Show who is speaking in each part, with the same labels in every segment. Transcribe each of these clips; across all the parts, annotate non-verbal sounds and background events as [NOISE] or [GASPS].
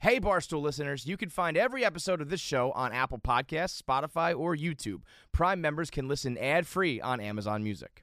Speaker 1: Hey, Barstool listeners, you can find every episode of this show on Apple Podcasts, Spotify, or YouTube. Prime members can listen ad free on Amazon Music.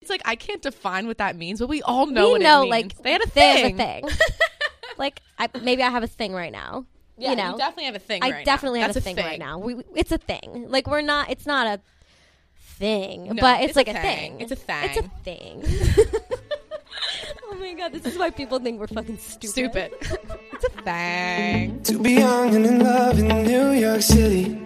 Speaker 2: It's like I can't define what that means, but we all know
Speaker 3: we
Speaker 2: what it
Speaker 3: know,
Speaker 2: means.
Speaker 3: like
Speaker 2: they had a
Speaker 3: there's
Speaker 2: thing.
Speaker 3: like I, maybe I have a thing right now.
Speaker 2: [LAUGHS] Yeah,
Speaker 3: you know,
Speaker 2: definitely have a thing.
Speaker 3: I
Speaker 2: right now.
Speaker 3: definitely have
Speaker 2: That's
Speaker 3: a thing,
Speaker 2: [LAUGHS]
Speaker 3: right now. We, we- it's a thing. Like we're not. It's not a thing,
Speaker 2: No,
Speaker 3: but
Speaker 2: it's
Speaker 3: it's,
Speaker 2: a
Speaker 3: like a
Speaker 2: thing.
Speaker 3: thing.
Speaker 2: It's a
Speaker 3: It's a thing. [LAUGHS] oh my god, this is why people think we're fucking stupid.
Speaker 2: Stupid.
Speaker 3: [LAUGHS]
Speaker 2: it's a thing.
Speaker 4: To be young and in love in New York City.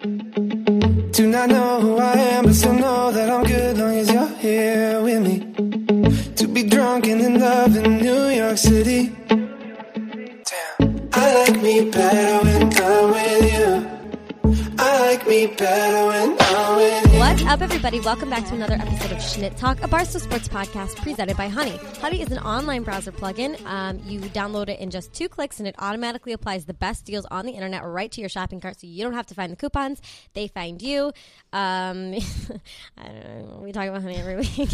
Speaker 4: Do not know who I am, but still know that I'm good long as you're here with me. To be drunk and in love in New York City. Damn. I like me better when I'm with you. I like me better when I'm with you.
Speaker 3: What's up, everybody? Welcome back to another episode of Schnit Talk, a Barstool Sports podcast presented by Honey. Honey is an online browser plugin. Um, you download it in just two clicks, and it automatically applies the best deals on the internet right to your shopping cart, so you don't have to find the coupons; they find you. Um, [LAUGHS] I don't know. We talk about Honey every week.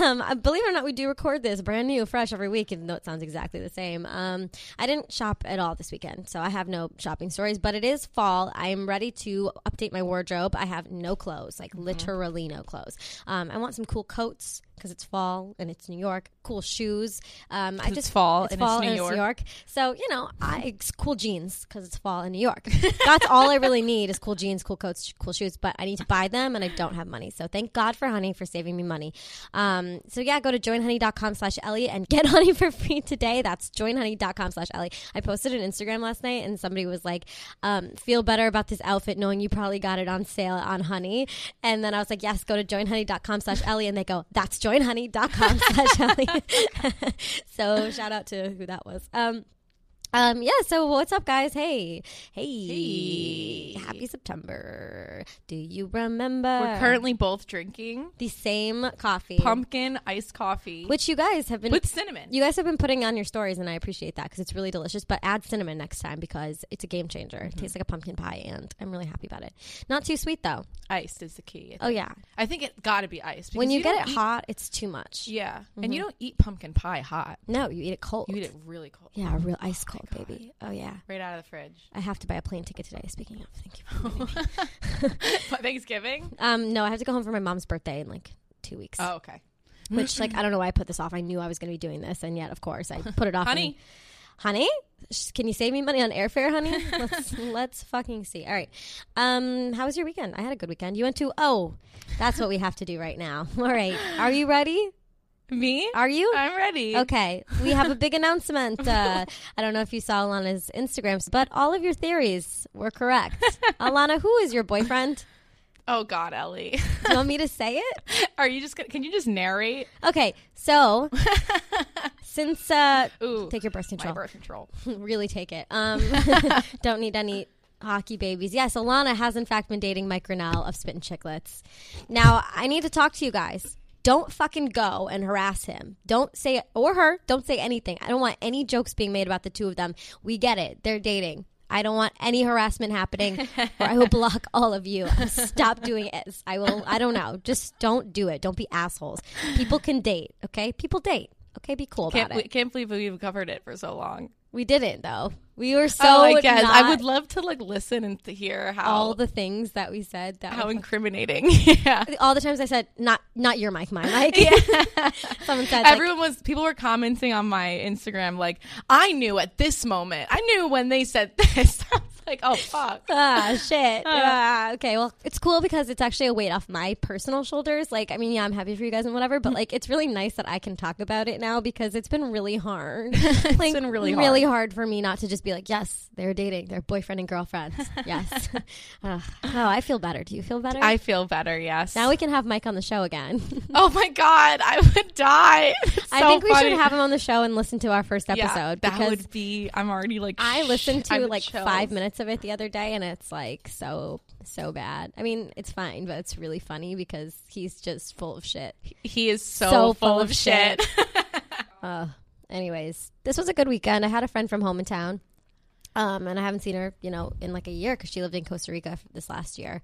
Speaker 3: um, I- believe it or not, we do record this brand new, fresh every week, even though it sounds exactly the same. Um, I didn't shop at all this weekend, so I have no shopping stories. But it is fall. I am ready to update my wardrobe. I have no clothes,
Speaker 2: Mm-hmm.
Speaker 3: like literally no clothes. Um, I want some cool coats because it's fall and it's New York. Cool shoes. Um, I
Speaker 2: it's
Speaker 3: just
Speaker 2: fall and it's New York.
Speaker 3: So you know, I it's cool jeans because it's fall in New York. That's all I really need is cool jeans, cool coats, sh- cool shoes. But I need to buy them, and I don't have money. So thank God for Honey for saving me money. Um, so yeah, go to joinhoney.com/ellie and get [LAUGHS] Honey for free today. That's joinhoney.com/ellie. I posted an Instagram last night, and somebody was like, um, "Feel better about this outfit knowing you probably got it on sale on Honey." And then I was like, "Yes, go to joinhoney.com/ellie," and they go, "That's joinhoney.com/ellie." so shout out to who that was. Um, um, yeah, so what's up, guys? Hey, hey, happy September. Do you remember?
Speaker 2: We're currently both drinking
Speaker 3: the same coffee,
Speaker 2: pumpkin iced coffee
Speaker 3: which you guys have been
Speaker 2: with cinnamon.
Speaker 3: You guys have been putting on your stories, and I appreciate that because it's really delicious. But add cinnamon next time because it's a game changer.
Speaker 2: Mm-hmm.
Speaker 3: It tastes like a pumpkin pie, and I'm really happy about it. Not too sweet though.
Speaker 2: iced is the key.
Speaker 3: Oh yeah,
Speaker 2: I think it got to be iced.
Speaker 3: when
Speaker 2: because
Speaker 3: you, get
Speaker 2: don't
Speaker 3: it
Speaker 2: eat-
Speaker 3: hot, Mm-hmm. it's too much.
Speaker 2: yeah, and you don't eat pumpkin pie hot.
Speaker 3: No, you eat it cold.
Speaker 2: You eat it really cold,
Speaker 3: Yeah, real ice cold, baby. Oh yeah.
Speaker 2: right out of the
Speaker 3: [LAUGHS]
Speaker 2: fridge. [LAUGHS]
Speaker 3: I have to buy a plane ticket today. Speaking of, thank you. For reminding me.
Speaker 2: But
Speaker 3: [LAUGHS]
Speaker 2: Thanksgiving.
Speaker 3: Um, no, I have to go home for my mom's birthday in like two weeks.
Speaker 2: Oh, okay.
Speaker 3: [LAUGHS] Which, like, I don't know why I put this off. I knew I was going to be doing this, and yet, of course, I put it off.
Speaker 2: Honey.
Speaker 3: and- honey, Sh- can you save me money on airfare, honey? Let's let's fucking see. All right. Um, how was your weekend? I had a good weekend. You went to oh, that's what we have to do right now. [LAUGHS] All right. Are you ready?
Speaker 2: Me?
Speaker 3: Are you?
Speaker 2: I'm ready.
Speaker 3: Uh, Okay, we have a big announcement. Uh, I don't know if you saw Alana's Instagrams, but all of your theories were correct. Alana, who is your boyfriend?
Speaker 2: Oh God, Ellie,
Speaker 3: Do you want me to say it?
Speaker 2: [LAUGHS] are you just? Gonna, can you just narrate?
Speaker 3: Okay,
Speaker 2: [LAUGHS]
Speaker 3: so since uh,
Speaker 2: Ooh,
Speaker 3: take your birth
Speaker 2: my
Speaker 3: control,
Speaker 2: birth control.
Speaker 3: [LAUGHS] really take it.
Speaker 2: [LAUGHS]
Speaker 3: Um, [LAUGHS] don't need any hockey babies. Yes, Alana has in fact been dating Mike Grinnell of Spit and Chicklets. Now I need to talk to you guys. Don't fucking go and harass him. Don't say or her. Don't say anything. I don't want any jokes being made about the two of them. We get it. They're dating. I don't want any harassment happening, or I will block
Speaker 2: [LAUGHS]
Speaker 3: all of you. Stop doing it. I will. I don't know. Just don't do it. Don't be assholes. People can date. Okay. People date. Okay. Be cool
Speaker 2: Can't,
Speaker 3: about
Speaker 2: we,
Speaker 3: it.
Speaker 2: can't believe we've covered it for so long.
Speaker 3: We didn't though. We were so.
Speaker 2: oh, I guess I
Speaker 3: not
Speaker 2: would love to like listen and to hear how
Speaker 3: all the things that we said. That
Speaker 2: [LAUGHS] how
Speaker 3: was-
Speaker 2: incriminating. [LAUGHS] yeah.
Speaker 3: all the times I said not not your mic, my mic. [LAUGHS] Someone said like,
Speaker 2: Everyone was people were commenting on my Instagram like I knew at this moment. I knew when they said [LAUGHS] this. I was like, oh fuck. [LAUGHS]
Speaker 3: ah, shit.
Speaker 2: Uh-huh.
Speaker 3: Ah, okay, well, it's cool because it's actually a weight off my personal shoulders. Like, I mean, yeah, I'm happy for you guys and whatever,
Speaker 2: Mm.
Speaker 3: but like, it's really nice that I can talk about it now because it's been
Speaker 2: [LAUGHS]
Speaker 3: really hard. it's
Speaker 2: been really
Speaker 3: really hard for me not to just be like, yes, they're dating, they're boyfriend and
Speaker 2: [LAUGHS]
Speaker 3: girlfriend. yes. [LAUGHS] Ugh. oh, I feel better. Do you feel better?
Speaker 2: I feel better. Yes.
Speaker 3: now we can have Mike on the show again. [LAUGHS]
Speaker 2: oh my god, I would die. [LAUGHS] It's
Speaker 3: I
Speaker 2: so
Speaker 3: think we
Speaker 2: funny.
Speaker 3: should have him on the show and listen to our first episode
Speaker 2: Yeah,
Speaker 3: because
Speaker 2: that would be. I'm already like.
Speaker 3: I
Speaker 2: [LAUGHS]
Speaker 3: listened
Speaker 2: I'm
Speaker 3: to like
Speaker 2: chills.
Speaker 3: five minutes of it the other day, and it's like so so bad. I mean, it's fine, but it's really funny because he's just full of shit.
Speaker 2: He is so,
Speaker 3: So
Speaker 2: full, of shit.
Speaker 3: Ugh. anyways, this was a good weekend. I had a friend from home in town, um, and I haven't seen her, you know, in like a year because she lived in Costa Rica f- this last year.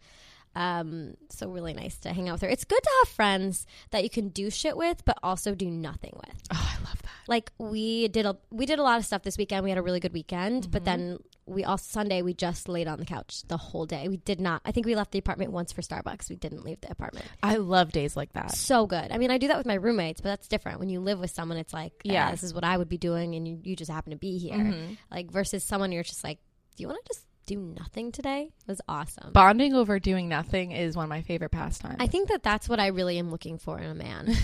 Speaker 3: Um, so really nice to hang out with her. It's good to have friends that you can do shit with, but also do nothing with.
Speaker 2: oh, I love that.
Speaker 3: like we did a we did a lot of stuff this weekend. We had a really good weekend,
Speaker 2: Mm-hmm.
Speaker 3: but then we all Sunday we just laid on the couch the whole day. We did not. I think we left the apartment once for Starbucks. We didn't leave the apartment.
Speaker 2: I love days like that.
Speaker 3: So good. I mean, I do that with my roommates, but that's different. When you live with someone, it's like, yeah,
Speaker 2: Yeah. Mm-hmm.
Speaker 3: this is what I would be doing, and you, you just happen to be here. Like versus someone you're just like, do you want to just do nothing today? It was awesome.
Speaker 2: Bonding over doing nothing is one of my favorite pastimes.
Speaker 3: I [LAUGHS] think that that's what I really am looking for in a man.
Speaker 2: [LAUGHS]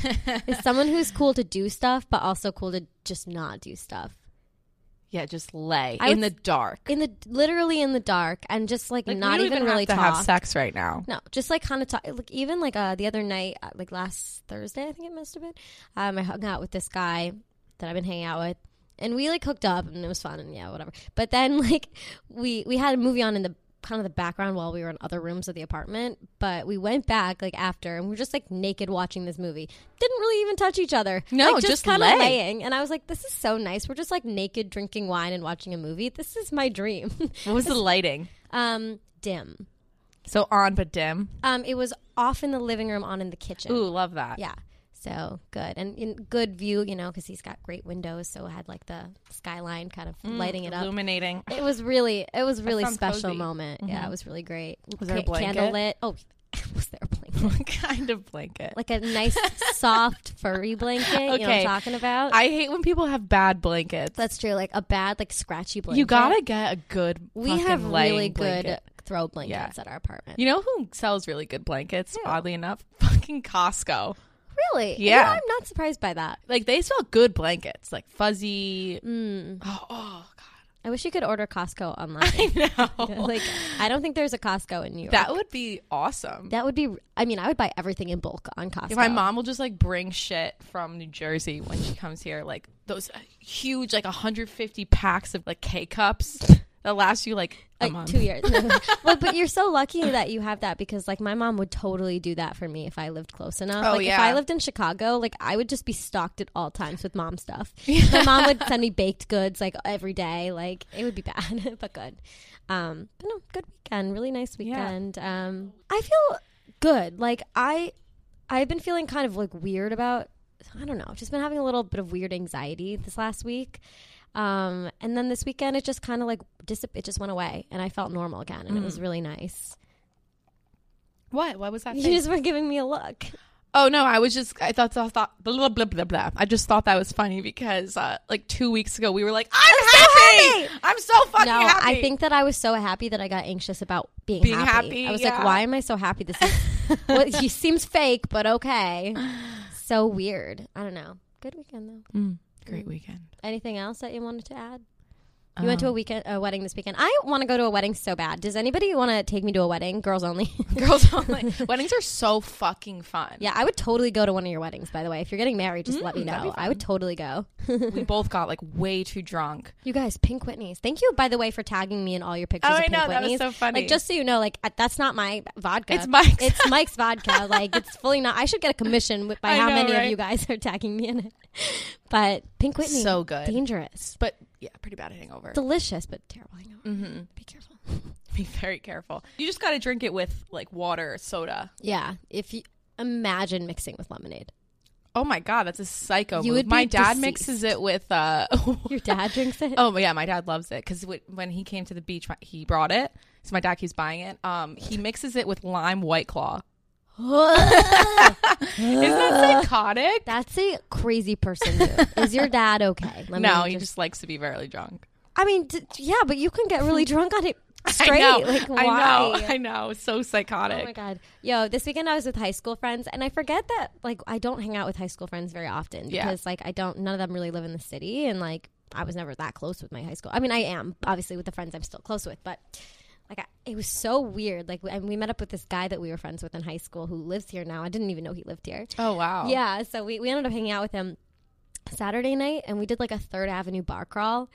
Speaker 3: is someone who's cool to do stuff, but also cool to just not do stuff.
Speaker 2: yeah, just lay
Speaker 3: I
Speaker 2: in the
Speaker 3: would-
Speaker 2: dark.
Speaker 3: in the literally in the dark and just like,
Speaker 2: Like, we
Speaker 3: not
Speaker 2: don't
Speaker 3: even, really
Speaker 2: have to
Speaker 3: talk.
Speaker 2: have sex right now.
Speaker 3: No, just like kind of talk. Like even like uh, the other night, uh, like last Thursday, I think it must have been. Um, I hung out with this guy that I've been hanging out with, and we like hooked up, and it was fun, and yeah, whatever. But then [LAUGHS] like we we had a movie on in the kind of the background while we were in other rooms of the apartment. But we went back like after, and we were just like naked watching this movie. Didn't really even touch each other.
Speaker 2: No,
Speaker 3: like,
Speaker 2: just
Speaker 3: kind of
Speaker 2: lay.
Speaker 3: laying. And I was like, this is so nice. We're just like naked, drinking wine and watching a movie. This is my dream. [LAUGHS]
Speaker 2: What was the lighting?
Speaker 3: um, dim.
Speaker 2: So on but dim.
Speaker 3: Um, it was off in the living room, on in the kitchen.
Speaker 2: Ooh, love that.
Speaker 3: Yeah. So good and in good view, you know, because he's got great windows, so it had like the skyline kind of
Speaker 2: Mm,
Speaker 3: lighting it up.
Speaker 2: Illuminating. [LAUGHS]
Speaker 3: It was really, it was really
Speaker 2: sounds
Speaker 3: special
Speaker 2: cozy. Mm-hmm.
Speaker 3: moment. Yeah, it was really great.
Speaker 2: Was there a blanket?
Speaker 3: Candle lit. Oh, [LAUGHS] was there a blanket?
Speaker 2: kind of blanket.
Speaker 3: like
Speaker 2: [LAUGHS]
Speaker 3: a nice soft furry blanket. You know what I'm
Speaker 2: Okay.
Speaker 3: talking about?
Speaker 2: I hate when people have bad blankets.
Speaker 3: That's true. Like a bad, like scratchy blanket.
Speaker 2: you gotta get a good.
Speaker 3: We
Speaker 2: fucking
Speaker 3: have really
Speaker 2: laying
Speaker 3: good
Speaker 2: blanket.
Speaker 3: throw blankets at our apartment.
Speaker 2: You know who sells really good blankets? Oddly enough, [LAUGHS] fucking Costco.
Speaker 3: really? You
Speaker 2: Yeah.
Speaker 3: know, I'm not surprised by that.
Speaker 2: Like they sell good blankets, like fuzzy.
Speaker 3: Mm.
Speaker 2: Oh, oh
Speaker 3: I wish you could
Speaker 2: [LAUGHS]
Speaker 3: order Costco online.
Speaker 2: God, no.
Speaker 3: [LAUGHS] like I don't think there's a Costco in New York.
Speaker 2: that would be awesome.
Speaker 3: That would be. I mean, I would buy everything in bulk on Costco.
Speaker 2: If my mom will just like bring shit from New Jersey when she comes here, like those uh, huge like 150 packs of like K cups that last you like a
Speaker 3: like
Speaker 2: month. [LAUGHS]
Speaker 3: two years. well, but you're so lucky that you have that because like my mom would totally do that for me if I lived close enough.
Speaker 2: Oh,
Speaker 3: like if
Speaker 2: yeah.
Speaker 3: I lived in Chicago, like I would just be stocked at all times with mom
Speaker 2: [LAUGHS]
Speaker 3: stuff. my mom would send me baked goods like every day. Like it would be bad, [LAUGHS] but good. Um, but no, good weekend. Really nice weekend. Um, I feel good. Like I, I've been feeling kind of like weird about. I don't know. Just been having a little bit of weird anxiety this last week. Um, and then this weekend, it just kind of like dis- it just went away, and I felt normal again, and it
Speaker 2: Mm.
Speaker 3: was really nice.
Speaker 2: What? What was that?
Speaker 3: You
Speaker 2: thing?
Speaker 3: just were giving me a look.
Speaker 2: Oh no, I was just I thought I thought blah blah blah blah blah. I just thought that was funny because uh, like two weeks ago we were like, I'm, happy!
Speaker 3: happy!"
Speaker 2: I'm so fucking
Speaker 3: No,
Speaker 2: happy.
Speaker 3: I think that I was so happy that I got anxious about being,
Speaker 2: Being
Speaker 3: happy.
Speaker 2: happy,
Speaker 3: I was like,
Speaker 2: yeah.
Speaker 3: why am I so happy?
Speaker 2: [LAUGHS]
Speaker 3: This is, well, he seems fake, but
Speaker 2: [SIGHS]
Speaker 3: okay. So weird. I don't know. Good weekend though.
Speaker 2: great weekend.
Speaker 3: Anything else that you wanted to add? You went to
Speaker 2: Um,
Speaker 3: a weekend, a wedding this weekend. I want to go to a wedding so bad. Does anybody want to take me to a wedding? Girls only. [LAUGHS]
Speaker 2: [LAUGHS] Girls only. Weddings are so fucking fun.
Speaker 3: yeah, I would totally go to one of your weddings. By the way, if you're getting married, just let me
Speaker 2: Mm, that'd be
Speaker 3: know. I would totally
Speaker 2: [LAUGHS]
Speaker 3: go.
Speaker 2: We both got like way too drunk.
Speaker 3: You guys, Pink Whitney's. Thank you, by the way, for tagging me in all your pictures
Speaker 2: Oh,
Speaker 3: of
Speaker 2: I
Speaker 3: Pink
Speaker 2: know, that was
Speaker 3: Whitney's.
Speaker 2: so funny.
Speaker 3: Like, just so you know, like I- that's not my vodka.
Speaker 2: It's Mike's.
Speaker 3: It's
Speaker 2: [LAUGHS]
Speaker 3: Mike's vodka. Like, it's fully not. I should get a commission with- by
Speaker 2: I
Speaker 3: how
Speaker 2: know,
Speaker 3: many of
Speaker 2: right?
Speaker 3: you guys are tagging me in it. [LAUGHS] But Pink Whitney,
Speaker 2: So good.
Speaker 3: dangerous,
Speaker 2: But yeah, pretty bad hangover.
Speaker 3: delicious, but terrible. Hangover.
Speaker 2: mm-hmm.
Speaker 3: Be careful.
Speaker 2: [LAUGHS] Be very careful. You just gotta drink it with like water, or soda.
Speaker 3: Yeah, if you imagine mixing with [LAUGHS] lemonade,
Speaker 2: Oh my god, that's a psycho.
Speaker 3: You
Speaker 2: move.
Speaker 3: would be
Speaker 2: my dad
Speaker 3: deceased.
Speaker 2: mixes it with uh
Speaker 3: [LAUGHS] your dad drinks it.
Speaker 2: [LAUGHS] Oh yeah, my dad loves it because when he came to the beach, my- he brought it. So my dad keeps buying it. Um, he mixes it with lime white
Speaker 3: [LAUGHS]
Speaker 2: claw. [LAUGHS] Isn't that psychotic?
Speaker 3: Oh. That's a crazy person. move. Is your [LAUGHS] dad okay? Let
Speaker 2: no,
Speaker 3: me
Speaker 2: he just likes to be very drunk. [LAUGHS]
Speaker 3: [LAUGHS] I mean, d- yeah, but you can get really drunk on it straight.
Speaker 2: I know.
Speaker 3: Like,
Speaker 2: I
Speaker 3: why?
Speaker 2: know. I know. So psychotic.
Speaker 3: Oh my god. Yo, this weekend I was with high school friends and I forget that like I don't hang out with high school friends very often
Speaker 2: Yeah.
Speaker 3: because like I don't none of them really live in the city and like I was never that close with my high school. I mean, I am obviously with the friends I'm still close with, but like I, it was so weird. Like we, and we met up with this guy that we were friends with in high school who lives here now. I didn't even know he lived here.
Speaker 2: Oh wow.
Speaker 3: Yeah, so we, we ended up hanging out with him Saturday night and we did like a Third Avenue bar crawl,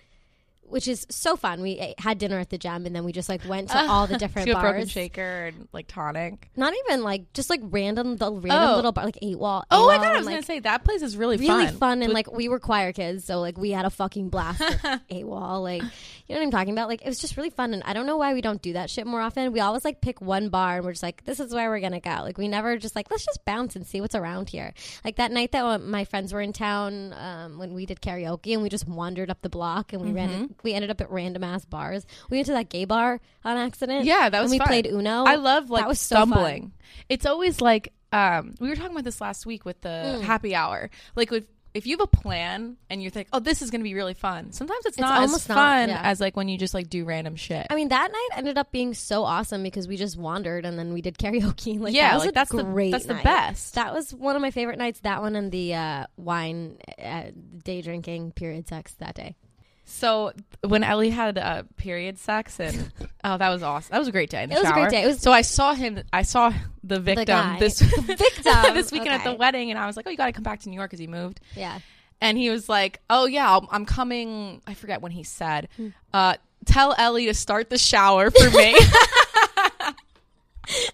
Speaker 3: which is so fun. We ate- had dinner at the gym and then we just like
Speaker 2: [LAUGHS]
Speaker 3: went to all the different
Speaker 2: To a broken
Speaker 3: bars.
Speaker 2: shaker and like tonic.
Speaker 3: Not even like just like random the random
Speaker 2: Oh.
Speaker 3: little bar like eight wall.
Speaker 2: Oh my
Speaker 3: Eight
Speaker 2: god,
Speaker 3: Wall,
Speaker 2: I was
Speaker 3: and,
Speaker 2: gonna
Speaker 3: like,
Speaker 2: say that place is really
Speaker 3: really
Speaker 2: fun.
Speaker 3: and like we were choir kids, so like we had a fucking blast
Speaker 2: [LAUGHS]
Speaker 3: at eight wall. Like you know what I'm talking about? Like it was just really fun and I don't know why we don't do that shit more often. We always like pick one bar and we're just like, This is where we're gonna go. Like we never just like let's just bounce and see what's around here. Like that night that one- my friends were in town, um, when we did karaoke and we just wandered up the block and we
Speaker 2: Mm-hmm.
Speaker 3: ran we ended up at random ass bars. We went to that gay bar on accident.
Speaker 2: Yeah, that was
Speaker 3: and we
Speaker 2: fun.
Speaker 3: played Uno.
Speaker 2: I love like
Speaker 3: that was so fun.
Speaker 2: stumbling. It's always like um we were talking about this last week with
Speaker 3: Mm.
Speaker 2: the happy hour. Like if if you have a plan and you think, "Oh, this is going to be really fun." Sometimes it's, not as
Speaker 3: almost not,
Speaker 2: fun
Speaker 3: yeah.
Speaker 2: as like when you just like do random shit.
Speaker 3: I mean, that night ended up being so awesome because we just wandered and then we did [LAUGHS] karaoke. Like,
Speaker 2: Yeah,
Speaker 3: that was
Speaker 2: like,
Speaker 3: a
Speaker 2: that's the-
Speaker 3: great.
Speaker 2: that's the
Speaker 3: night.
Speaker 2: best.
Speaker 3: That was one of my favorite nights. That one and the uh, wine uh, day drinking period sex
Speaker 2: [LAUGHS]
Speaker 3: that day.
Speaker 2: so when Ellie had uh, period sex
Speaker 3: [LAUGHS]
Speaker 2: and oh, that was awesome. That was a great day. In the
Speaker 3: It was a great
Speaker 2: shower.
Speaker 3: day. It was-
Speaker 2: so I saw him. I saw the victim
Speaker 3: guy.
Speaker 2: this [LAUGHS]
Speaker 3: [LAUGHS] The victim.
Speaker 2: this weekend at the
Speaker 3: Okay.
Speaker 2: wedding, and I was like, "Oh, you got to come back to New York because he moved."
Speaker 3: Yeah,
Speaker 2: and he was like, "Oh yeah, I'll, I'm coming." I forget when he said,
Speaker 3: Hmm.
Speaker 2: uh, "Tell Ellie to start the shower for me."
Speaker 3: [LAUGHS]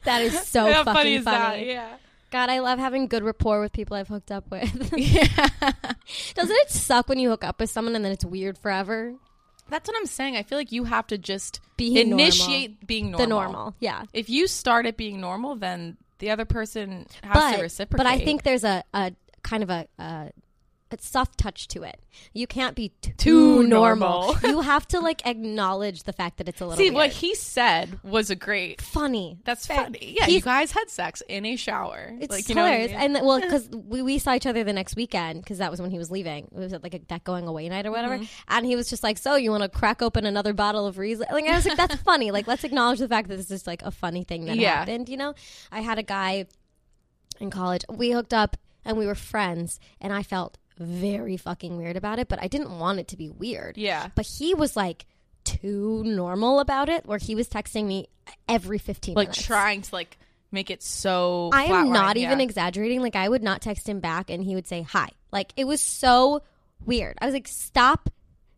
Speaker 3: that is [LAUGHS] so
Speaker 2: [LAUGHS] How
Speaker 3: fucking
Speaker 2: funny is
Speaker 3: funny.
Speaker 2: that?
Speaker 3: [LAUGHS]
Speaker 2: Yeah.
Speaker 3: God, I love having good rapport with people I've hooked up
Speaker 2: [LAUGHS]
Speaker 3: with. [LAUGHS]
Speaker 2: Yeah.
Speaker 3: Doesn't it suck when you hook up with someone and then it's weird forever?
Speaker 2: That's what I'm saying. I feel like you have to just
Speaker 3: Be
Speaker 2: initiate
Speaker 3: normal.
Speaker 2: being normal.
Speaker 3: The normal, yeah.
Speaker 2: If you start at being normal, then the other person has to reciprocate.
Speaker 3: But I think there's a, a kind of a, a, a soft touch to it. You can't be too,
Speaker 2: Too
Speaker 3: normal.
Speaker 2: normal.
Speaker 3: you have to like acknowledge the fact that it's a little
Speaker 2: see
Speaker 3: weird.
Speaker 2: what he said was a great.
Speaker 3: funny.
Speaker 2: That's funny. Yeah,
Speaker 3: He's-
Speaker 2: you guys had sex in a shower.
Speaker 3: It's
Speaker 2: like, you know what I
Speaker 3: hilarious.
Speaker 2: mean?
Speaker 3: And th- well,
Speaker 2: [LAUGHS]
Speaker 3: because we, we saw each other the next weekend because that was when he was leaving. It was at like a, that going away night or whatever.
Speaker 2: Mm-hmm.
Speaker 3: And he was just like, "So you want to crack open another bottle of Riesling?" Like I was like, "That's funny. Like let's acknowledge the fact that this is like a funny thing that
Speaker 2: Yeah.
Speaker 3: happened." You know, I had a guy in college. We hooked up and we were friends, and I felt very fucking weird about it, but I didn't want it to be weird.
Speaker 2: Yeah.
Speaker 3: But he was like too normal about it, where he was texting me every fifteen
Speaker 2: like
Speaker 3: minutes.
Speaker 2: trying to like make it so.
Speaker 3: I am
Speaker 2: flatline,
Speaker 3: not even
Speaker 2: yeah.
Speaker 3: exaggerating. Like I would not text him back and he would say hi. Like it was so weird. I was like, stop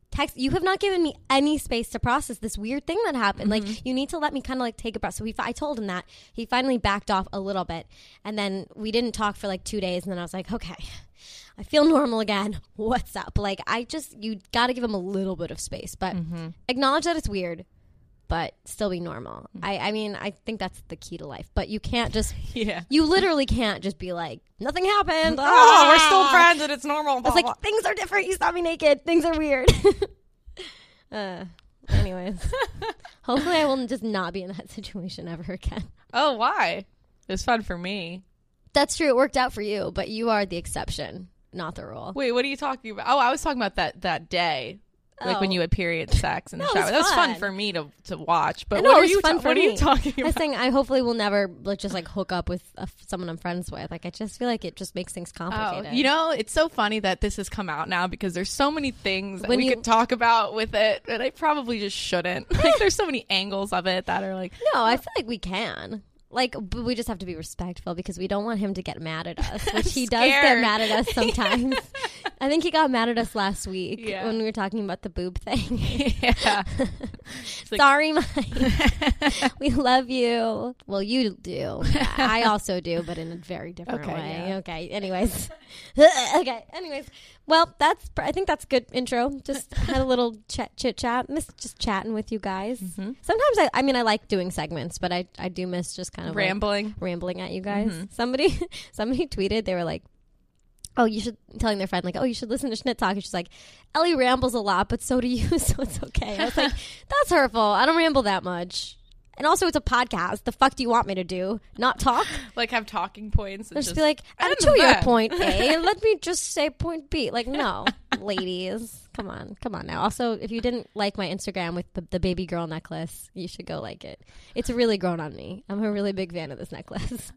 Speaker 3: text you have not given me any space to process this weird thing that happened
Speaker 2: Mm-hmm.
Speaker 3: like you need to let me kind of like take a breath so we fi- i told him that he finally backed off a little bit and then we didn't talk for like two days and then i was like okay i feel normal again [LAUGHS] what's up like i just you gotta give him a little bit of space but
Speaker 2: Mm-hmm.
Speaker 3: acknowledge that it's weird but still be normal
Speaker 2: Mm.
Speaker 3: I, I mean i think that's the key to life but you can't just
Speaker 2: [LAUGHS] Yeah.
Speaker 3: you literally can't just be like
Speaker 2: [LAUGHS]
Speaker 3: nothing happened
Speaker 2: oh, [LAUGHS] we're still
Speaker 3: Ah.
Speaker 2: [LAUGHS] friends and it's normal.
Speaker 3: I was like, things are different. You saw me naked. Things
Speaker 2: [LAUGHS]
Speaker 3: are weird. [LAUGHS] uh, anyways, hopefully, I will just not be in that [LAUGHS] situation ever again.
Speaker 2: oh, why? It was fun for me.
Speaker 3: That's true. It worked out for you, but you are the exception, not the rule.
Speaker 2: Wait, what are you talking about? Oh, I was talking about that that day. Like when
Speaker 3: Oh.
Speaker 2: you had period sex in the
Speaker 3: [LAUGHS] No, it
Speaker 2: shower.
Speaker 3: was
Speaker 2: that was fun
Speaker 3: fun.
Speaker 2: for me to, to watch. But
Speaker 3: I know,
Speaker 2: what
Speaker 3: it
Speaker 2: are
Speaker 3: was
Speaker 2: you
Speaker 3: fun
Speaker 2: ta-
Speaker 3: for
Speaker 2: what are
Speaker 3: me.
Speaker 2: you talking
Speaker 3: I was
Speaker 2: about?
Speaker 3: saying I hopefully will never like, just like hook up with uh, someone I'm friends with. Like I just feel like it just makes things
Speaker 2: Oh,
Speaker 3: complicated.
Speaker 2: you know, it's so funny that this has come out now because there's so many things that
Speaker 3: When
Speaker 2: we
Speaker 3: you-
Speaker 2: could talk about with it, and I probably just shouldn't. [LAUGHS] like, there's so many angles of it that are like,
Speaker 3: No, I feel like we can. Like, but we just have to be respectful because we don't want him to get mad at us,
Speaker 2: [LAUGHS]
Speaker 3: which he does get
Speaker 2: Scared.
Speaker 3: mad at
Speaker 2: [LAUGHS]
Speaker 3: us sometimes. I think he got mad at us last week
Speaker 2: Yeah.
Speaker 3: when we were talking about the boob thing.
Speaker 2: [LAUGHS] yeah, like-
Speaker 3: Sorry, Mike.
Speaker 2: [LAUGHS]
Speaker 3: we love you. Well, you do. I also do, but in a very different
Speaker 2: Okay,
Speaker 3: way.
Speaker 2: yeah.
Speaker 3: Okay. Anyways. [LAUGHS] okay. Anyways. Well, that's. pr- I think that's good intro.
Speaker 2: [LAUGHS]
Speaker 3: Just had a little chat, chit chat. Miss just chatting with you guys.
Speaker 2: Mm-hmm.
Speaker 3: Sometimes I. I mean, I like doing segments, but I. I do miss just kind of [LAUGHS] like,
Speaker 2: rambling.
Speaker 3: rambling at you guys. Somebody [LAUGHS] somebody tweeted they were like, "Oh, you should telling their friend like, "Oh, you should listen to Schnit Talk." And she's like, "Ellie rambles a lot, but so do you, [LAUGHS] so it's okay." I was like, "That's hurtful. I don't ramble that much." And also, it's a podcast. The fuck do you want me to do? Not talk?
Speaker 2: Like, have talking points. And
Speaker 3: Or
Speaker 2: just,
Speaker 3: just be like,
Speaker 2: I'm
Speaker 3: "I'm
Speaker 2: the
Speaker 3: to your
Speaker 2: best."
Speaker 3: point A. Let me just say point B." Like, no, ladies, Come on, come on now. Also, if you didn't like my Instagram with the, the baby girl necklace, you should go like it. It's really grown on me. I'm a really big fan of this necklace.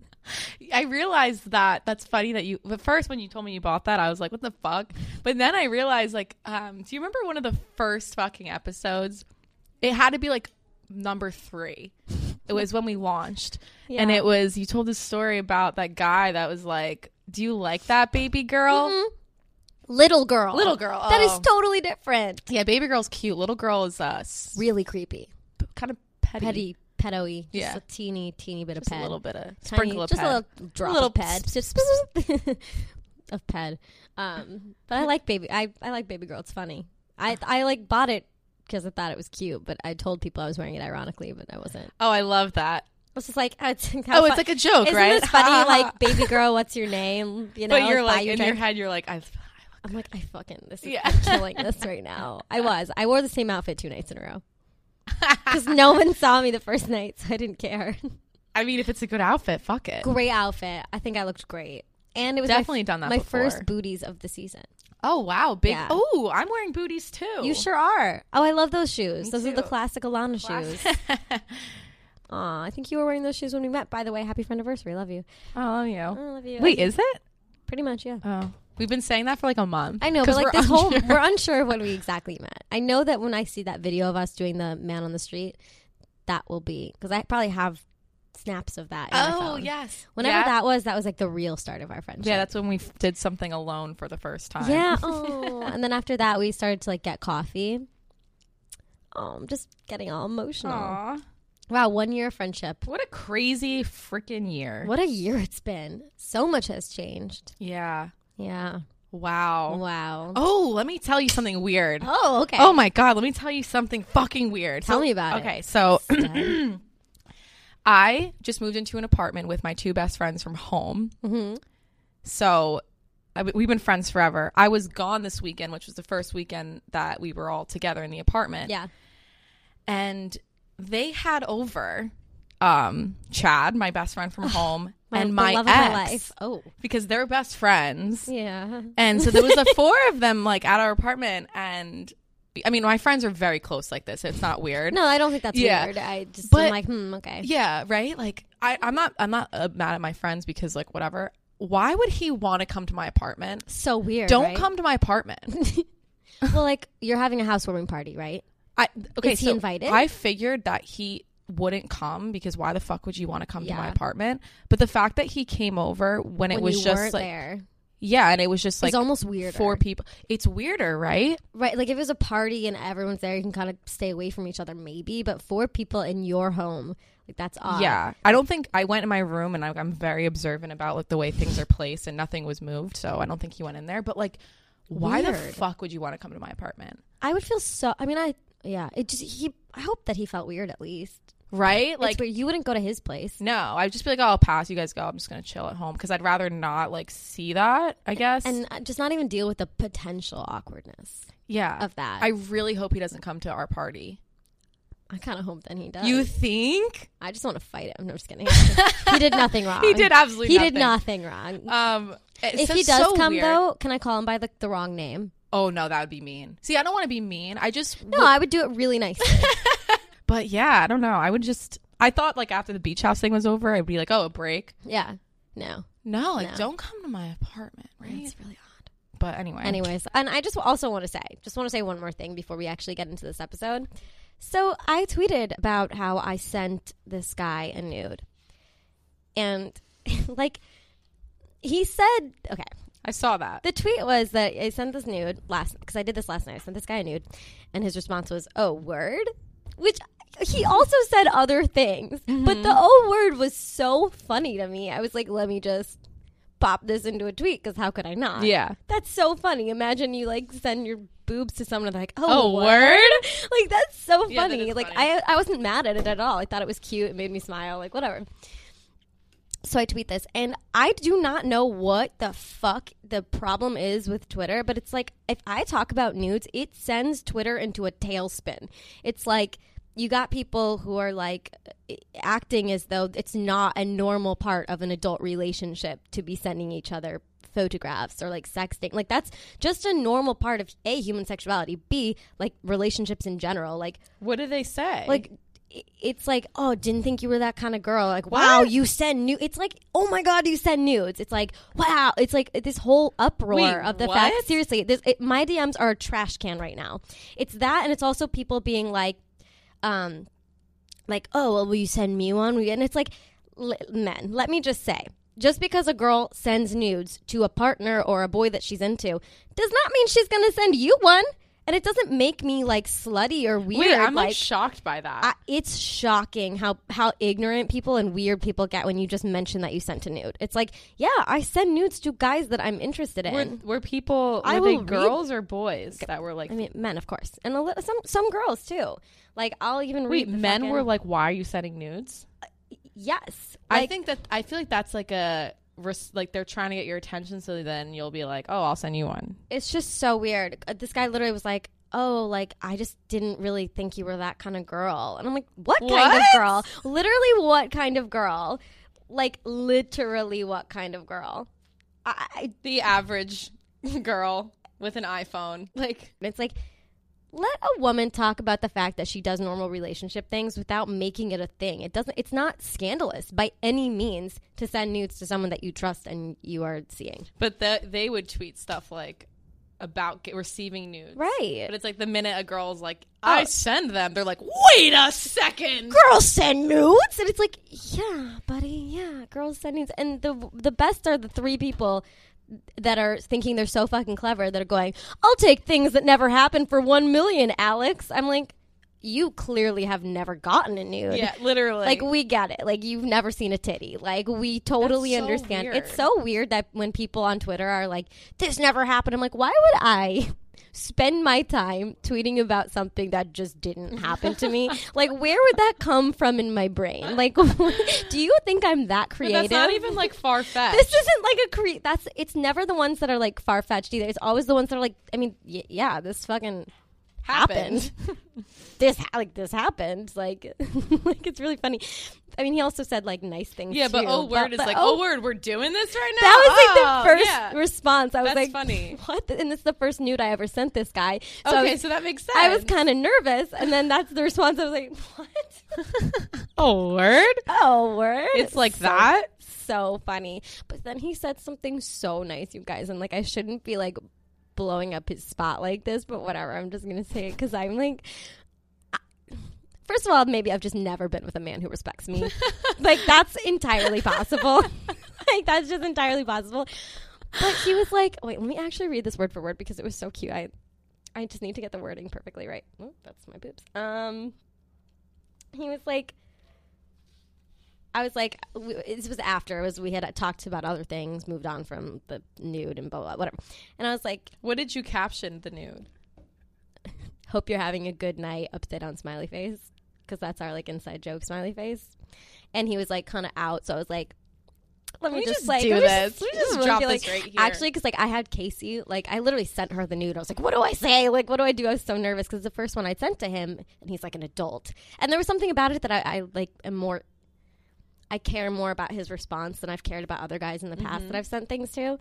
Speaker 2: I realized that that's funny that you. But first, when you told me you bought that, I was like, "What the fuck?" But then I realized, like, um, do you remember one of the first fucking episodes? It had to be like number three. It was when we launched, and
Speaker 3: [LAUGHS] Yeah.
Speaker 2: it was you told this story about that guy that was like, "Do you like that baby girl?"
Speaker 3: Mm-hmm. Little girl.
Speaker 2: Little girl,
Speaker 3: That is
Speaker 2: oh.
Speaker 3: totally different.
Speaker 2: Yeah, baby girl's cute. Little girl is uh, s-
Speaker 3: Really creepy.
Speaker 2: kind of petty,
Speaker 3: Petty, pedo-y. Just
Speaker 2: Yeah.
Speaker 3: a teeny, teeny bit
Speaker 2: just
Speaker 3: of ped.
Speaker 2: a little bit of
Speaker 3: Tiny-
Speaker 2: sprinkle of
Speaker 3: just
Speaker 2: ped.
Speaker 3: a little drop
Speaker 2: Little
Speaker 3: of ped. Just [LAUGHS] of ped. Um, but I like baby. I, I like baby girl. It's funny. I I like bought it because I thought it was cute, but I told people I was wearing it ironically, but I wasn't.
Speaker 2: Oh, I love that.
Speaker 3: I was just like, [LAUGHS] oh, it's,
Speaker 2: oh, it's like a joke,
Speaker 3: Isn't
Speaker 2: right?
Speaker 3: this [LAUGHS]
Speaker 2: [LAUGHS]
Speaker 3: funny? like baby girl, what's your name? You know,
Speaker 2: but you're
Speaker 3: buy
Speaker 2: like
Speaker 3: you
Speaker 2: in
Speaker 3: drink.
Speaker 2: your head, you're like, I,
Speaker 3: I'm like, I fucking this is
Speaker 2: Yeah.
Speaker 3: I'm
Speaker 2: [LAUGHS]
Speaker 3: killing this right now. I was. I wore the same outfit two nights in a row because no one saw me the first night, so I didn't care.
Speaker 2: I mean, if it's a good outfit, fuck it.
Speaker 3: great outfit. I think I looked great, and it was my-
Speaker 2: Definitely done that
Speaker 3: My
Speaker 2: before.
Speaker 3: first booties of the season.
Speaker 2: Oh wow, big.
Speaker 3: Yeah.
Speaker 2: Oh, I'm wearing booties too.
Speaker 3: You sure are. Oh, I love those shoes.
Speaker 2: Me
Speaker 3: those are the
Speaker 2: too.
Speaker 3: classic Alana shoes.
Speaker 2: [LAUGHS]
Speaker 3: Aw, I think you were wearing those shoes when we met. By the way, happy anniversary. Love you.
Speaker 2: I love
Speaker 3: I
Speaker 2: you.
Speaker 3: love you.
Speaker 2: Oh. Wait, is it?
Speaker 3: pretty much yeah.
Speaker 2: Oh, we've been saying that for like a month.
Speaker 3: I know, but
Speaker 2: 'Cause
Speaker 3: like
Speaker 2: we're
Speaker 3: this whole,
Speaker 2: unsure. [LAUGHS]
Speaker 3: we're unsure of when we exactly met. I know that when I see that video of us doing the man on the street, that will be because I probably have snaps of that. In my
Speaker 2: Oh
Speaker 3: phone.
Speaker 2: yes.
Speaker 3: Whenever
Speaker 2: yeah.
Speaker 3: that was, that was like the real start of our friendship.
Speaker 2: Yeah, that's when we f- did something alone for the first time. [LAUGHS]
Speaker 3: yeah. Oh, and then after that, we started to like get coffee. Oh, I'm just getting all emotional.
Speaker 2: Aw,
Speaker 3: Wow, one year of friendship.
Speaker 2: what a crazy freaking year.
Speaker 3: What a year it's been. So much has changed.
Speaker 2: Yeah.
Speaker 3: Yeah.
Speaker 2: Wow.
Speaker 3: Wow.
Speaker 2: Oh, let me tell you something weird.
Speaker 3: Oh, okay.
Speaker 2: Oh my god, let me tell you something fucking weird.
Speaker 3: Tell
Speaker 2: So-
Speaker 3: me about
Speaker 2: Okay,
Speaker 3: it.
Speaker 2: so [CLEARS THROAT]
Speaker 3: Dad.
Speaker 2: I just moved into an apartment with my two best friends from home.
Speaker 3: Mhm.
Speaker 2: So I, we've been friends forever. I was gone this weekend, which was the first weekend that we were all together in the apartment.
Speaker 3: Yeah.
Speaker 2: And they had over um, Chad, my best friend
Speaker 3: [LAUGHS]
Speaker 2: from home,
Speaker 3: Oh, My-
Speaker 2: and
Speaker 3: the
Speaker 2: my
Speaker 3: love
Speaker 2: ex
Speaker 3: of my life. Oh.
Speaker 2: because they're best friends.
Speaker 3: Yeah.
Speaker 2: And so there was the [LAUGHS] four of them like at our apartment and I mean, my friends are very close like this. It's not weird.
Speaker 3: No, I don't think that's
Speaker 2: Yeah.
Speaker 3: weird. I just
Speaker 2: But-
Speaker 3: am like, hmm, okay.
Speaker 2: Yeah, right. Like I, I'm not, I'm not uh, mad at my friends because like whatever. Why would he want to come to my apartment?
Speaker 3: So weird.
Speaker 2: Don't
Speaker 3: right?
Speaker 2: come to my apartment.
Speaker 3: [LAUGHS] Well, like you're having a housewarming party, right?
Speaker 2: I okay.
Speaker 3: Is he
Speaker 2: so
Speaker 3: invited?
Speaker 2: I figured that he wouldn't come because why the fuck would you want to come to my
Speaker 3: Yeah.
Speaker 2: apartment? But the fact that he came over when it
Speaker 3: When
Speaker 2: was
Speaker 3: you
Speaker 2: just
Speaker 3: weren't
Speaker 2: like
Speaker 3: there,
Speaker 2: yeah, and it was just
Speaker 3: it's
Speaker 2: like
Speaker 3: almost weird.
Speaker 2: four people. It's weirder, right?
Speaker 3: right? Like if it was a party and everyone's there, you can kind of stay away from each other, maybe. But four people in your home, like that's odd.
Speaker 2: Yeah, I don't think I went in my room and I, I'm very observant about like the way things are placed and nothing was moved, so I don't think he went in there. But like, why the
Speaker 3: Weird.
Speaker 2: fuck would you want to come to my apartment?
Speaker 3: I would feel so. I mean, I yeah. It just he. I hope that he felt weird at least.
Speaker 2: Right?
Speaker 3: Like
Speaker 2: Like,
Speaker 3: where you wouldn't go to his place.
Speaker 2: no, I'd just be like, oh, I'll pass. You guys go. I'm just gonna chill at home because I'd rather not like see that. I guess.
Speaker 3: And uh, just not even deal with the potential awkwardness
Speaker 2: yeah,
Speaker 3: of that.
Speaker 2: I really hope he doesn't come to our party.
Speaker 3: I kind of hope that he does.
Speaker 2: You think?
Speaker 3: I just want to fight him. No, I'm just kidding. [LAUGHS] he did nothing wrong.
Speaker 2: [LAUGHS] He did absolutely.
Speaker 3: He
Speaker 2: nothing.
Speaker 3: did nothing wrong.
Speaker 2: Um, it's
Speaker 3: if
Speaker 2: so-
Speaker 3: he does
Speaker 2: so
Speaker 3: come
Speaker 2: weird.
Speaker 3: though, can I call him by the, the wrong name?
Speaker 2: oh no, that would be mean. See, I don't want to be mean. I just
Speaker 3: No, I would do it
Speaker 2: [LAUGHS]
Speaker 3: really nice.
Speaker 2: But yeah, I don't know. I would just. I thought like after the beach house thing was over, I'd be like, oh, a break.
Speaker 3: yeah. No.
Speaker 2: No, like
Speaker 3: No.
Speaker 2: don't come to my apartment, right?
Speaker 3: It's really odd.
Speaker 2: But anyway,
Speaker 3: Anyways, and I just also want to say, just want to say one more thing before we actually get into this episode. So I tweeted about how I sent this guy a nude. And [LAUGHS] like he said, okay,
Speaker 2: I saw that.
Speaker 3: The tweet was that I sent this nude last because I did this last night. I sent this guy a nude, and his response was "Oh word," which he also said other things, but
Speaker 2: Mm-hmm.
Speaker 3: the "Oh word" was so funny to me. I was like, let me just pop this into a tweet because how could I not?
Speaker 2: yeah.
Speaker 3: that's so funny. Imagine you like send your boobs to someone and they're like,
Speaker 2: Oh,
Speaker 3: "Oh, word."
Speaker 2: word.
Speaker 3: [LAUGHS] Like that's so funny.
Speaker 2: Yeah, that is
Speaker 3: like
Speaker 2: funny.
Speaker 3: I I wasn't mad at it at all. I thought it was cute. It made me smile. Like whatever. So I tweet this, and I do not know what the fuck the problem is with Twitter, but it's like if I talk about nudes, it sends Twitter into a tailspin. It's like you got people who are like eh, acting as though it's not a normal part of an adult relationship to be sending each other photographs or like sexting. Like that's just a normal part of a human sexuality. B like relationships in general. Like
Speaker 2: What do they say?
Speaker 3: like i- it's like oh didn't think you were that kind of girl like wow
Speaker 2: What?
Speaker 3: you send nudes it's like oh my god you send nudes it's like wow it's like this whole uproar
Speaker 2: Wait,
Speaker 3: of the
Speaker 2: what?
Speaker 3: fact seriously this it, my dms are a trash can right now it's that and it's also people being like um like oh well will you send me one Will you-" and it's like l- men let me just say just because a girl sends nudes to a partner or a boy that she's into does not mean she's gonna send you one and it doesn't make me like slutty or weird
Speaker 2: Wait, I'm like,
Speaker 3: like
Speaker 2: shocked by that.
Speaker 3: I, it's shocking how how ignorant people and weird people get when you just mention that you sent a nude. It's like, yeah, I send nudes to guys that I'm interested in.
Speaker 2: were, were people were
Speaker 3: I
Speaker 2: they
Speaker 3: will read-
Speaker 2: girls or boys that were like
Speaker 3: I mean, men, of course, and a li- some some girls too. Like, I'll even
Speaker 2: wait
Speaker 3: read. the
Speaker 2: men
Speaker 3: fucking-
Speaker 2: were like why are you sending nudes
Speaker 3: yes.
Speaker 2: i
Speaker 3: Like,
Speaker 2: think that i feel like that's like a res- like they're trying to get your attention so then you'll be like oh i'll send you one
Speaker 3: it's just so weird. Uh, This guy literally was like, "Oh, like I just didn't really think you were that kind of girl," and I'm like, "What kind of
Speaker 2: What?
Speaker 3: girl? Literally, what kind of girl? Like, literally, what kind of girl?" I, I
Speaker 2: the
Speaker 3: [LAUGHS]
Speaker 2: average girl with an iphone like
Speaker 3: And it's like, let a woman talk about the fact that she does normal relationship things without making it a thing. It doesn't. It's not scandalous by any means to send nudes to someone that you trust and you are seeing.
Speaker 2: but the, they would tweet stuff like about get, receiving nudes
Speaker 3: Right.
Speaker 2: but it's like the minute a girl's like i
Speaker 3: Oh.
Speaker 2: send them they're like wait a second
Speaker 3: Girls send nudes, and it's like, yeah, buddy, yeah, girls send nudes. And the the best are the three people that are thinking they're so fucking clever that are going, "I'll take things that never happen for one million, Alex." I'm like, you clearly have never gotten a nude.
Speaker 2: yeah literally
Speaker 3: like we get it like you've never seen a titty like we totally
Speaker 2: That's so
Speaker 3: understand
Speaker 2: weird.
Speaker 3: it's so weird that when people on twitter are like this never happened i'm like why would i spend my time tweeting about something that just didn't happen
Speaker 2: [LAUGHS]
Speaker 3: to me like where would that come from in my brain like [LAUGHS] do you think i'm that
Speaker 2: But
Speaker 3: creative
Speaker 2: that's not even like far-fetched
Speaker 3: [LAUGHS] this isn't like a cre that's it's never the ones that are like far-fetched either it's always the ones that are like i mean y- yeah this fucking happened. [LAUGHS] this ha- like this happened like [LAUGHS] like it's really funny i mean he also said like nice things
Speaker 2: Yeah, but
Speaker 3: too,
Speaker 2: oh word is
Speaker 3: but
Speaker 2: like oh, word, we're doing this right now.
Speaker 3: that was
Speaker 2: Oh,
Speaker 3: like the first
Speaker 2: yeah.
Speaker 3: response i was
Speaker 2: That's
Speaker 3: like
Speaker 2: funny.
Speaker 3: [LAUGHS] what and it's the first nude i ever sent this guy so I
Speaker 2: okay,
Speaker 3: was,
Speaker 2: so that makes sense.
Speaker 3: I was kind of nervous and then that's the response i was like [LAUGHS]
Speaker 2: [LAUGHS]
Speaker 3: what
Speaker 2: oh word.
Speaker 3: oh word
Speaker 2: It's like
Speaker 3: So
Speaker 2: that.
Speaker 3: so funny. But then he said something so nice, you guys, and like I shouldn't be like blowing up his spot like this, but whatever. I'm just gonna say it because I'm like. I- First of all, maybe I've just never been with a man who respects me. like that's entirely
Speaker 2: [LAUGHS]
Speaker 3: possible. [LAUGHS] like that's just entirely possible. But he was like, wait, let me actually read this word for word because it was so cute. I I just need to get the wording perfectly right. Oh, that's my boobs. Um he was like I was like, w this was after. It was we had talked about other things, moved on from the nude and blah blah whatever. And I was like,
Speaker 2: What did you caption the nude?
Speaker 3: hope you're having a good night, upside down smiley face, because that's our like inside joke smiley face. And he was like kind of out, so I was like, let me,
Speaker 2: me
Speaker 3: just,
Speaker 2: just
Speaker 3: like
Speaker 2: do
Speaker 3: let me
Speaker 2: this.
Speaker 3: just- let me
Speaker 2: Just
Speaker 3: really
Speaker 2: drop
Speaker 3: feel
Speaker 2: this
Speaker 3: like-
Speaker 2: right here.
Speaker 3: Actually, because like I had Casey, like I literally sent her the nude. I was like, what do I say? Like, what do I do? I was so nervous because the first one I sent to him, and he's like an adult, and there was something about it that I, I like am more I care more about his response than I've cared about other guys in the past
Speaker 2: Mm-hmm.
Speaker 3: that I've sent things to.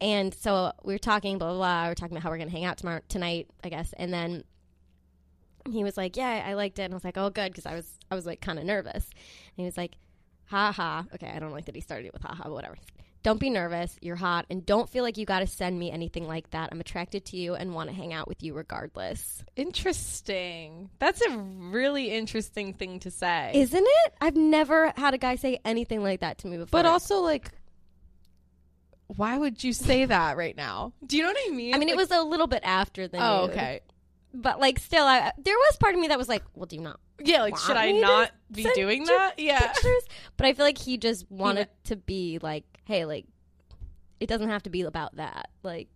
Speaker 3: And so we were talking, blah, blah, blah. We were talking about how we're going to hang out tomorrow, tonight, I guess. And then he was like, yeah, I liked it. And I was like, oh, good. Cause I was, I was like kind of nervous. And he was like, ha ha. Okay. I don't like that he started it with ha ha, but whatever. Don't be nervous. You're hot. And don't feel like you got to send me anything like that. I'm attracted to you and want to hang out with you regardless.
Speaker 2: Interesting. That's a really interesting thing to say.
Speaker 3: Isn't it? I've never had a guy say anything like that to me before.
Speaker 2: but also like, why would you say that right now? Do you know what I mean?
Speaker 3: I mean, it was a little bit after the
Speaker 2: Oh,
Speaker 3: nude.
Speaker 2: okay.
Speaker 3: but like still I, there was part of me that was like well do you not
Speaker 2: Yeah, like should
Speaker 3: want
Speaker 2: I
Speaker 3: me to
Speaker 2: not be
Speaker 3: send
Speaker 2: doing
Speaker 3: you
Speaker 2: that? Yeah.
Speaker 3: pictures but i feel like he just wanted
Speaker 2: kn-
Speaker 3: to be like hey like it doesn't have to be about that like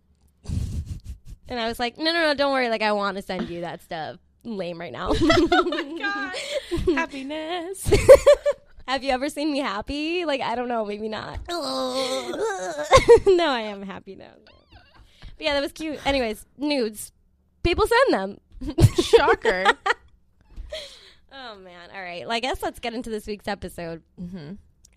Speaker 3: [LAUGHS] and i was like no no no don't worry like i want to send
Speaker 2: [LAUGHS]
Speaker 3: you that stuff lame right now
Speaker 2: God. Oh
Speaker 3: [LAUGHS]
Speaker 2: Happiness.
Speaker 3: have you ever seen me happy like i don't know maybe not
Speaker 2: [LAUGHS]
Speaker 3: [LAUGHS] no i am happy now but yeah that was cute anyways nudes people send them
Speaker 2: [LAUGHS] Shocker.
Speaker 3: [LAUGHS] Oh man! All right. Well, I guess let's get into this week's episode.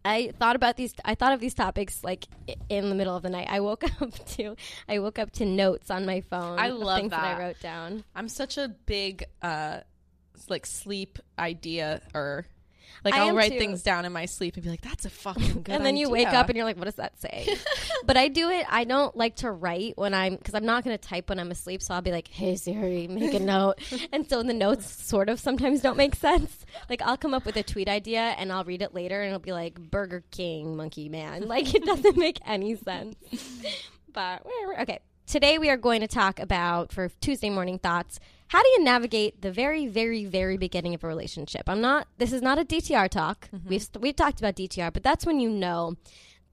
Speaker 3: I thought about these. I thought of these topics like i- in the middle of the night. I woke [LAUGHS] up to. I woke up to notes on my phone.
Speaker 2: I
Speaker 3: of
Speaker 2: love
Speaker 3: things I
Speaker 2: that.
Speaker 3: wrote down.
Speaker 2: I'm such a big uh s- like sleep idea or like
Speaker 3: I
Speaker 2: I'll
Speaker 3: am
Speaker 2: write
Speaker 3: too.
Speaker 2: things down in my sleep and be like, that's a fucking good
Speaker 3: [LAUGHS] and then you wake
Speaker 2: idea."
Speaker 3: up and you're like, what does that
Speaker 2: [LAUGHS]
Speaker 3: say? but I do it. I don't like to write when I'm because I'm not going to type when I'm asleep. So I'll be like, hey Siri, make a
Speaker 2: [LAUGHS]
Speaker 3: note. and so the notes sort of sometimes don't make sense. Like I'll come up with a tweet idea and I'll read it later and it'll be like Burger King Monkey Man. Like it doesn't make any sense. But whatever. okay. Today we are going to talk about for Tuesday morning thoughts. How do you navigate the very, very, very beginning of a relationship? I'm not. This is not a DTR talk.
Speaker 2: Mm-hmm.
Speaker 3: We've we've talked about DTR, but that's when you know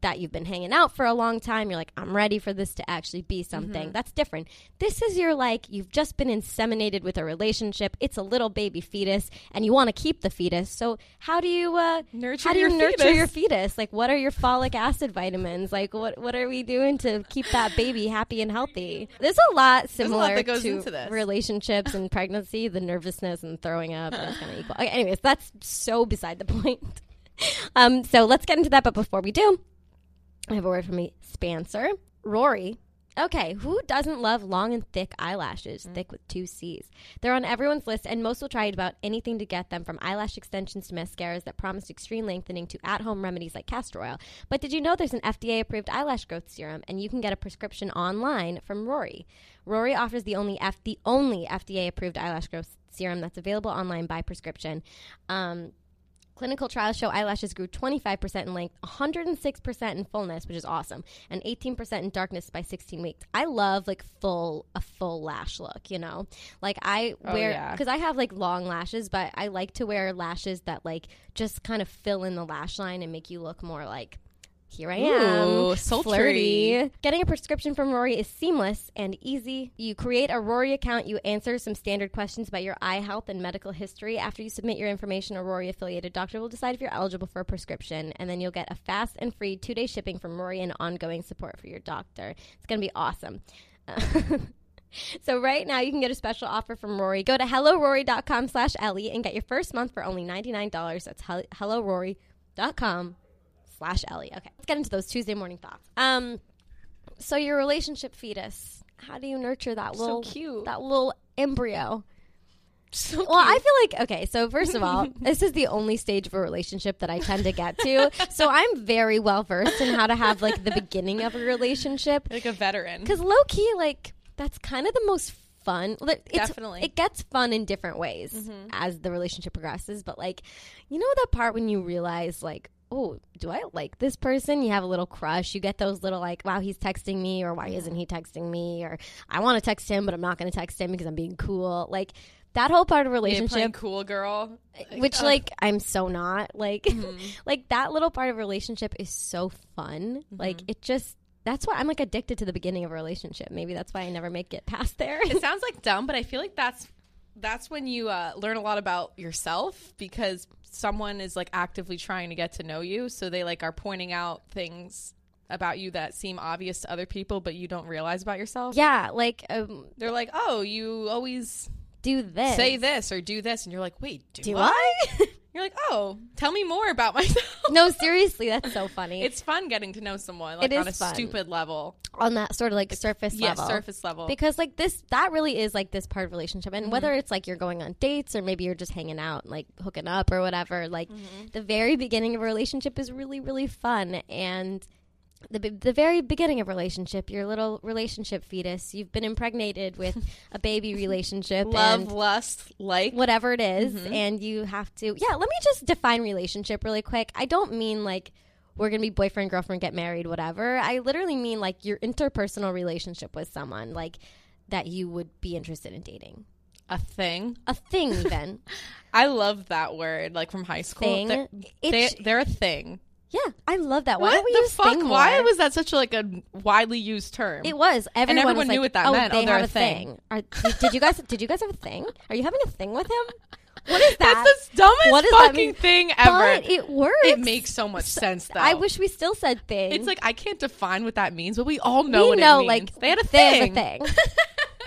Speaker 3: that you've been hanging out for a long time. You're like, I'm ready for this to actually
Speaker 2: Mm-hmm.
Speaker 3: be something. That's different. This is your like, you've just been inseminated with a relationship. It's a little baby fetus, and you want to keep the fetus. So how do you uh,
Speaker 2: Nurture
Speaker 3: How do you
Speaker 2: your
Speaker 3: nurture
Speaker 2: fetus.
Speaker 3: your fetus? Like, what are your folic acid vitamins? Like, what what are we doing to keep that baby happy and healthy? There's a lot
Speaker 2: a
Speaker 3: similar
Speaker 2: lot that goes
Speaker 3: to
Speaker 2: into this.
Speaker 3: relationships and pregnancy, the nervousness and throwing up. That's kind of equal. Okay, anyways, that's so beside the point. [LAUGHS] Um, so let's get into that. But before we do, I have a word from me, Spencer. Rory. Okay, who doesn't love long and thick eyelashes? Thick with two C's. They're on everyone's list, and most will try about anything to get them from eyelash extensions to mascaras that promise extreme lengthening to at home remedies like castor oil. But did you know there's an FDA approved eyelash growth serum, and you can get a prescription online from Rory? Rory offers the only, F- the only FDA approved eyelash growth serum that's available online by prescription. Um, Clinical trials show eyelashes grew 25% in length, 106% in fullness, which is awesome, and 18% in darkness by 16 weeks. I love like full a full lash look, you know. Like I
Speaker 2: Oh,
Speaker 3: wear
Speaker 2: yeah.
Speaker 3: because I have like long lashes, but I like to wear lashes that like just kind of fill in the lash line and make you look more like here I am,
Speaker 2: Ooh, sultry.
Speaker 3: flirty. Getting a prescription from Rory is seamless and easy. You create a Rory account, you answer some standard questions about your eye health and medical history. After you submit your information, a Rory affiliated doctor will decide if you're eligible for a prescription, and then you'll get a fast and free two day shipping from Rory and ongoing support for your doctor. It's going to be awesome. [LAUGHS] So right now you can get a special offer from Rory. Go to hellorory.com slash Ellie and get your first month for only $99. That's hel- hellorory.com slash Ellie. Okay, let's get into those Tuesday morning thoughts. Um, so your relationship fetus, how do you nurture that little
Speaker 2: cute.
Speaker 3: that little embryo?
Speaker 2: So
Speaker 3: Well, I feel like okay. So first
Speaker 2: [LAUGHS]
Speaker 3: of all, this is the only stage of a relationship that I tend to get to. So I'm very well versed in how to have like the beginning of
Speaker 2: [LAUGHS]
Speaker 3: a relationship
Speaker 2: like a veteran.
Speaker 3: because low key, like that's kind of the most fun. like, It's,
Speaker 2: Definitely. Mm-hmm.
Speaker 3: it gets fun in different ways as the relationship progresses. But like, you know that part when you realize like. Oh, do I like this person? You have a little crush. You get those little like, wow, he's texting me, or why isn't he texting me, or I want to text him, but I'm not going to text him because I'm being cool. Like that whole part of a
Speaker 2: Yeah, playing
Speaker 3: relationship, Uh,
Speaker 2: cool girl. Uh,
Speaker 3: which
Speaker 2: ugh. Mm-hmm.
Speaker 3: like [LAUGHS] I'm so not like, [LAUGHS] like that little part of a relationship is so fun.
Speaker 2: Mm-hmm.
Speaker 3: Like it just that's why I'm like addicted to the beginning of a relationship. Maybe that's why I never make it past there.
Speaker 2: it sounds like dumb, but I feel like that's that's when you uh, learn a lot about yourself because someone is like actively trying to get to know you, so they like are pointing out things about you that seem obvious to other people, but you don't realize about yourself.
Speaker 3: [LAUGHS] yeah, like um,
Speaker 2: They're like, "Oh, you always
Speaker 3: do this.
Speaker 2: say this or do this," and you're like, "Wait, do,
Speaker 3: Do
Speaker 2: I?
Speaker 3: I?
Speaker 2: You're like, "Oh, tell me more about [LAUGHS] myself."
Speaker 3: [LAUGHS] no, seriously, that's so funny.
Speaker 2: it's fun getting to know someone like
Speaker 3: It
Speaker 2: on a
Speaker 3: is fun.
Speaker 2: stupid level.
Speaker 3: on that sort of like surface
Speaker 2: Yeah,
Speaker 3: level.
Speaker 2: surface level.
Speaker 3: Because like this, that really is like this part of relationship, and whether it's like you're going on dates or maybe you're just hanging out, and, like hooking up or whatever. Like the very beginning of a relationship is really really fun, and the b- the very beginning of a relationship, your little relationship fetus, you've been impregnated with a baby relationship,
Speaker 2: Love,
Speaker 3: and
Speaker 2: lust, like
Speaker 3: whatever it is,
Speaker 2: Mm-hmm.
Speaker 3: and you have to yeah. Let me just define relationship really quick. I don't mean like we're gonna be boyfriend girlfriend get married whatever. I literally mean like your interpersonal relationship with someone like that you would be interested in dating.
Speaker 2: a thing.
Speaker 3: A
Speaker 2: [LAUGHS]
Speaker 3: thing even
Speaker 2: I love that word, like from high school.
Speaker 3: thing.
Speaker 2: They're, they,
Speaker 3: It's-
Speaker 2: they're a thing.
Speaker 3: yeah, I love that. Why
Speaker 2: what
Speaker 3: don't we
Speaker 2: the
Speaker 3: use
Speaker 2: fuck?
Speaker 3: thing more?
Speaker 2: Why was that such a, like a widely used term?
Speaker 3: it was everyone,
Speaker 2: everyone
Speaker 3: was like,
Speaker 2: knew what that
Speaker 3: oh,
Speaker 2: meant.
Speaker 3: They
Speaker 2: Oh, they're
Speaker 3: have
Speaker 2: a
Speaker 3: a thing. Are, did, did you guys? Did you guys have a thing? Are you having a thing with him? What is that?
Speaker 2: [LAUGHS] That's the dumbest
Speaker 3: What does that
Speaker 2: fucking
Speaker 3: mean?
Speaker 2: thing ever.
Speaker 3: But it works.
Speaker 2: It makes so much sense though.
Speaker 3: I wish we still said thing.
Speaker 2: it's like I can't define what that means, but we all know
Speaker 3: we
Speaker 2: what
Speaker 3: know,
Speaker 2: it means.
Speaker 3: like
Speaker 2: they had a
Speaker 3: they
Speaker 2: thing.
Speaker 3: have
Speaker 2: [LAUGHS]
Speaker 3: a thing.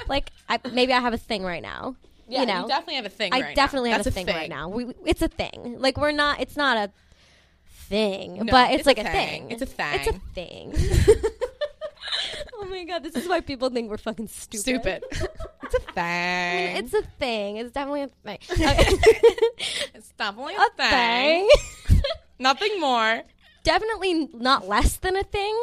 Speaker 3: like I, maybe I have a thing right now.
Speaker 2: Yeah,
Speaker 3: you know,
Speaker 2: definitely have a thing.
Speaker 3: I
Speaker 2: right now. [LAUGHS]
Speaker 3: definitely have
Speaker 2: That's
Speaker 3: a thing, right now. We, we- it's a thing. Like we're not. It's not a thing,
Speaker 2: No,
Speaker 3: but
Speaker 2: it's
Speaker 3: it's,
Speaker 2: a
Speaker 3: like a
Speaker 2: thing.
Speaker 3: thing.
Speaker 2: It's a
Speaker 3: It's a thing. [LAUGHS] oh my god, this is why people think we're fucking stupid. [LAUGHS]
Speaker 2: Stupid. it's a thing.
Speaker 3: I mean, it's a thing. It's definitely
Speaker 2: [LAUGHS]
Speaker 3: a thing. Okay. [LAUGHS]
Speaker 2: It's definitely a,
Speaker 3: a
Speaker 2: thing.
Speaker 3: thing. [LAUGHS]
Speaker 2: Nothing more.
Speaker 3: definitely not less than a thing,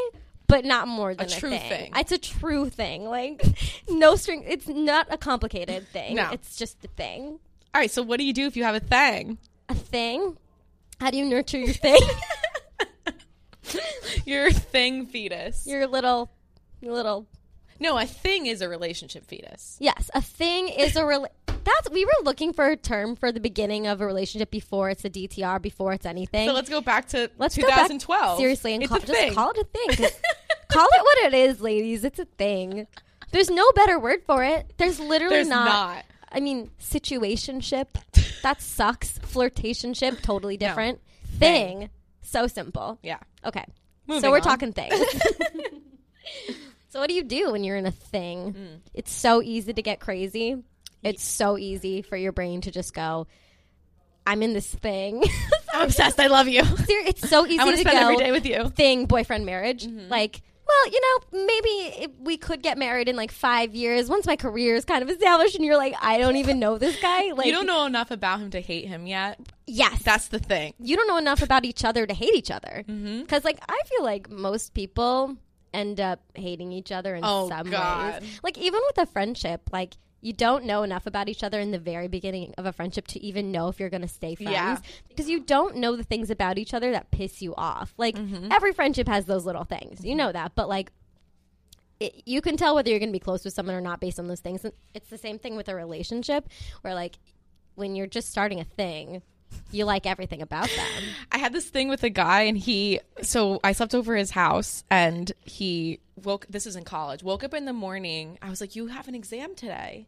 Speaker 3: but not more than a,
Speaker 2: true thing.
Speaker 3: It's a true thing. Like [LAUGHS] no string. It's not a complicated thing.
Speaker 2: No.
Speaker 3: It's just a thing.
Speaker 2: All right, so what do you do if you have a thing?
Speaker 3: A thing. How do you nurture
Speaker 2: [LAUGHS]
Speaker 3: your thing?
Speaker 2: Your thing fetus.
Speaker 3: your little, your little.
Speaker 2: no, a thing is a relationship fetus.
Speaker 3: Yes, a thing is a rela- That's we were looking for a term for the beginning of a relationship before it's a DTR, before it's anything.
Speaker 2: So let's go back to
Speaker 3: Let's go back
Speaker 2: 2012.
Speaker 3: seriously, and
Speaker 2: it's
Speaker 3: call,
Speaker 2: a
Speaker 3: just
Speaker 2: thing.
Speaker 3: call it a thing. 'cause-
Speaker 2: [LAUGHS]
Speaker 3: call it what it is, ladies. It's a thing. There's no better word for it. There's literally
Speaker 2: There's
Speaker 3: not,
Speaker 2: not.
Speaker 3: I mean, situationship.
Speaker 2: [LAUGHS]
Speaker 3: That sucks. Flirtationship, totally different. Thing. So simple.
Speaker 2: Yeah.
Speaker 3: Okay.
Speaker 2: Moving
Speaker 3: so we're
Speaker 2: on. [LAUGHS]
Speaker 3: talking things. so what do you do when you're in a thing?
Speaker 2: Mm.
Speaker 3: It's so easy to get crazy. It's so easy for your brain to just go, I'm in this thing. [LAUGHS]
Speaker 2: I'm obsessed. I love you.
Speaker 3: Ser- it's so
Speaker 2: [LAUGHS]
Speaker 3: easy
Speaker 2: I want
Speaker 3: to
Speaker 2: to spend
Speaker 3: go
Speaker 2: every day with you. Mm-hmm.
Speaker 3: thing boyfriend marriage like well you know maybe it, we could get married in like five years once my career is kind of established and you're like i don't even know this guy
Speaker 2: [LAUGHS]
Speaker 3: like
Speaker 2: you don't know enough about him to hate him yet.
Speaker 3: yes
Speaker 2: That's the thing.
Speaker 3: you don't know enough about each other to hate each other because
Speaker 2: Mm-hmm.
Speaker 3: like i feel like most people end up hating each other in
Speaker 2: Oh,
Speaker 3: some
Speaker 2: God.
Speaker 3: ways like even with a friendship like you don't know enough about each other in the very beginning of a friendship to even know if you're going to stay friends
Speaker 2: Yeah.
Speaker 3: because you don't know the things about each other that piss you off like
Speaker 2: Mm-hmm.
Speaker 3: every friendship has those little things you know that but like it, you can tell whether you're going to be close with someone or not based on those things. And it's the same thing with a relationship where, like, when you're just starting a thing, you like everything about them.
Speaker 2: I had this thing with a guy, and he. So I slept over his house, and he woke. This is in college. Woke up in the morning. I was like, "You have an exam today,"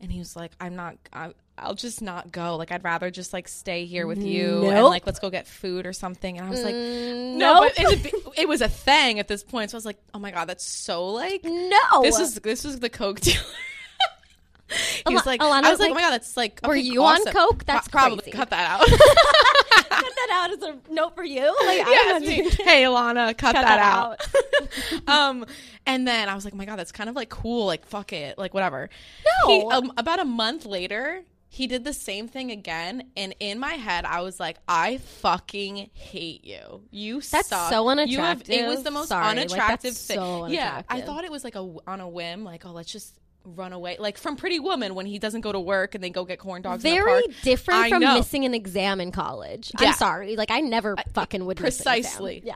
Speaker 2: and he was like, "I'm not. i I'll just not go. Like, I'd rather just like stay here with you, and
Speaker 3: Nope. Mm,
Speaker 2: like let's go get food or something." And I was like, "No,
Speaker 3: nope.
Speaker 2: but it's a, bi- it was a thing at this point." So I was like, "Oh my god, that's so like
Speaker 3: No,
Speaker 2: this is this is the coke dealer." [LAUGHS] He
Speaker 3: Al-
Speaker 2: was like,
Speaker 3: Alana,
Speaker 2: I was like,
Speaker 3: like,
Speaker 2: oh my god, that's like.
Speaker 3: were
Speaker 2: okay,
Speaker 3: you on
Speaker 2: awesome."
Speaker 3: coke? That's
Speaker 2: Pro- probably
Speaker 3: crazy.
Speaker 2: cut that out. [LAUGHS]
Speaker 3: cut that out as a note for you. Like, [LAUGHS]
Speaker 2: Yeah,
Speaker 3: I don't
Speaker 2: it's
Speaker 3: know.
Speaker 2: me. [LAUGHS] hey Alana, cut, that,
Speaker 3: that
Speaker 2: out. [LAUGHS] um, and then I was like, oh my god, that's kind of like cool. Like fuck it, like whatever.
Speaker 3: No.
Speaker 2: He- um, about a month later, he did the same thing again, and in my head, I was like, I fucking hate you. You
Speaker 3: That's
Speaker 2: suck.
Speaker 3: so
Speaker 2: You have- it was
Speaker 3: unattractive.
Speaker 2: the most
Speaker 3: Sorry, like, that's
Speaker 2: unattractive thing.
Speaker 3: so
Speaker 2: Yeah, I
Speaker 3: unattractive.
Speaker 2: thought it was like a w- on a whim, like oh let's just. Run away, like from Pretty Woman, when he doesn't go to work and they go get corn dogs. in the
Speaker 3: Very
Speaker 2: park.
Speaker 3: different
Speaker 2: I
Speaker 3: from
Speaker 2: know.
Speaker 3: missing an exam in college.
Speaker 2: Yeah.
Speaker 3: I'm sorry, like I never fucking would miss an exam.
Speaker 2: precisely.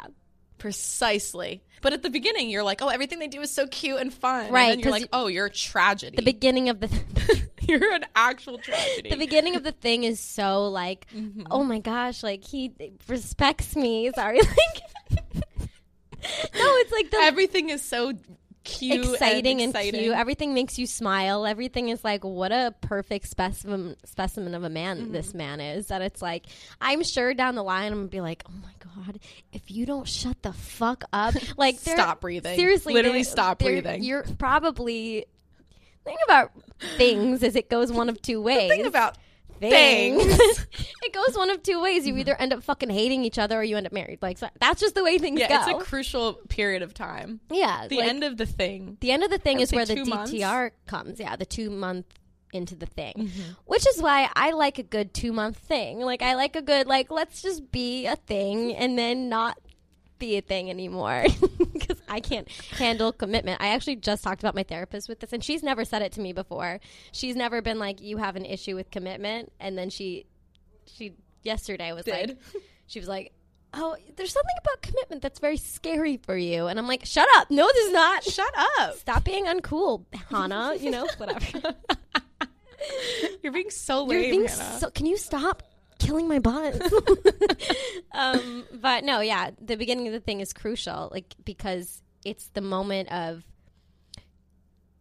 Speaker 2: Precisely. But at the beginning, you're like, oh, everything they do is so cute and fun.
Speaker 3: Right,
Speaker 2: And then you're
Speaker 3: 'cause
Speaker 2: like,
Speaker 3: you-
Speaker 2: oh, you're a tragedy.
Speaker 3: Yeah, the [LAUGHS] beginning of the
Speaker 2: [LAUGHS] you're an actual tragedy.
Speaker 3: [LAUGHS] the beginning of the thing is so like,
Speaker 2: Mm-hmm.
Speaker 3: oh my gosh, like he respects me. Sorry, [LAUGHS] like no, it's like the
Speaker 2: everything is so cute,
Speaker 3: exciting and,
Speaker 2: exciting.
Speaker 3: cute. Everything makes you smile. Everything is like, what a perfect specimen specimen of a man
Speaker 2: Mm-hmm.
Speaker 3: this man is. That it's like, I'm sure down the line I'm gonna be like, oh my god, if you don't shut the fuck
Speaker 2: [LAUGHS]
Speaker 3: up, like they're-
Speaker 2: Stop breathing.
Speaker 3: Seriously,
Speaker 2: Literally
Speaker 3: they're-
Speaker 2: stop
Speaker 3: they're-
Speaker 2: breathing.
Speaker 3: You're probably thing about things is it goes one of two ways.
Speaker 2: Think about
Speaker 3: Things.
Speaker 2: things.
Speaker 3: [LAUGHS]
Speaker 2: Mm-hmm.
Speaker 3: it goes one of two ways. You either end up fucking hating each other or you end up married. Like so that's just the way things
Speaker 2: yeah,
Speaker 3: go.
Speaker 2: it's a crucial period of time.
Speaker 3: yeah,
Speaker 2: The
Speaker 3: like-
Speaker 2: end of the thing.
Speaker 3: the end of the thing
Speaker 2: would
Speaker 3: is
Speaker 2: say
Speaker 3: where the
Speaker 2: two months.
Speaker 3: DTR comes. Yeah, the two month into the thing,
Speaker 2: Mm-hmm.
Speaker 3: which is why I like a good two month thing. Like I like a good like let's just be
Speaker 2: [LAUGHS]
Speaker 3: a thing and then not be a thing anymore [LAUGHS] because I can't handle commitment. I actually just talked about my therapist with this, and she's never said it to me before. She's never been like you have an issue with commitment, and then she she yesterday was
Speaker 2: Did.
Speaker 3: like she was like. Oh, there's something about commitment that's very scary for you. And I'm like, shut up. No, there's not.
Speaker 2: Shut up.
Speaker 3: Stop being uncool, Hannah. You know,
Speaker 2: [LAUGHS]
Speaker 3: whatever.
Speaker 2: You're being so
Speaker 3: You're
Speaker 2: lame,
Speaker 3: being
Speaker 2: Hannah.
Speaker 3: so. [LAUGHS] Can you stop killing my body? [LAUGHS] um, but no, yeah, the beginning of the thing is crucial, like because it's the moment of.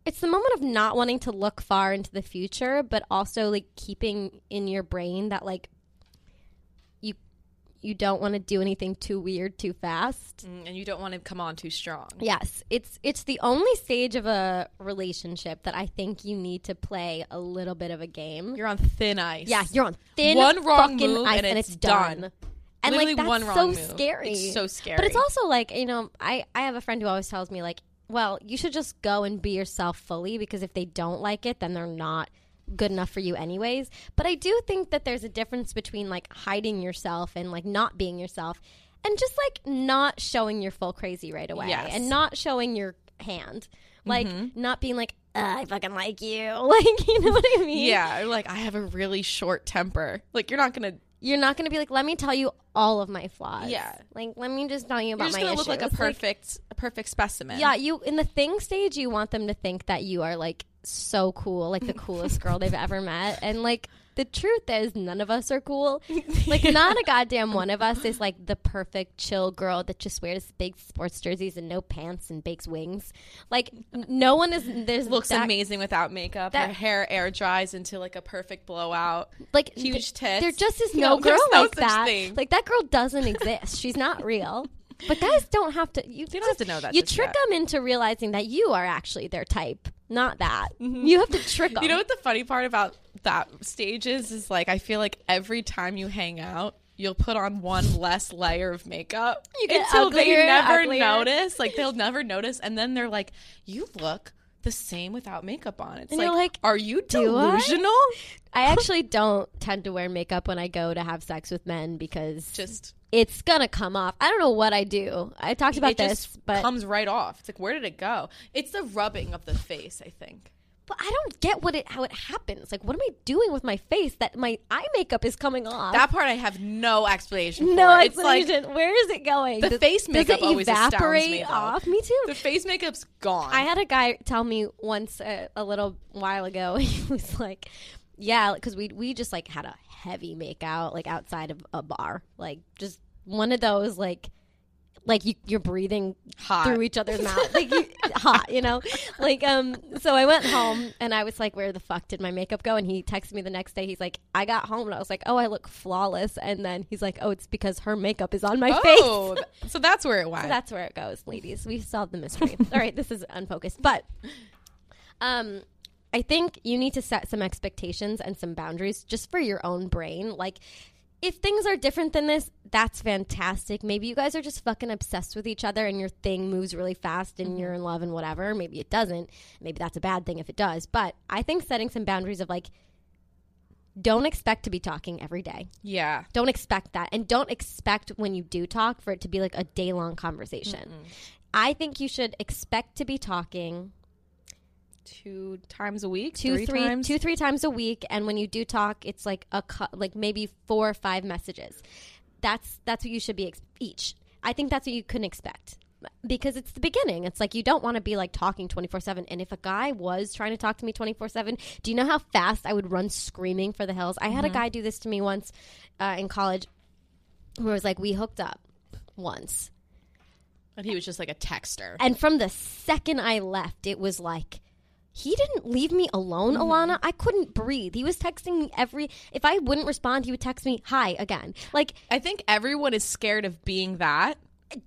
Speaker 3: It's the moment of not wanting to look far into the future, but also like keeping in your brain that like you you don't want to do anything too weird too fast.
Speaker 2: [LAUGHS] Mm, and you don't want to come on too strong.
Speaker 3: Yes, it's it's the only stage of a relationship that I think you need to play a little bit of a game.
Speaker 2: You're on thin ice.
Speaker 3: yeah, you're on thin
Speaker 2: One wrong
Speaker 3: fucking
Speaker 2: move
Speaker 3: ice
Speaker 2: and it's done.
Speaker 3: And
Speaker 2: Literally
Speaker 3: like that's
Speaker 2: one wrong
Speaker 3: so
Speaker 2: move.
Speaker 3: scary.
Speaker 2: It's so scary.
Speaker 3: But it's also like, you know, I I have a friend who always tells me like, well, you should just go and be yourself fully because if they don't like it, then they're not good enough for you anyways. But I do think that there's a difference between like hiding yourself and like not being yourself and just like not showing your full crazy right away
Speaker 2: Yes. Mm-hmm.
Speaker 3: and not showing your hand. Like not being like, "Uh, I fucking like you. [LAUGHS] Like, you know what I mean?
Speaker 2: yeah, or, like I have a really short temper. Like you're not gonna.
Speaker 3: You're not going to be like, let me tell you all of my flaws.
Speaker 2: Yeah.
Speaker 3: Like, let me just tell you
Speaker 2: You're
Speaker 3: about
Speaker 2: just
Speaker 3: my
Speaker 2: gonna
Speaker 3: issues.
Speaker 2: look like a perfect, a perfect specimen.
Speaker 3: Yeah, you in the thing stage, you want them to think that you are like so cool, like the coolest girl they've ever met, and like the truth is, none of us are cool.
Speaker 2: [LAUGHS]
Speaker 3: Like, not a goddamn one of us is like the perfect chill girl that just wears big sports jerseys and no pants and bakes wings. Like, n- no one is. There's
Speaker 2: looks
Speaker 3: that,
Speaker 2: amazing without makeup.
Speaker 3: that-
Speaker 2: Her hair air dries into like a perfect blowout.
Speaker 3: Like
Speaker 2: huge tits.
Speaker 3: th- There just is
Speaker 2: [LAUGHS]
Speaker 3: no,
Speaker 2: No,
Speaker 3: girl
Speaker 2: there's no
Speaker 3: like
Speaker 2: such
Speaker 3: that.
Speaker 2: thing.
Speaker 3: Like that girl doesn't exist.
Speaker 2: [LAUGHS]
Speaker 3: She's not real. But guys don't have to. You
Speaker 2: They don't
Speaker 3: just-
Speaker 2: have to know that
Speaker 3: You
Speaker 2: just
Speaker 3: trick
Speaker 2: yet.
Speaker 3: them into realizing that you are actually their type, not that. You have to trick them.
Speaker 2: Mm-hmm. [LAUGHS] You know what the funny part about that stage is? Is like I feel like every time you hang out, you'll put on one less layer of makeup
Speaker 3: You get
Speaker 2: until
Speaker 3: uglier,
Speaker 2: they never
Speaker 3: uglier.
Speaker 2: notice. Like they'll never notice, and then they're like, "You look the same without makeup on." It's
Speaker 3: And
Speaker 2: like,
Speaker 3: you're like,
Speaker 2: "Are you
Speaker 3: "Do I?"
Speaker 2: delusional?"
Speaker 3: [LAUGHS] I actually don't tend to wear makeup when I go to have sex with men because
Speaker 2: Just
Speaker 3: it's gonna come off. I don't know what I do. I talked about
Speaker 2: it
Speaker 3: this,
Speaker 2: just
Speaker 3: but
Speaker 2: comes right off. It's like, where did it go? It's the rubbing of the face. I think.
Speaker 3: but I don't get what it how it happens. Like, what am I doing with my face that my eye makeup is coming off?
Speaker 2: That part I have no explanation. For.
Speaker 3: no
Speaker 2: it's like
Speaker 3: explanation. Where is it going?
Speaker 2: The
Speaker 3: Does-
Speaker 2: face makeup
Speaker 3: does it
Speaker 2: always astounds
Speaker 3: evaporate
Speaker 2: me, though.
Speaker 3: off. Me too.
Speaker 2: the face makeup's gone.
Speaker 3: I had a guy tell me once a, a little while ago. [LAUGHS] He was like, "Yeah, because we we just like had a heavy makeout like outside of a bar, like just one of those like." Like you, you're breathing
Speaker 2: Hot.
Speaker 3: through each other's
Speaker 2: [LAUGHS]
Speaker 3: mouth, like you, hot, you know. Like um, so I went home and I was like, "Where the fuck did my makeup go?" And he texted me the next day. He's like, "I got home and I was like, oh, I look flawless." And then he's like, "Oh, it's because her makeup is on my face."
Speaker 2: Oh, th- so that's where it went.
Speaker 3: So that's where it goes, ladies. We've solved the mystery. All right, this is unfocused, but um, I think you need to set some expectations and some boundaries just for your own brain. Like, if things are different than this, that's fantastic. Maybe you guys are just fucking obsessed with each other and your thing moves really fast and you're in love and whatever. Maybe it doesn't. Maybe that's a bad thing if it does. But I think setting some boundaries of like, don't expect to be talking every day.
Speaker 2: yeah.
Speaker 3: Don't expect that. And don't expect when you do talk for it to be like a day long conversation. I think you should expect to be talking
Speaker 2: two times a week,
Speaker 3: two, three, two, three
Speaker 2: times.
Speaker 3: times a week. And when you do talk, it's like a, cu- like maybe four or five messages. That's, that's what you should be ex- each. I think that's what you can expect because it's the beginning. It's like you don't want to be like talking 24 7. And if a guy was trying to talk to me 24 7, do you know how fast I would run screaming for the hills? I
Speaker 2: Mm-hmm.
Speaker 3: had a guy do this to me once uh, in college where it was like, we hooked up once.
Speaker 2: and he was just like a texter.
Speaker 3: And from the second I left, it was like, he didn't leave me alone,
Speaker 2: Mm-hmm.
Speaker 3: Alana. I couldn't breathe. He was texting me every. If I wouldn't respond, he would text me, hi, again. Like,
Speaker 2: I think everyone is scared of being that.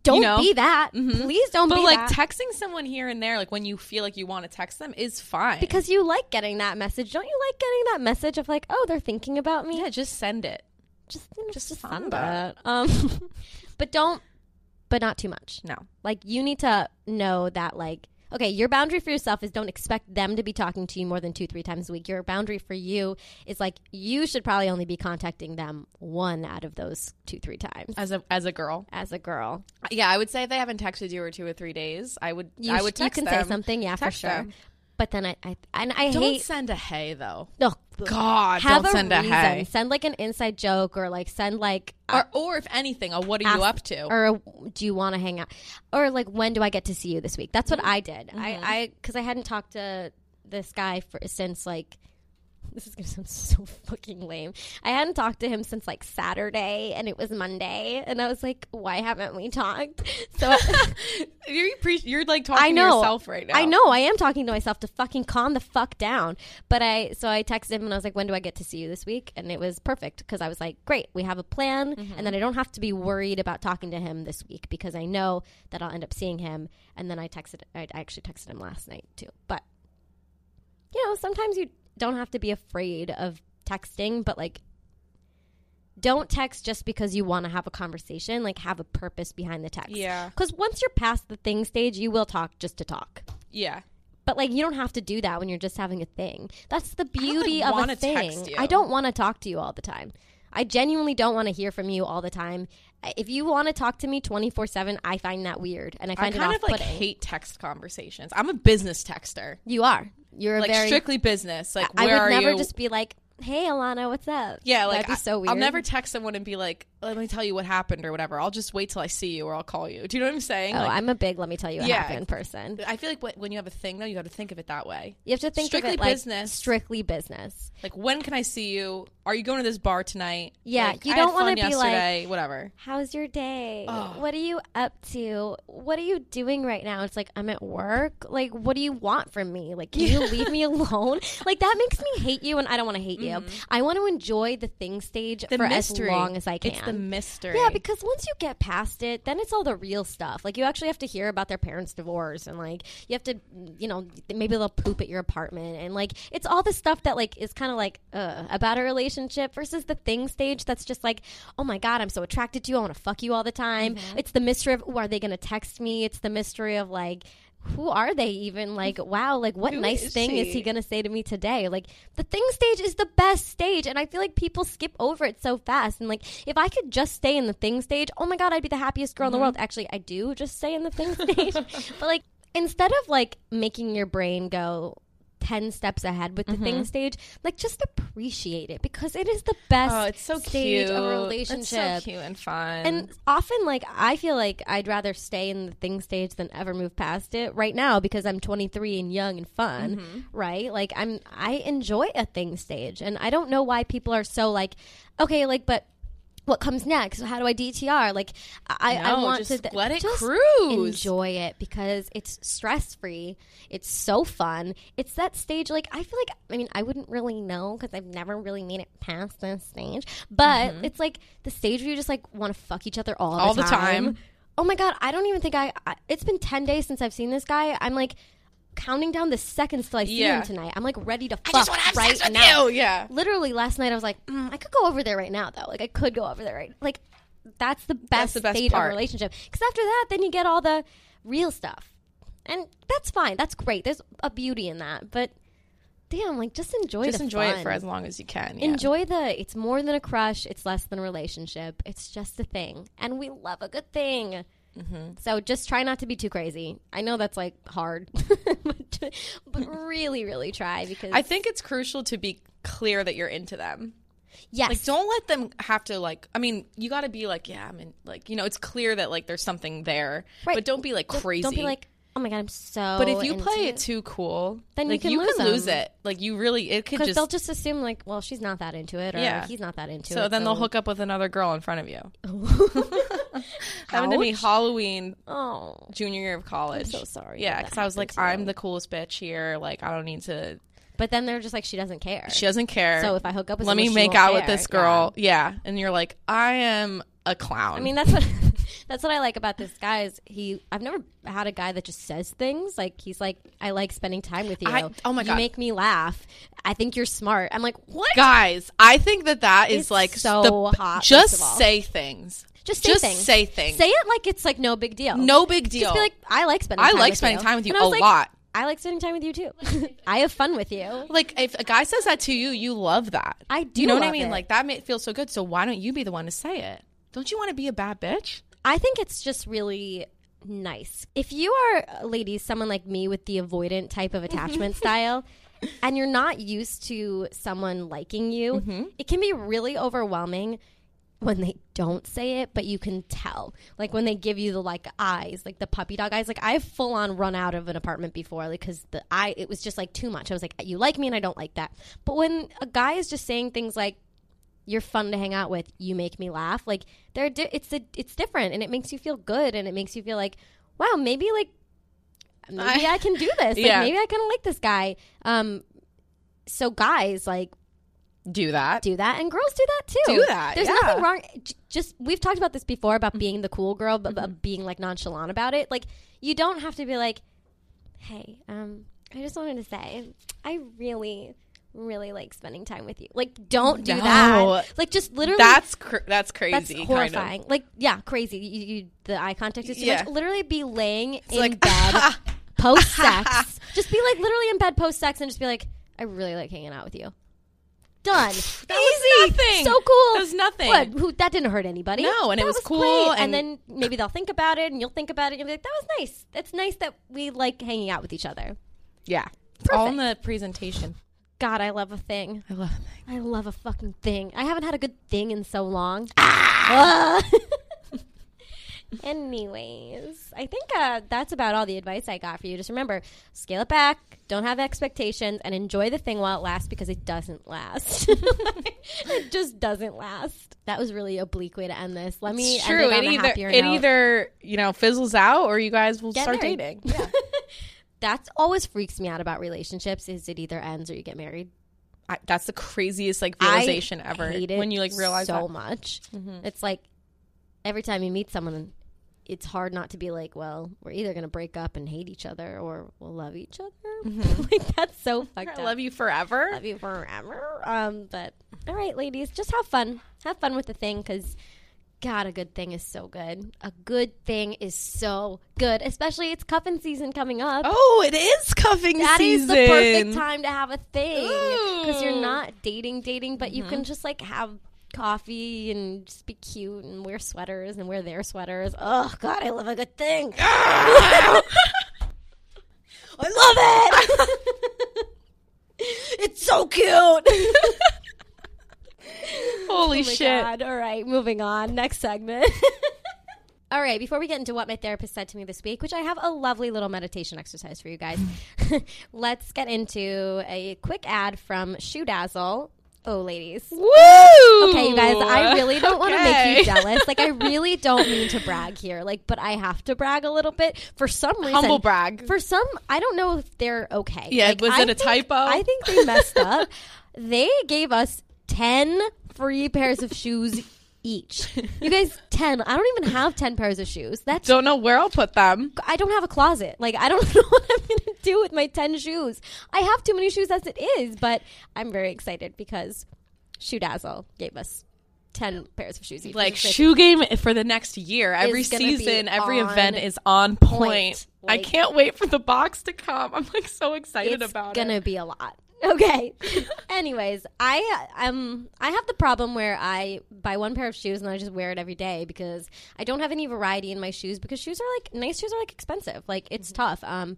Speaker 3: don't
Speaker 2: You know? Mm-hmm.
Speaker 3: be that. Please don't
Speaker 2: But
Speaker 3: be
Speaker 2: like
Speaker 3: that.
Speaker 2: texting someone here and there, like when you feel like you want to text them, is fine.
Speaker 3: because you like getting that message. Don't you like getting that message of like, oh, they're thinking about me?
Speaker 2: yeah, just send it.
Speaker 3: Just, you know,
Speaker 2: just
Speaker 3: just,
Speaker 2: send
Speaker 3: send that. Um, [LAUGHS] but don't, but not too much.
Speaker 2: No,
Speaker 3: Like you need to know that like okay, your boundary for yourself is don't expect them to be talking to you more than 2-3 times a week. Your boundary for you is like you should probably only be contacting them one out of those 2-3 times
Speaker 2: as a as a girl,
Speaker 3: as a girl.
Speaker 2: yeah, I would say if they haven't texted you or two or three days, I would
Speaker 3: You
Speaker 2: I
Speaker 3: sh-
Speaker 2: would text
Speaker 3: you can
Speaker 2: them.
Speaker 3: say something, yeah,
Speaker 2: Text
Speaker 3: for sure.
Speaker 2: them.
Speaker 3: But then I I and I
Speaker 2: Don't
Speaker 3: hate
Speaker 2: send a hey though.
Speaker 3: ugh,
Speaker 2: God,
Speaker 3: have
Speaker 2: don't
Speaker 3: a
Speaker 2: send a
Speaker 3: reason.
Speaker 2: hey.
Speaker 3: Send like an inside joke or like send like
Speaker 2: Or, or if anything, a what are you
Speaker 3: ask-
Speaker 2: up to?
Speaker 3: or a, do you want to hang out or like when do i get to see you this week that's what i did i
Speaker 2: Mm-hmm.
Speaker 3: i because i hadn't talked to this guy for since like this is gonna sound [LAUGHS] so fucking lame i hadn't talked to him since like saturday and it was monday and i was like why haven't we talked
Speaker 2: [LAUGHS]
Speaker 3: so
Speaker 2: you're, pre- you're like talking
Speaker 3: I know.
Speaker 2: to yourself right now.
Speaker 3: I know. I am talking to myself to fucking calm the fuck down. But I, so I texted him and I was like, when do I get to see you this week? And it was perfect because I was like, great, we have a plan.
Speaker 2: Mm-hmm.
Speaker 3: And then I don't have to be worried about talking to him this week because I know that I'll end up seeing him. And then I texted, I I actually texted him last night too. But, you know, sometimes you don't have to be afraid of texting, but like, don't text just because you want to have a conversation. Like, have a purpose behind the text.
Speaker 2: Yeah.
Speaker 3: Because once you're past the thing stage, you will talk just to talk.
Speaker 2: Yeah.
Speaker 3: But like, you don't have to do that when you're just having a thing. That's the beauty of a
Speaker 2: wanna
Speaker 3: thing.
Speaker 2: text you.
Speaker 3: I don't want to talk to you all the time. I genuinely don't want to hear from you all the time. I- If you want to talk to me 24 7, I find that weird and I
Speaker 2: I
Speaker 3: find
Speaker 2: kind
Speaker 3: it
Speaker 2: of like
Speaker 3: off-putting.
Speaker 2: hate text conversations. I'm a business texter.
Speaker 3: you are. You're a
Speaker 2: Like
Speaker 3: very.
Speaker 2: strictly business. Like
Speaker 3: I
Speaker 2: where
Speaker 3: would
Speaker 2: are
Speaker 3: never
Speaker 2: you?
Speaker 3: just be like, hey, Alana, what's up?
Speaker 2: yeah, like
Speaker 3: That'd be
Speaker 2: I-
Speaker 3: so weird.
Speaker 2: I'll never text someone and be like, "Let me tell you what happened" or whatever. I'll just wait till I see you or I'll call you. Do you know what I'm saying?
Speaker 3: Oh,
Speaker 2: Like,
Speaker 3: I'm a big let me tell you what
Speaker 2: Yeah.
Speaker 3: happened person.
Speaker 2: I feel like wh- when you have a thing though, you got to think of it that way.
Speaker 3: You have to think
Speaker 2: Strictly
Speaker 3: of it like
Speaker 2: business.
Speaker 3: strictly business.
Speaker 2: Like, when can I see you? Are you going to this bar tonight?
Speaker 3: Yeah,
Speaker 2: Like,
Speaker 3: you
Speaker 2: I
Speaker 3: don't
Speaker 2: had fun
Speaker 3: wanna be
Speaker 2: yesterday, whatever.
Speaker 3: How's your day?
Speaker 2: Ugh.
Speaker 3: What are you up to? What are you doing right now? It's like I'm at work. Like what do you want from me? Like can you
Speaker 2: [LAUGHS]
Speaker 3: leave me alone? Like that makes me hate you and I don't want to hate you. I want to enjoy the thing stage
Speaker 2: Mm-hmm. The
Speaker 3: for
Speaker 2: mystery.
Speaker 3: as long as I can.
Speaker 2: It's the mystery.
Speaker 3: Yeah, because once you get past it, then it's all the real stuff. Like you actually have to hear about their parents' divorce, and like you have to, you know, maybe they'll poop at your apartment, and like it's all the stuff that like is kind of like uh, about a relationship versus the thing stage that's just like, oh my god, I'm so attracted to you, I want to fuck you all the time.
Speaker 2: Mm-hmm.
Speaker 3: It's the mystery of, oh, are they gonna text me? It's the mystery of like. Who are they even? Like, wow, like what
Speaker 2: Who
Speaker 3: nice
Speaker 2: is
Speaker 3: thing is
Speaker 2: she?
Speaker 3: he going to say to me today? Like, the thing stage is the best stage. And I feel like people skip over it so fast. And like, if I could just stay in the thing stage, oh my God, I'd be the happiest girl in the
Speaker 2: Mm-hmm.
Speaker 3: world. Actually, I do just stay in the thing
Speaker 2: [LAUGHS]
Speaker 3: stage. but like, instead of like making your brain go, 10 steps ahead with the thing
Speaker 2: Mm-hmm.
Speaker 3: stage like just appreciate it because it is the best
Speaker 2: oh, it's so
Speaker 3: stage
Speaker 2: cute.
Speaker 3: of a relationship
Speaker 2: It's so cute and fun.
Speaker 3: and often, like, I feel like I'd rather stay in the thing stage than ever move past it right now because I'm 23 and young and fun,
Speaker 2: Mm-hmm.
Speaker 3: right? Like, I'm, I enjoy a thing stage. And I don't know why people are so like, okay, like, but what comes next? How do I DTR? Like, I, I
Speaker 2: No,
Speaker 3: want
Speaker 2: just
Speaker 3: to th-
Speaker 2: let it
Speaker 3: just
Speaker 2: cruise.
Speaker 3: Enjoy it because it's stress free. It's so fun. It's that stage. Like, I feel like, I mean, I wouldn't really know because I've never really made it past this stage, but it's like the stage where you just like want to fuck each other all,
Speaker 2: Mm-hmm. All the time.
Speaker 3: Oh my God. I don't even think I, I, it's been 10 days since I've seen this guy. I'm like, Counting down the seconds till I see
Speaker 2: Yeah.
Speaker 3: him tonight. I'm like ready to fuck
Speaker 2: just wanna have
Speaker 3: right
Speaker 2: sex with
Speaker 3: now
Speaker 2: you, yeah.
Speaker 3: literally last night I was like, mm, I could go over there right now though. Like I could go over there right. Like that's the best,
Speaker 2: the best
Speaker 3: state of
Speaker 2: part.
Speaker 3: a relationship. Because after that, then you get all the real stuff, and that's fine. That's great. There's a beauty in that. But damn, like just enjoy.
Speaker 2: just
Speaker 3: the
Speaker 2: enjoy
Speaker 3: fun.
Speaker 2: it for as long as you can. yeah.
Speaker 3: Enjoy the. It's more than a crush. It's less than a relationship. It's just a thing, and we love a good thing.
Speaker 2: Mm-hmm.
Speaker 3: So just try not to be too crazy. I know that's like hard, [LAUGHS] but, but really, really try because
Speaker 2: I think it's crucial to be clear that you're into them.
Speaker 3: yes,
Speaker 2: Like, don't let them have to like. I mean, you got to be like, yeah, I mean, like, you know, it's clear that like there's something there,
Speaker 3: Right.
Speaker 2: but don't be like
Speaker 3: Don't-
Speaker 2: crazy.
Speaker 3: Don't be like, oh my god, I'm so.
Speaker 2: But if you
Speaker 3: into
Speaker 2: play it too cool,
Speaker 3: Then you
Speaker 2: like,
Speaker 3: can
Speaker 2: you
Speaker 3: lose
Speaker 2: can lose
Speaker 3: them.
Speaker 2: it. Like you really, it could
Speaker 3: because
Speaker 2: just.
Speaker 3: they'll just assume like, well, she's not that into it, or
Speaker 2: Yeah.
Speaker 3: he's not that into it.
Speaker 2: so then they'll hook up with another girl in front of
Speaker 3: [LAUGHS]
Speaker 2: you. Happened to me
Speaker 3: Ouch.
Speaker 2: Halloween
Speaker 3: Oh,
Speaker 2: junior year of college.
Speaker 3: so sorry
Speaker 2: Yeah,
Speaker 3: that
Speaker 2: because I was
Speaker 3: happened
Speaker 2: like,
Speaker 3: to you.
Speaker 2: I'm the coolest bitch here. Like I don't need to.
Speaker 3: but then they're just like, she doesn't care.
Speaker 2: She doesn't care.
Speaker 3: So if I hook up with
Speaker 2: let
Speaker 3: someone,
Speaker 2: me
Speaker 3: she
Speaker 2: make
Speaker 3: won't
Speaker 2: out with
Speaker 3: care.
Speaker 2: this girl. Yeah. and you're like, I am a clown.
Speaker 3: I mean, that's what [LAUGHS] that's what I like about this guy is he. I've never had a guy that just says things like he's like, I like spending time with you.
Speaker 2: I- oh my
Speaker 3: you
Speaker 2: God.
Speaker 3: make me laugh. I think you're smart. I'm like, what?
Speaker 2: guys, I think that that is
Speaker 3: It's
Speaker 2: like
Speaker 3: so
Speaker 2: the,
Speaker 3: hot,
Speaker 2: Just
Speaker 3: first of all.
Speaker 2: say things.
Speaker 3: Just say things.
Speaker 2: say things.
Speaker 3: Say it like it's like no big deal.
Speaker 2: no big deal.
Speaker 3: Just be like, I like spending.
Speaker 2: I
Speaker 3: time
Speaker 2: like
Speaker 3: with
Speaker 2: spending
Speaker 3: you.
Speaker 2: time with you
Speaker 3: And I was
Speaker 2: a
Speaker 3: like,
Speaker 2: lot.
Speaker 3: I like spending time with you too. [LAUGHS] I have fun with you.
Speaker 2: Like if a guy says that to you, you love that.
Speaker 3: I do
Speaker 2: You know what I
Speaker 3: love
Speaker 2: mean?
Speaker 3: it.
Speaker 2: Like that may feel so good. So why don't you be the one to say it? Don't you want to be a bad bitch?
Speaker 3: I think it's just really nice. If you are, uh, ladies, someone like me with the avoidant type of attachment style, and you're not used to someone liking you, it can be really overwhelming when they don't say it, but you can tell. Like when they give you the like eyes, like the puppy dog eyes. Like I've full on run out of an apartment before, like because the eye, it was just like too much. I was like, you like me and I don't like that. But when a guy is just saying things like, you're fun to hang out with. You make me laugh. Like they're di- it's a, it's different, and it makes you feel good, and it makes you feel like, wow, maybe like maybe I, can do this. Like,
Speaker 2: Yeah.
Speaker 3: Maybe I kind of like this guy. Um, so guys, like
Speaker 2: Do that.
Speaker 3: do that, and girls do that too.
Speaker 2: Do that,
Speaker 3: There's
Speaker 2: yeah. Mm-hmm.
Speaker 3: nothing wrong. j- Just we've talked about this before about being the cool girl, but but being like nonchalant about it. Like you don't have to be like, hey, um, I just wanted to say, I really really like spending time with you. Like, don't do
Speaker 2: No.
Speaker 3: that. Like, just literally.
Speaker 2: that's cr- that's crazy.
Speaker 3: that's
Speaker 2: kind of.
Speaker 3: horrifying. Like, yeah, crazy. You, you, the eye contact is too
Speaker 2: Yeah.
Speaker 3: much. Literally, be laying in
Speaker 2: like, [LAUGHS]
Speaker 3: bed post sex. just be like literally in bed post sex, and just be like, I really like hanging out with you. Done. Easy.
Speaker 2: That was nothing.
Speaker 3: So cool.
Speaker 2: That was nothing.
Speaker 3: What? Who? That didn't hurt anybody.
Speaker 2: No, and it
Speaker 3: That
Speaker 2: was cool,
Speaker 3: great.
Speaker 2: and-
Speaker 3: And, then maybe they'll think about it, and you'll think about it, and you'll be like, that was nice. That's nice that we like hanging out with each other.
Speaker 2: Yeah. It's all in the
Speaker 3: Perfect.
Speaker 2: presentation.
Speaker 3: God, I love a thing.
Speaker 2: I love
Speaker 3: I love a fucking thing. I haven't had a good thing in so long.
Speaker 2: Ah!
Speaker 3: Ugh. [LAUGHS] Anyways, I think uh, that's about all the advice I got for you. Just remember, scale it back, don't have expectations, and enjoy the thing while it lasts because it doesn't last. [LAUGHS] it just doesn't last. That was really a bleak way to end this. Let me
Speaker 2: It's
Speaker 3: end
Speaker 2: true.
Speaker 3: it on
Speaker 2: It
Speaker 3: a
Speaker 2: either
Speaker 3: happier
Speaker 2: it
Speaker 3: note.
Speaker 2: either you know fizzles out or you guys will
Speaker 3: Get
Speaker 2: start
Speaker 3: married.
Speaker 2: dating.
Speaker 3: Yeah. [LAUGHS] That's always freaks me out about relationships is it either ends or you get married.
Speaker 2: I, that's the craziest like
Speaker 3: I
Speaker 2: realization ever.
Speaker 3: hate it
Speaker 2: when you like realize
Speaker 3: so
Speaker 2: that. Mm-hmm.
Speaker 3: much. It's like every time you meet someone, it's hard not to be like, well, we're either going to break up and hate each other, or we'll love each other. [LAUGHS] like that's so fucked up.
Speaker 2: Mm-hmm. [LAUGHS] I love you forever.
Speaker 3: Love you forever. Um, but all right, ladies, just have fun. Have fun with the thing, because. God, a good thing is so good. A good thing is so good, especially it's cuffing season coming up.
Speaker 2: Oh, it is cuffing
Speaker 3: That is
Speaker 2: season.
Speaker 3: the perfect time to have a thing because
Speaker 2: Ooh. Mm-hmm.
Speaker 3: you're not dating dating but you can just like have coffee and just be cute and wear sweaters and wear their sweaters oh god i love a
Speaker 2: [LAUGHS]
Speaker 3: good thing i love
Speaker 2: [LAUGHS]
Speaker 3: it [LAUGHS] it's so cute [LAUGHS]
Speaker 2: Holy
Speaker 3: Oh my
Speaker 2: shit.
Speaker 3: God. All right, moving on. Next
Speaker 2: [LAUGHS]
Speaker 3: segment. All right, before we get into what my therapist said to me this week, which I have a lovely little meditation exercise for you guys, [LAUGHS] let's get into a quick ad from Shoe Dazzle. Oh, ladies.
Speaker 2: Woo!
Speaker 3: Okay, you guys, I really don't want to make
Speaker 2: Okay. [LAUGHS]
Speaker 3: you jealous. Like, I really don't mean to brag here. Like, but I have to brag a little bit for some reason.
Speaker 2: Humble brag.
Speaker 3: For some, I don't know if they're okay.
Speaker 2: Yeah, was
Speaker 3: I
Speaker 2: it a
Speaker 3: think-
Speaker 2: typo?
Speaker 3: I think they messed
Speaker 2: [LAUGHS]
Speaker 3: up. They gave us 10 free pairs of shoes each. You guys, 10. I don't even have 10 pairs of shoes. That's
Speaker 2: Don't know where I'll put them.
Speaker 3: I don't have a closet. Like I don't [LAUGHS] know what I'm going to do with my 10 shoes. I have too many shoes as it is, but I'm very excited because Shoe Dazzle gave us 10 pairs of shoes each.
Speaker 2: Like
Speaker 3: which is
Speaker 2: shoe game for the next year. Every
Speaker 3: Is gonna be
Speaker 2: season, every
Speaker 3: on
Speaker 2: event is on point.
Speaker 3: point. Like-
Speaker 2: I can't wait for the box to come. I'm like so excited
Speaker 3: it's
Speaker 2: about
Speaker 3: gonna
Speaker 2: it.
Speaker 3: be a lot [LAUGHS] okay
Speaker 2: [LAUGHS]
Speaker 3: anyways i um i have the problem where i buy one pair of shoes and i just wear it every day because i don't have any variety in my shoes because shoes are like nice shoes are like expensive like it's
Speaker 2: Mm-hmm.
Speaker 3: tough um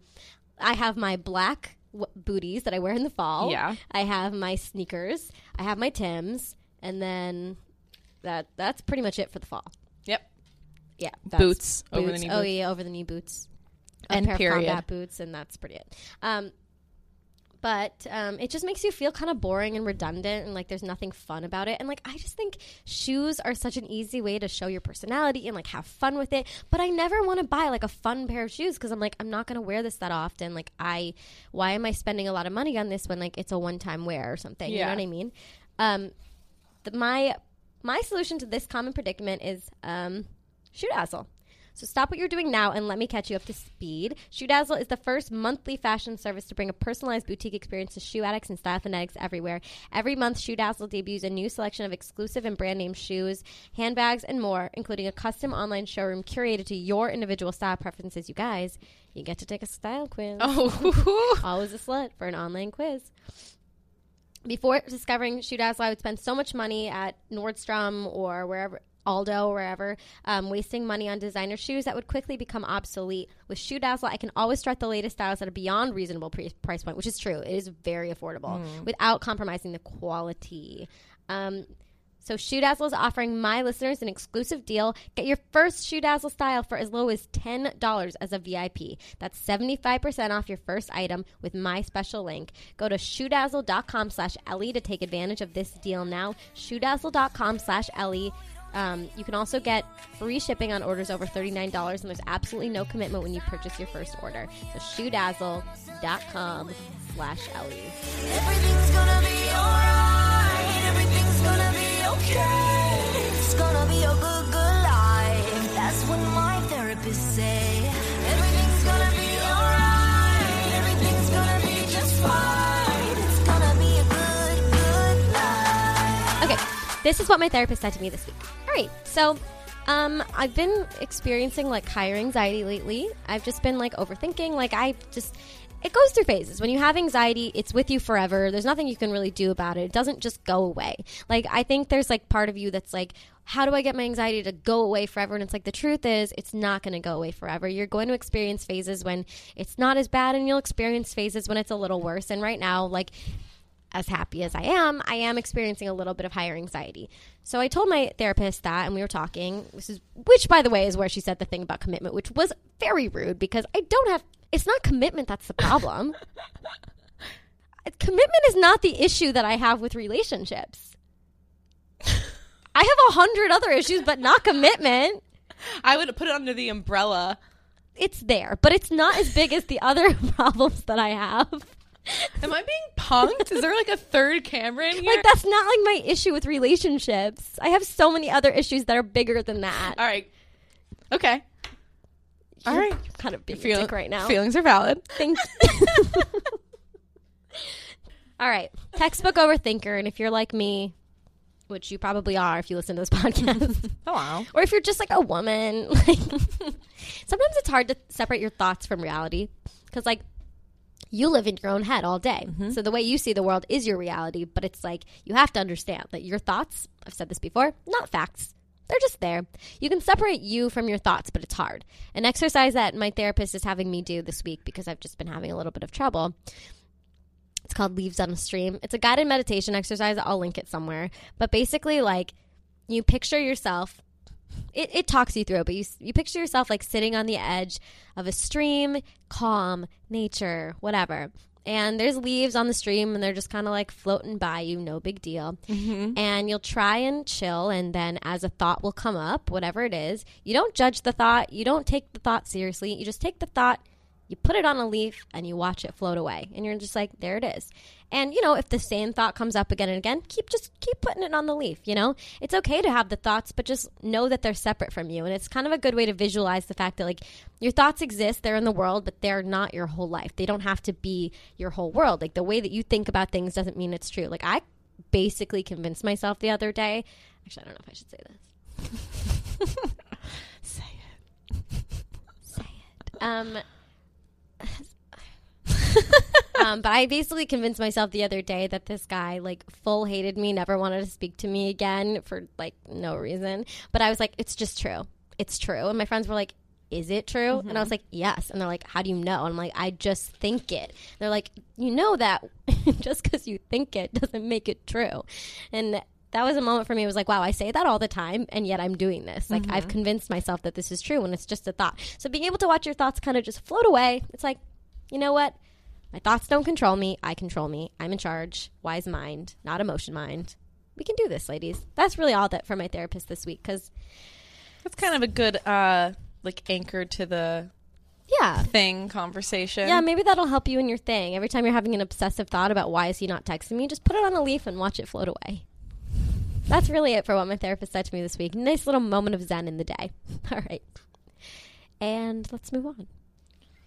Speaker 3: i have my black w- booties that i wear in the fall
Speaker 2: Yeah.
Speaker 3: i have my sneakers i have my tims and then that that's pretty much it for the fall
Speaker 2: Yep.
Speaker 3: yeah
Speaker 2: Boots, over the knee
Speaker 3: oh
Speaker 2: boots.
Speaker 3: yeah over the knee boots
Speaker 2: And
Speaker 3: pair of
Speaker 2: period.
Speaker 3: combat boots and that's pretty it um but um, it just makes you feel kind of boring and redundant and like there's nothing fun about it and like i just think shoes are such an easy way to show your personality and like have fun with it but i never want to buy like a fun pair of shoes because i'm like i'm not going to wear this that often like i why am i spending a lot of money on this when like it's a one-time wear or something you
Speaker 2: Yeah.
Speaker 3: know what i mean um, the, my my solution to this common predicament is um, shoot dazzle. So stop what you're doing now and let me catch you up to speed. Shoe Dazzle is the first monthly fashion service to bring a personalized boutique experience to shoe addicts and style fanatics everywhere. Every month, Shoe Dazzle debuts a new selection of exclusive and brand name shoes, handbags, and more, including a custom online showroom curated to your individual style preferences. You guys, you get to take a style quiz.
Speaker 2: Oh, [LAUGHS]
Speaker 3: Always a slut for an online quiz. Before discovering Shoe Dazzle, I would spend so much money at Nordstrom or wherever, Aldo, wherever, um, wasting money on designer shoes that would quickly become obsolete. With Shoe Dazzle, I can always start the latest styles at a beyond reasonable pre- price point, which is true. It is very affordable without compromising the quality. Um, so Shoe Dazzle is offering my listeners an exclusive deal. Get your first Shoe Dazzle style for as low as $10 as a VIP. That's 75% off your first item with my special link. Go to shoedazzle.com slash Ellie to take advantage of this deal now. Shoedazzle.com slash Ellie. Um, you can also get free shipping on orders over $39, and there's absolutely no commitment when you purchase your first order. So shoedazzle.com slash E. Ellie.
Speaker 5: Everything's gonna be alright. Everything's gonna be okay. It's gonna be a good, good life. That's what my therapist say. Everything's gonna be alright. Everything's gonna be just fine. It's gonna be a good,
Speaker 3: This is what my therapist said to me this week. All right, so um, I've been experiencing like higher anxiety lately. I've just been like overthinking. Like I just, it goes through phases. When you have anxiety, it's with you forever. There's nothing you can really do about it. It doesn't just go away. Like I think there's like part of you that's like, how do I get my anxiety to go away forever? And it's like the truth is, it's not going to go away forever. You're going to experience phases when it's not as bad, and you'll experience phases when it's a little worse. And right now, like as happy as I am, I am experiencing a little bit of higher anxiety. So I told my therapist that, and we were talking. This is, which, by the way, is where she said the thing about commitment, which was very rude because I don't have. It's not commitment that's the problem. commitment is not the issue that I have with relationships. I have a hundred other issues, but not commitment.
Speaker 2: I would put it under the umbrella.
Speaker 3: It's there, but it's not as big as the other [LAUGHS] problems that I have.
Speaker 2: Am I being punked? Is there like a third camera in here?
Speaker 3: Like that's not like my issue with relationships. I have so many other issues that are bigger than that.
Speaker 2: All right. Okay. All right.
Speaker 3: I'm kind of being
Speaker 2: Feel-
Speaker 3: a dick right now.
Speaker 2: Feelings are valid.
Speaker 3: Thank [LAUGHS] All right, textbook overthinker, and if you're like me, which you probably are if you listen to this [LAUGHS] podcast,
Speaker 2: Hello.
Speaker 3: or if you're just like a woman, [LAUGHS] like sometimes it's hard to separate your thoughts from reality because like you live in your own head all day. So the way you see the world is your reality, but it's like you have to understand that your thoughts, I've said this before, not facts. They're just there. You can separate you from your thoughts, but it's hard. An exercise that my therapist is having me do this week because I've just been having a little bit of trouble it's called Leaves on a Stream. It's a guided meditation exercise. I'll link it somewhere. But basically, like, you picture yourself. It, it talks you through it, but you, s- you picture yourself like sitting on the edge of a stream, calm, nature, whatever. And there's leaves on the stream, and they're just kind of like floating by you, no big deal. And you'll try and chill, and then as a thought will come up, whatever it is, you don't judge the thought, you don't take the thought seriously, you just take the thought you put it on a leaf and you watch it float away and you're just like there it is and you know if the same thought comes up again and again keep just keep putting it on the leaf you know it's okay to have the thoughts but just know that they're separate from you and it's kind of a good way to visualize the fact that like your thoughts exist they're in the world but they're not your whole life they don't have to be your whole world like the way that you think about things doesn't mean it's true like i basically convinced myself the other day actually i don't know if i should say this
Speaker 2: [LAUGHS] Say it.
Speaker 3: Um, um, but I basically convinced myself the other day that this guy like full hated me, never wanted to speak to me again for like no reason. But I was like, it's just true. It's true. And my friends were like, is it true? And I was like, yes. And they're like, how do you know? And I'm like, I just think it. they're like, you know that [LAUGHS] just because you think it doesn't make it true. And that was a moment for me. It was like, wow, I say that all the time, and yet I'm doing this. Like, I've convinced myself that this is true when it's just a thought. So, being able to watch your thoughts kind of just float away, it's like, you know what? My thoughts don't control me. I control me. I'm in charge. Wise mind, not emotion mind. We can do this, ladies. That's really all that for my therapist this week. Because,
Speaker 2: That's kind of a good uh like anchor to the
Speaker 3: yeah.
Speaker 2: thing conversation.
Speaker 3: Yeah, maybe that'll help you in your thing. Every time you're having an obsessive thought about why is he not texting me, just put it on a leaf and watch it float away. That's really it for what my therapist said to me this week. Nice little moment of zen in the day. [LAUGHS] All right. And let's move on.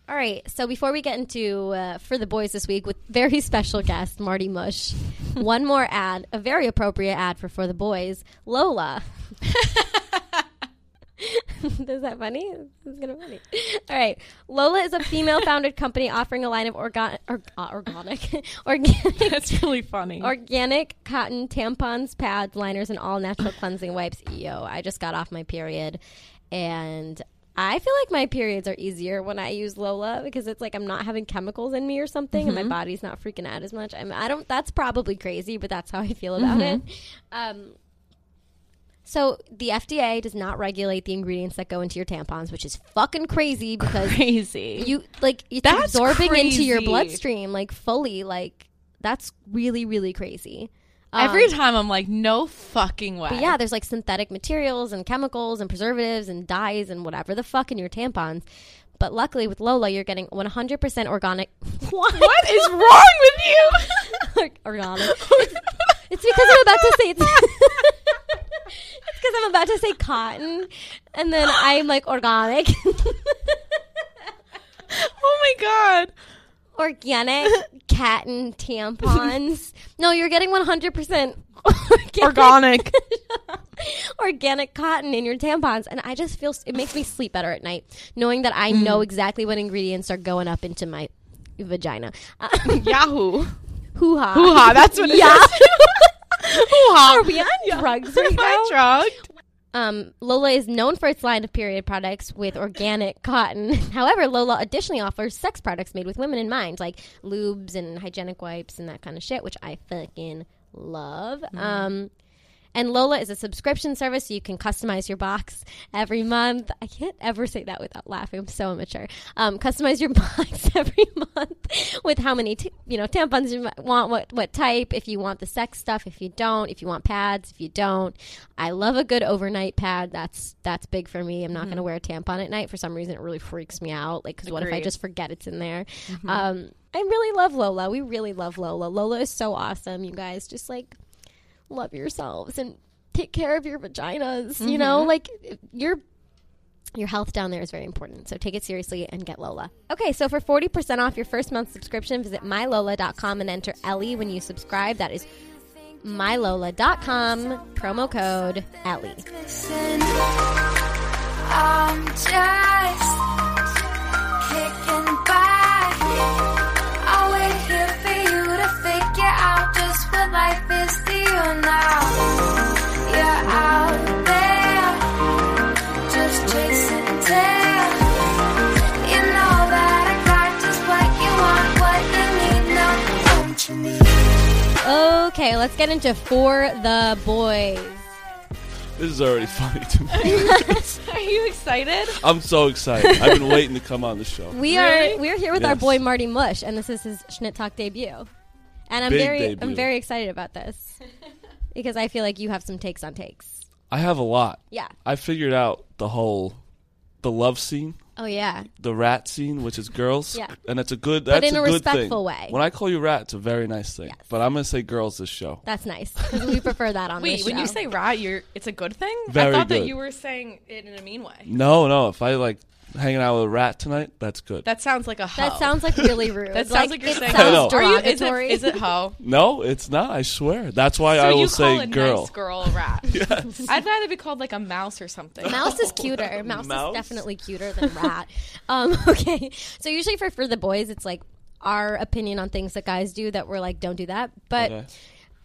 Speaker 3: All right. So before we get into uh, for the boys this week with very [LAUGHS] special guest Marty Mush, one more ad, a very appropriate ad for for the boys, Lola. Is that funny? It's kind of funny. All right. Lola is a female founded company offering a line of organ- or, uh, organic, [LAUGHS] organic
Speaker 2: [LAUGHS] That's really funny.
Speaker 3: Organic cotton tampons, pads, liners, and all natural cleansing wipes. Yo, I just got off my period, and I feel like my periods are easier when I use Lola because it's like I'm not having chemicals in me or something, and my body's not freaking out as much. I'm, I don't. That's probably crazy, but that's how I feel about it. Um, so the FDA does not regulate the ingredients that go into your tampons, which is fucking crazy because
Speaker 2: Crazy.
Speaker 3: you like it's
Speaker 2: That's
Speaker 3: absorbing into your
Speaker 2: crazy.
Speaker 3: bloodstream like fully like that's really really crazy
Speaker 2: Every time I'm like, no fucking way.
Speaker 3: um, but yeah there's like synthetic materials and chemicals and preservatives and dyes and whatever the fuck in your tampons but luckily with lola you're getting 100% organic [LAUGHS] what,
Speaker 2: What is wrong with
Speaker 3: [LAUGHS]
Speaker 2: you?
Speaker 3: organic it's [LAUGHS] because i'm about to say it's because i'm about to say cotton and then [LAUGHS] i'm like organic
Speaker 2: oh my god.
Speaker 3: organic cotton tampons. [LAUGHS] no, you're getting 100% organic,
Speaker 2: Organic.
Speaker 3: [LAUGHS] organic cotton in your tampons. And I just feel, it makes me sleep better at night knowing that
Speaker 2: Mm.
Speaker 3: I know exactly what ingredients are going up into my vagina. [LAUGHS] Uh,
Speaker 2: Yahoo.
Speaker 3: hoo ha.
Speaker 2: Hoo [LAUGHS] ha. That's what it is.
Speaker 3: Yeah.
Speaker 2: Hoo ha.
Speaker 3: [LAUGHS] Are we on drugs right
Speaker 2: Am [LAUGHS] I
Speaker 3: now?
Speaker 2: drugged?
Speaker 3: Um, Lola is known for its line of period products with organic [LAUGHS] cotton. However, Lola additionally offers sex products made with women in mind, like lubes and hygienic wipes and that kind of shit, which I fucking love. Um, and Lola is a subscription service, so you can customize your box every month. I can't ever say that without laughing. I'm so immature. Um, customize your [LAUGHS] box every month with how many t- you know tampons you mi- want, what what type, if you want the sex stuff, if you don't, if you want pads, if you don't. I love a good overnight pad. That's that's big for me. I'm not going to wear a tampon at night for some reason. It really freaks me out. Like, because what if I
Speaker 2: Agreed.
Speaker 3: just forget it's in there? Um, I really love Lola. We really love Lola. Lola is so awesome. You guys just like love yourselves and take care of your vaginas. You know, like your your health down there is very important. So take it seriously and get Lola. Okay, so for 40% off your first month subscription, visit mylola.com and enter Ellie when you subscribe. That is mylola.com, promo code Ellie.
Speaker 5: Listen, I'm just kicking back. I'll wait here for you to figure out just what life is to you now. You're out there, just chasing tail. You know that I got just what you want, what you need now. Don't you need?
Speaker 3: Okay, let's get into For the Boys.
Speaker 6: This is already [LAUGHS] funny to me.
Speaker 2: Are you excited?
Speaker 6: I'm so excited. I've been waiting to come on the show.
Speaker 3: We
Speaker 2: Really?
Speaker 3: are we're here with our
Speaker 6: Yes.
Speaker 3: boy Marty Mush and this is his Schnit Talk debut. And I'm
Speaker 6: Big
Speaker 3: very I'm
Speaker 6: debut.
Speaker 3: very excited about
Speaker 2: [LAUGHS]
Speaker 3: this because I feel like you have some takes on takes.
Speaker 6: I have a lot.
Speaker 3: Yeah.
Speaker 6: I figured out the whole the love scene,
Speaker 3: Oh yeah.
Speaker 6: the rat scene, which is girls.
Speaker 3: Yeah.
Speaker 6: And it's a good that's
Speaker 3: in a
Speaker 6: good thing.
Speaker 3: respectful way.
Speaker 6: When I call you rat, it's a very nice thing. But I'm gonna say girls this show.
Speaker 3: That's nice. 'cause we prefer that on
Speaker 2: Wait,
Speaker 3: this
Speaker 2: when you
Speaker 3: show.
Speaker 2: say rat, you're it's a good thing?
Speaker 6: Very
Speaker 2: I thought that
Speaker 6: good.
Speaker 2: you were saying it in a mean way.
Speaker 6: No, no, if I like hanging out with a rat tonight, that's good.
Speaker 2: That sounds like a hoe.
Speaker 3: That sounds like
Speaker 2: [LAUGHS]
Speaker 3: really rude.
Speaker 2: that sounds like, you're
Speaker 3: it
Speaker 2: saying
Speaker 6: I know.
Speaker 3: sounds
Speaker 2: Are you, is, it,
Speaker 3: derogatory.
Speaker 2: is it hoe?
Speaker 6: no, it's not, I swear. That's why
Speaker 2: so
Speaker 6: [LAUGHS] I
Speaker 2: you
Speaker 6: will
Speaker 2: call
Speaker 6: say
Speaker 2: a
Speaker 6: girl.
Speaker 2: nice girl a
Speaker 6: [LAUGHS]
Speaker 2: rat. I'd rather be called like a mouse or something.
Speaker 3: Mouse
Speaker 2: [LAUGHS]
Speaker 3: is cuter. Mouse,
Speaker 6: Mouse?
Speaker 3: is definitely cuter than rat. [LAUGHS] um, okay, so usually for for the boys, it's like our opinion on things that guys do that we're like, don't do that. But
Speaker 6: Okay.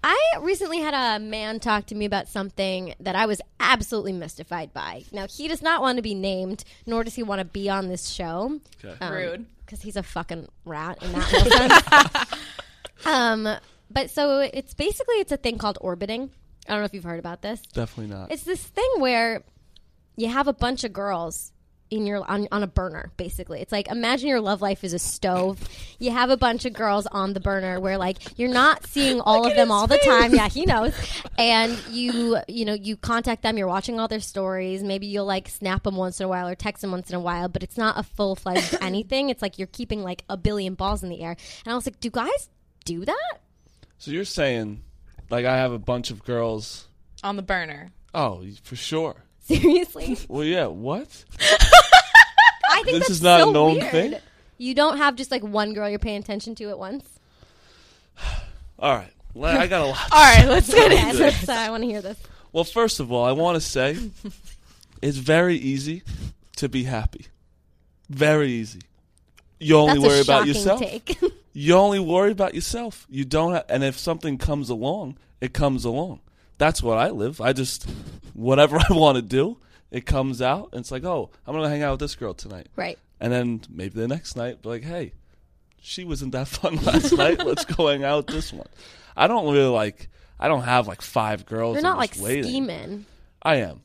Speaker 3: I recently had a man talk to me about something that I was absolutely mystified by. Now he does not want to be named, nor does he want to be on this show.
Speaker 6: Okay.
Speaker 2: Rude.
Speaker 3: because he's a fucking rat in that whole sense. um, but so it's basically it's a thing called orbiting. I don't know if you've heard about this.
Speaker 6: Definitely not.
Speaker 3: It's this thing where you have a bunch of girls in your on, on a burner basically it's like imagine your love life is a stove you have a bunch of girls on the burner where like you're not seeing all of them all the time yeah he knows and you you know you contact them you're watching all their stories maybe you'll like snap them once in a while or text them once in a while but it's not a full-fledged anything it's like you're keeping like a billion balls in the air and i was like do guys do that [LAUGHS]
Speaker 6: so you're saying like I have a bunch of girls
Speaker 2: On the burner.
Speaker 6: Oh, for sure.
Speaker 3: seriously
Speaker 6: Well yeah, what?
Speaker 3: i think
Speaker 6: this
Speaker 3: that's
Speaker 6: is not
Speaker 3: so
Speaker 6: a known
Speaker 3: weird.
Speaker 6: thing.
Speaker 3: you don't have just like one girl you're paying attention to at once
Speaker 6: All right. Well, I got a lot.
Speaker 3: [LAUGHS]
Speaker 2: All right, let's get
Speaker 3: Yeah,
Speaker 2: into
Speaker 3: that's- uh, I want to hear this.
Speaker 6: Well, first of all, I want to say it's very easy to be happy. Very easy. You only
Speaker 3: That's
Speaker 6: worry
Speaker 3: a
Speaker 6: about
Speaker 3: shocking
Speaker 6: yourself. [LAUGHS]
Speaker 3: take. [LAUGHS]
Speaker 6: You only worry about yourself. You don't have, and if something comes along, it comes along. That's what I live. I just whatever [LAUGHS] I want to do, it comes out and it's like, "Oh, I'm going to hang out with this girl tonight."
Speaker 3: right.
Speaker 6: And then maybe the next night, be like, hey, she wasn't that fun [LAUGHS] last night. Let's go hang out with this one. I don't really like. I don't have like five girls.
Speaker 3: You're
Speaker 6: I'm
Speaker 3: not like
Speaker 6: just waiting.
Speaker 3: scheming.
Speaker 6: I am.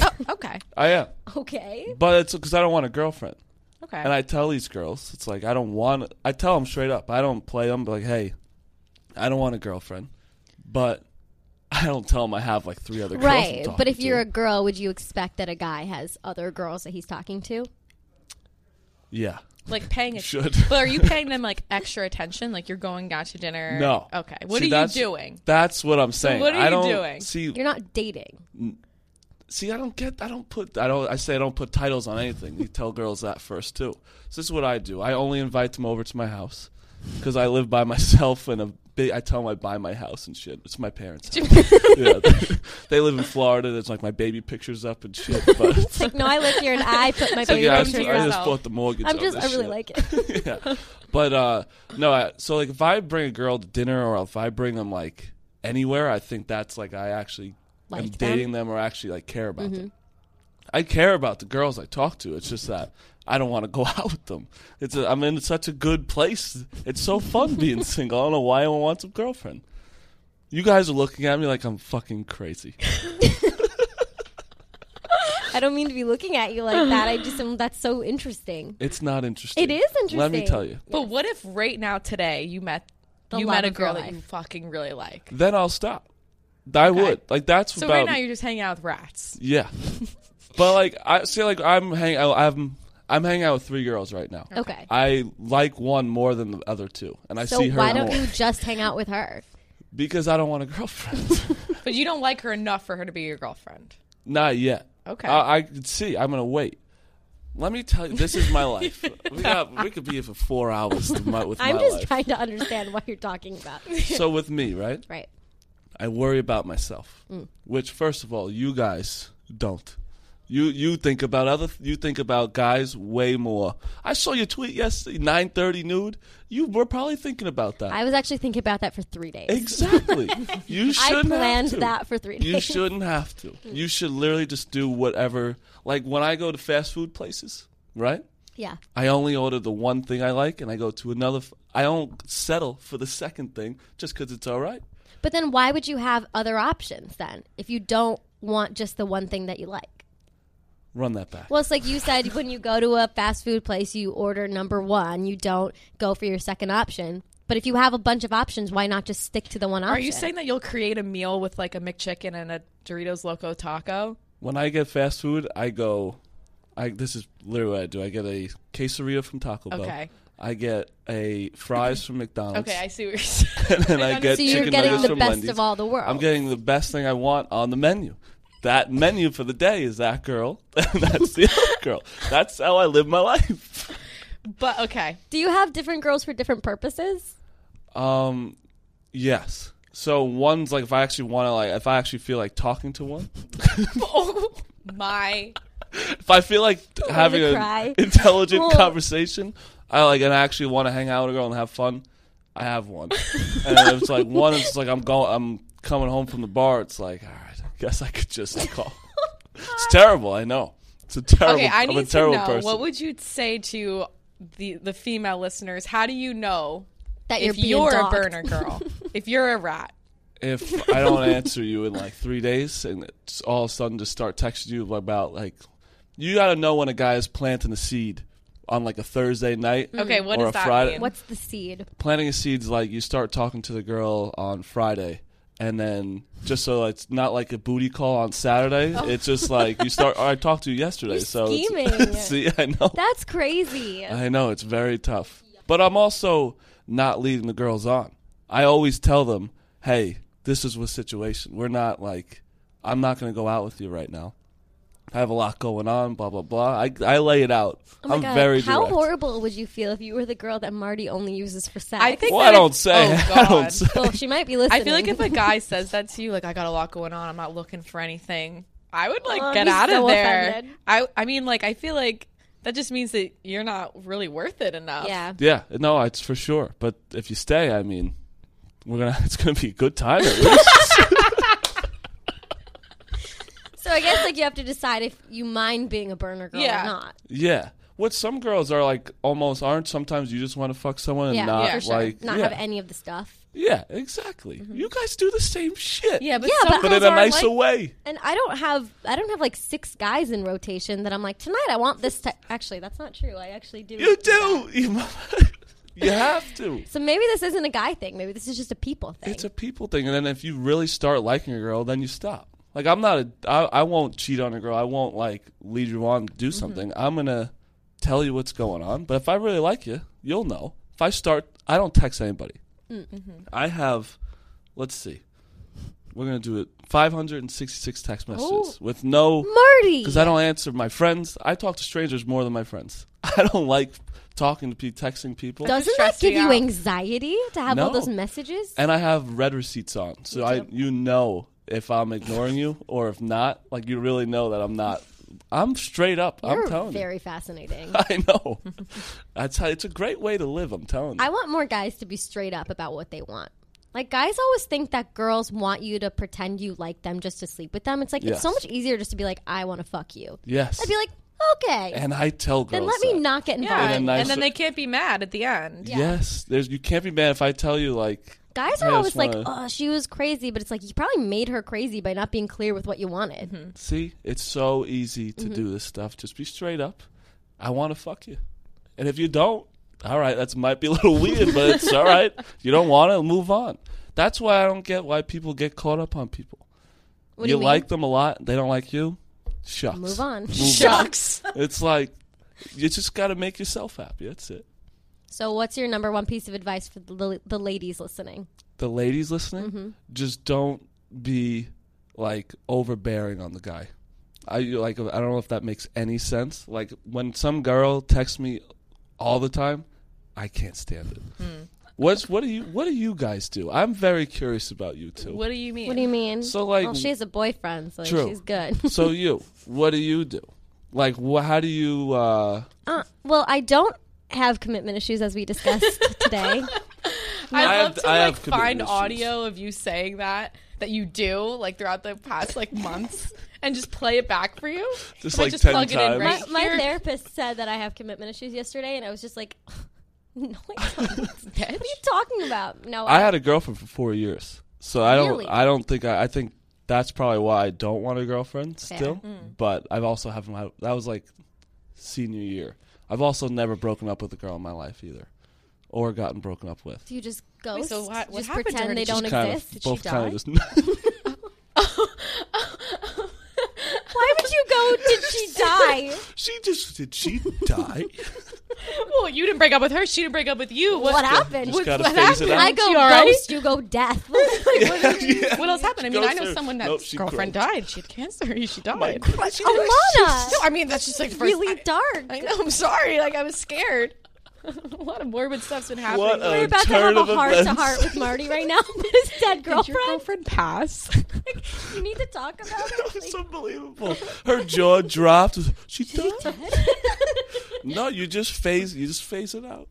Speaker 2: Oh, okay.
Speaker 6: I am.
Speaker 3: Okay.
Speaker 6: But it's because I don't want a girlfriend.
Speaker 2: Okay.
Speaker 6: And I tell these girls, it's like I don't want. I tell them straight up. I don't play them. But like, hey, I don't want a girlfriend. But [LAUGHS] I don't tell them I have like three other girls. I'm
Speaker 3: Right. But
Speaker 6: talking
Speaker 3: if you're
Speaker 6: to.
Speaker 3: a girl, would you expect that a guy has other girls that he's talking to?
Speaker 6: yeah,
Speaker 2: like paying attention.
Speaker 6: [LAUGHS] should.
Speaker 2: But are you paying them like extra attention? Like you're going out to dinner?
Speaker 6: no.
Speaker 2: Okay. What
Speaker 6: See,
Speaker 2: are you
Speaker 6: that's-
Speaker 2: doing?
Speaker 6: That's what I'm saying.
Speaker 2: what are
Speaker 6: I
Speaker 2: you
Speaker 6: don't,
Speaker 2: doing?
Speaker 6: See,
Speaker 3: You're not dating.
Speaker 6: See, I don't get. I don't put. I don't. I say I don't put titles on anything. you tell girls that first too. So this is what I do. I only invite them over to my house. because I live by [LAUGHS] myself and a big. I tell them I buy my house and shit. It's
Speaker 3: [LAUGHS]
Speaker 6: my parents' house. yeah, they, they live in Florida. There's like my baby pictures up and shit.
Speaker 3: [LAUGHS]
Speaker 6: But
Speaker 3: It's like, no, I live here and I put my
Speaker 6: so,
Speaker 3: baby
Speaker 6: yeah, I,
Speaker 3: picture
Speaker 6: just,
Speaker 2: to
Speaker 6: I just
Speaker 2: yourself.
Speaker 6: bought the mortgage.
Speaker 3: I'm
Speaker 6: on
Speaker 3: just, I
Speaker 6: this
Speaker 3: really
Speaker 6: shit.
Speaker 3: like it.
Speaker 6: [LAUGHS] yeah. But uh no, I, so like if I bring a girl to dinner or if I bring them like anywhere, I think that's like I actually am
Speaker 3: Like them? Mm-hmm.
Speaker 6: dating them or actually like care about them. I care about the girls I talk to. It's just that I don't want to go [LAUGHS] out with them. It's a, I'm in such a good place. It's so fun being [LAUGHS] single. I don't know why I want some girlfriend. You guys are looking at me like I'm fucking crazy.
Speaker 3: I don't mean to be looking at you like that. I just am, that's so interesting.
Speaker 6: It's not interesting.
Speaker 3: It is interesting.
Speaker 6: Let me tell you.
Speaker 2: But what if right now today you met
Speaker 3: The
Speaker 2: you
Speaker 3: love
Speaker 2: met a
Speaker 3: of your
Speaker 2: girl that
Speaker 3: life.
Speaker 2: you fucking really like?
Speaker 6: Then I'll stop. I would. Like that's
Speaker 2: So
Speaker 6: about
Speaker 2: right now you're just hanging out with rats.
Speaker 6: Yeah, but like I say, like I'm hang, I- I'm I'm hanging out with three girls right now.
Speaker 3: Okay.
Speaker 6: I like one more than the other two, and I
Speaker 3: so
Speaker 6: see her
Speaker 3: why don't
Speaker 6: more
Speaker 3: you just hang out with her?
Speaker 6: because I don't want a girlfriend. [LAUGHS]
Speaker 2: But you don't like her enough for her to be your girlfriend.
Speaker 6: Not yet.
Speaker 2: Okay.
Speaker 6: I, I could see. I'm gonna wait. Let me tell you, this
Speaker 3: [LAUGHS]
Speaker 6: is my life. we got we could be here for four hours to my, with
Speaker 3: I'm
Speaker 6: my
Speaker 3: just
Speaker 6: life.
Speaker 3: trying to understand what you're talking about.
Speaker 6: So with me, right?
Speaker 3: Right.
Speaker 6: I worry about myself,
Speaker 3: Mm.
Speaker 6: which first of all, you guys don't. You you think about other you think about guys way more. I saw your tweet yesterday, nine thirty nude. You were probably thinking about that.
Speaker 3: I was actually thinking about that for three days. [LAUGHS]
Speaker 6: exactly. you
Speaker 3: I
Speaker 6: shouldn't
Speaker 3: planned
Speaker 6: have to.
Speaker 3: that for three days. Mm.
Speaker 6: You shouldn't have to. You should literally just do whatever. Like when I go to fast food places, right?
Speaker 3: Yeah.
Speaker 6: I only order the one thing I like, and I go to another. F- I don't settle for the second thing just because it's all right.
Speaker 3: But then why would you have other options then if you don't want just the one thing that you like?
Speaker 6: Run that back.
Speaker 3: Well, it's like you said when you go to a fast food place, you order number one, you don't go for your second option. But if you have a bunch of options, why not just stick to the one option?
Speaker 2: Are you saying that you'll create a meal with like a McChicken and a Doritos Loco Taco?
Speaker 6: when I get fast food, I go. I this is literally what I do. I get a quesadilla from Taco Bell.
Speaker 2: Okay.
Speaker 6: I get a fries from McDonald's. [LAUGHS]
Speaker 2: Okay, I see what you're saying.
Speaker 6: and then I get
Speaker 3: So you're
Speaker 6: chicken
Speaker 3: getting
Speaker 6: nuggets
Speaker 3: the
Speaker 6: from
Speaker 3: best
Speaker 6: Wendy's.
Speaker 3: of all the worlds.
Speaker 6: I'm getting the best thing I want on the menu. That menu for the day is that girl. [LAUGHS] and That's
Speaker 3: [LAUGHS]
Speaker 6: the other girl. That's how I live my life.
Speaker 2: But okay, [LAUGHS]
Speaker 3: Do you have different girls for different purposes?
Speaker 6: Um, yes. So one's like if I actually want to like if I actually feel like talking to one,
Speaker 2: oh my
Speaker 6: if I feel like t- having
Speaker 3: wanna
Speaker 6: an
Speaker 3: cry.
Speaker 6: [LAUGHS] intelligent
Speaker 3: Oh.
Speaker 6: conversation, I like and I actually want to hang out with a girl and have fun. I
Speaker 2: [LAUGHS]
Speaker 6: have one, and then if it's like one. It's like I'm going. I'm coming home from the bar. It's like all right. I guess I
Speaker 2: [LAUGHS]
Speaker 6: could just call. it's terrible. I know. It's a terrible.
Speaker 2: okay, I
Speaker 6: I'm
Speaker 2: need
Speaker 6: a terrible
Speaker 2: to know
Speaker 6: person.
Speaker 2: what would [LAUGHS] you say to the the female listeners? How do you know
Speaker 3: That you're
Speaker 2: if
Speaker 3: being
Speaker 2: you're a
Speaker 3: dogged.
Speaker 2: burner
Speaker 3: [LAUGHS]
Speaker 2: girl? if you're a rat,
Speaker 6: if I don't answer you in like three days and it's all of a sudden just start texting you about like, you got to know when a guy is planting a seed on like a Thursday night.
Speaker 2: okay, what
Speaker 6: Or
Speaker 2: does
Speaker 6: a
Speaker 2: that
Speaker 6: Friday-
Speaker 2: mean?
Speaker 3: What's the seed?
Speaker 6: planting a seed's like you start talking to the girl on Friday and then just so it's not like a booty call on Saturday. It's just like you start I talked to you yesterday,
Speaker 3: Oh. You're
Speaker 6: so
Speaker 3: scheming.
Speaker 6: It's, [LAUGHS] see, I know.
Speaker 3: That's crazy.
Speaker 6: I know it's very tough. But I'm also not leading the girls on. I always tell them, "Hey, this is what situation. We're not like I'm not going to go out with you right now. I have a lot going on, blah blah blah." I I lay it out.
Speaker 3: Oh my
Speaker 6: I'm
Speaker 3: God.
Speaker 6: very
Speaker 3: How
Speaker 6: direct.
Speaker 3: horrible would you feel if you were the girl that Marty only uses for sex?
Speaker 2: I think
Speaker 6: Well,
Speaker 2: that
Speaker 6: I
Speaker 2: if-
Speaker 6: don't say.
Speaker 2: Oh,
Speaker 6: [LAUGHS] I
Speaker 2: God.
Speaker 6: don't say.
Speaker 3: Well, she might be listening.
Speaker 2: I feel like if a
Speaker 3: [LAUGHS]
Speaker 2: guy says that to you, like I got a lot going on, I'm not looking for anything. I would like
Speaker 3: Oh, I'd
Speaker 2: get
Speaker 3: be
Speaker 2: out
Speaker 3: so
Speaker 2: of there.
Speaker 3: offended.
Speaker 2: I I mean, like I feel like that just means that you're not really worth it enough.
Speaker 3: yeah.
Speaker 6: Yeah, no, it's for sure. But if you stay, I mean, we're gonna. [LAUGHS] It's gonna be a good time at least.
Speaker 3: [LAUGHS] So I guess like you have to decide if you mind being a burner girl
Speaker 2: Yeah.
Speaker 3: or not.
Speaker 6: yeah. What some girls are like almost aren't. Sometimes you just want to fuck someone and
Speaker 3: Yeah,
Speaker 6: not
Speaker 3: for sure.
Speaker 6: like
Speaker 3: not
Speaker 6: yeah,
Speaker 3: have any of the stuff.
Speaker 6: yeah, exactly. You guys do the same shit.
Speaker 2: yeah, but
Speaker 3: Yeah,
Speaker 2: some
Speaker 3: but
Speaker 6: but
Speaker 2: girls
Speaker 6: in a
Speaker 2: are
Speaker 6: nicer
Speaker 2: like,
Speaker 6: way.
Speaker 3: And I don't have I don't have like six guys in rotation that I'm like tonight I want this. T-. Actually, that's not true. I actually do.
Speaker 6: You
Speaker 3: that.
Speaker 6: do. You, [LAUGHS] you have to.
Speaker 3: So maybe this isn't a guy thing. Maybe this is just a people thing.
Speaker 6: It's a people thing, and then if you really start liking a girl, then you stop. Like I'm not a. I, I won't cheat on a girl. I won't like lead you on to do something. I'm gonna tell you what's going on. But if I really like you, you'll know. If I start, I don't text anybody. I have, let's see, We're gonna do it. Five hundred and sixty-six text
Speaker 2: Oh.
Speaker 6: messages with no
Speaker 3: Marty.
Speaker 6: because I don't answer my friends. I talk to strangers more than my friends. [LAUGHS] I don't like talking to people, texting people,
Speaker 2: Does-
Speaker 3: Doesn't that
Speaker 2: Stress
Speaker 3: give
Speaker 2: me
Speaker 3: you
Speaker 2: out.
Speaker 3: anxiety to have all
Speaker 6: No.
Speaker 3: those messages?
Speaker 6: and I have red receipts on, so I you know if I'm ignoring you or if not. Like you really know that I'm not. I'm straight up.
Speaker 3: You're
Speaker 6: I'm telling you.
Speaker 3: very fascinating.
Speaker 6: [LAUGHS] I know. I tell you, it's a great way to live. I'm telling you.
Speaker 3: I want more guys to be straight up about what they want. Like guys always think that girls want you to pretend you like them just to sleep with them. It's like it's so much
Speaker 6: Yes.
Speaker 3: easier just to be like, I want to fuck you.
Speaker 6: yes.
Speaker 3: I'd be like, okay,
Speaker 6: and I tell girls.
Speaker 3: then let me
Speaker 6: that.
Speaker 3: not get involved.
Speaker 2: Yeah,
Speaker 6: a
Speaker 2: and,
Speaker 6: nice-
Speaker 2: and then they can't be mad at the end.
Speaker 6: Yes, there's. You can't be mad if I tell you like.
Speaker 3: Guys
Speaker 6: I
Speaker 3: are
Speaker 6: just
Speaker 3: always like,
Speaker 6: wanna-
Speaker 3: oh, she was crazy, but it's like you probably made her crazy by not being clear with what you wanted.
Speaker 6: See, it's so easy
Speaker 3: Mm-hmm.
Speaker 6: to do this stuff. Just be straight up. I want to fuck you, and if you don't, all right, that might be a little weird, but it's
Speaker 3: [LAUGHS]
Speaker 6: all right. You don't want to move on. That's why I don't get why people get caught up on people.
Speaker 3: What do
Speaker 6: you
Speaker 3: you mean?
Speaker 6: like them a lot, they don't like you. Shucks.
Speaker 3: Move on.
Speaker 2: Shucks.
Speaker 6: It's like you just got to make yourself happy. That's it.
Speaker 3: So, what's your number one piece of advice for the, the ladies listening?
Speaker 6: the ladies listening,
Speaker 2: Mm-hmm.
Speaker 6: just don't be like overbearing on the guy. I you- like I don't know if that makes any sense. Like when some girl texts me all the time, I can't stand it.
Speaker 2: Hmm.
Speaker 6: What's what do you what do you guys do? I'm very curious about you two.
Speaker 2: What do you mean?
Speaker 3: What do you mean?
Speaker 6: So, like-
Speaker 3: well, she has a boyfriend, so like,
Speaker 6: True.
Speaker 3: she's good.
Speaker 6: so you, what do you do? Like wh- how do you uh
Speaker 3: Uh, well, I don't have commitment issues as we
Speaker 6: [LAUGHS]
Speaker 3: discussed today.
Speaker 2: I'd
Speaker 6: I
Speaker 2: love
Speaker 6: have-
Speaker 2: to
Speaker 6: I
Speaker 2: like
Speaker 6: have commitment
Speaker 2: find
Speaker 6: issues.
Speaker 2: audio of you saying that that you do like throughout the past like months and just play it back for
Speaker 3: [LAUGHS]
Speaker 2: you.
Speaker 6: Just,
Speaker 2: If I
Speaker 6: like, 10
Speaker 2: plug it in
Speaker 6: times.
Speaker 3: My,
Speaker 2: right
Speaker 3: my
Speaker 2: here.
Speaker 3: therapist said that I have commitment issues yesterday, and I was just like, [LAUGHS] "No, I don't. what are
Speaker 2: Bitch.
Speaker 3: you talking about? No,
Speaker 6: I had a girlfriend for four years, so I don't.
Speaker 3: Really?
Speaker 6: I don't think. I, I think that's probably why I don't want a girlfriend still.
Speaker 3: Mm.
Speaker 6: But I've also haven't. had- That was like senior year. I've also never broken up with a girl in my life either, or gotten broken up with.
Speaker 3: do you just ghost?
Speaker 2: so what- what
Speaker 3: just
Speaker 2: happened to
Speaker 3: pretend
Speaker 2: her?
Speaker 3: they
Speaker 2: Did she
Speaker 3: don't
Speaker 6: kind
Speaker 3: exist.
Speaker 6: of
Speaker 3: Did
Speaker 6: both
Speaker 3: she
Speaker 6: kind
Speaker 3: die?
Speaker 6: of just. [LAUGHS]
Speaker 3: Why would you go? Did she die?
Speaker 6: she just did. She
Speaker 3: [LAUGHS]
Speaker 6: die.
Speaker 2: Well, you didn't break up with her. She didn't break up with you.
Speaker 3: what, happened?
Speaker 6: Just
Speaker 2: [LAUGHS]
Speaker 6: gotta
Speaker 2: what
Speaker 6: phase
Speaker 2: [LAUGHS]
Speaker 6: it
Speaker 2: happened?
Speaker 6: out.
Speaker 3: I go
Speaker 2: She all right?
Speaker 3: ghost, you go death. [LAUGHS] Like,
Speaker 6: [LAUGHS]
Speaker 3: what is-
Speaker 2: What else happened? I mean,
Speaker 6: goes
Speaker 2: I know
Speaker 6: through-
Speaker 2: someone
Speaker 6: Nope,
Speaker 2: that's
Speaker 6: she
Speaker 2: girlfriend died. She had cancer. [LAUGHS] She died.
Speaker 3: Alana,
Speaker 2: No, I mean that's just like the [LAUGHS] first.
Speaker 3: really
Speaker 2: I,
Speaker 3: dark.
Speaker 2: I know. I'm sorry. Like I was scared. [LAUGHS] a lot of morbid stuff's been happening.
Speaker 6: What a
Speaker 3: We're about to
Speaker 6: turn
Speaker 3: have a
Speaker 6: of
Speaker 3: heart to
Speaker 6: events.
Speaker 3: heart with Marty right now, [LAUGHS] but his dead
Speaker 2: Did your girlfriend
Speaker 3: girlfriend. [LAUGHS]
Speaker 2: pass?
Speaker 3: You need to talk about it.
Speaker 6: It's unbelievable. Her jaw dropped. She died.
Speaker 3: Like-
Speaker 6: No, you just phase you just phase it out.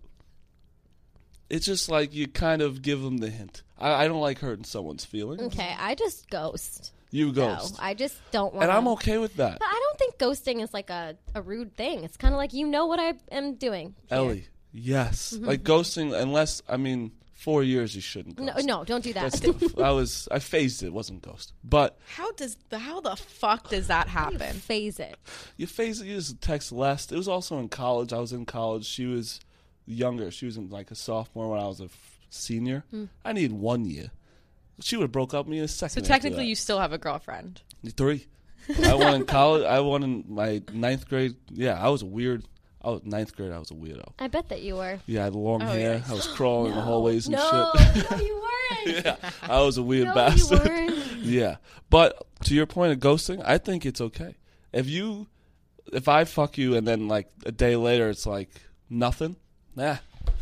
Speaker 6: It's just like you kind of give them the hint. I, I don't like hurting someone's
Speaker 3: [LAUGHS]
Speaker 6: feelings.
Speaker 3: okay, I just ghost.
Speaker 6: You
Speaker 3: though.
Speaker 6: ghost,
Speaker 3: I just don't want.
Speaker 6: and I'm okay with that.
Speaker 3: But I don't think ghosting is like a, a rude thing. It's kind of like you know what I Mm-hmm. am doing. here.
Speaker 6: Ellie, yes, like ghosting. Unless I mean, four years you shouldn't.
Speaker 3: No,
Speaker 6: Ghost.
Speaker 3: no, don't do
Speaker 6: That's
Speaker 3: that.
Speaker 6: the- I was I phased it. it Wasn't ghost, but
Speaker 2: How does the how the fuck does that happen?
Speaker 3: [LAUGHS] Phase it.
Speaker 6: you phase it. You just text less. It was also in college. I was in college. She was younger. She was in like a sophomore when I was a f- senior.
Speaker 3: Mm.
Speaker 6: I needed one year. She would have broke up with me in a
Speaker 2: So
Speaker 6: second. after
Speaker 2: technically,
Speaker 6: that.
Speaker 2: you still have a girlfriend.
Speaker 3: [LAUGHS]
Speaker 6: Three. I won in college. I won in my ninth grade. Yeah, I was a weird. I was ninth grade. I was a weirdo.
Speaker 3: I bet that you were.
Speaker 6: Yeah, I had long hair.
Speaker 2: Oh, yeah.
Speaker 6: I was
Speaker 2: [GASPS]
Speaker 6: crawling in the hallways and
Speaker 3: no,
Speaker 6: shit.
Speaker 3: no, you weren't.
Speaker 6: [LAUGHS] yeah, [LAUGHS] I was a weird
Speaker 3: No, you
Speaker 6: bastard. [LAUGHS]
Speaker 3: weren't.
Speaker 6: yeah, but to your point of ghosting, I think it's okay if you, if I fuck you and then like a day later it's like nothing. Nah,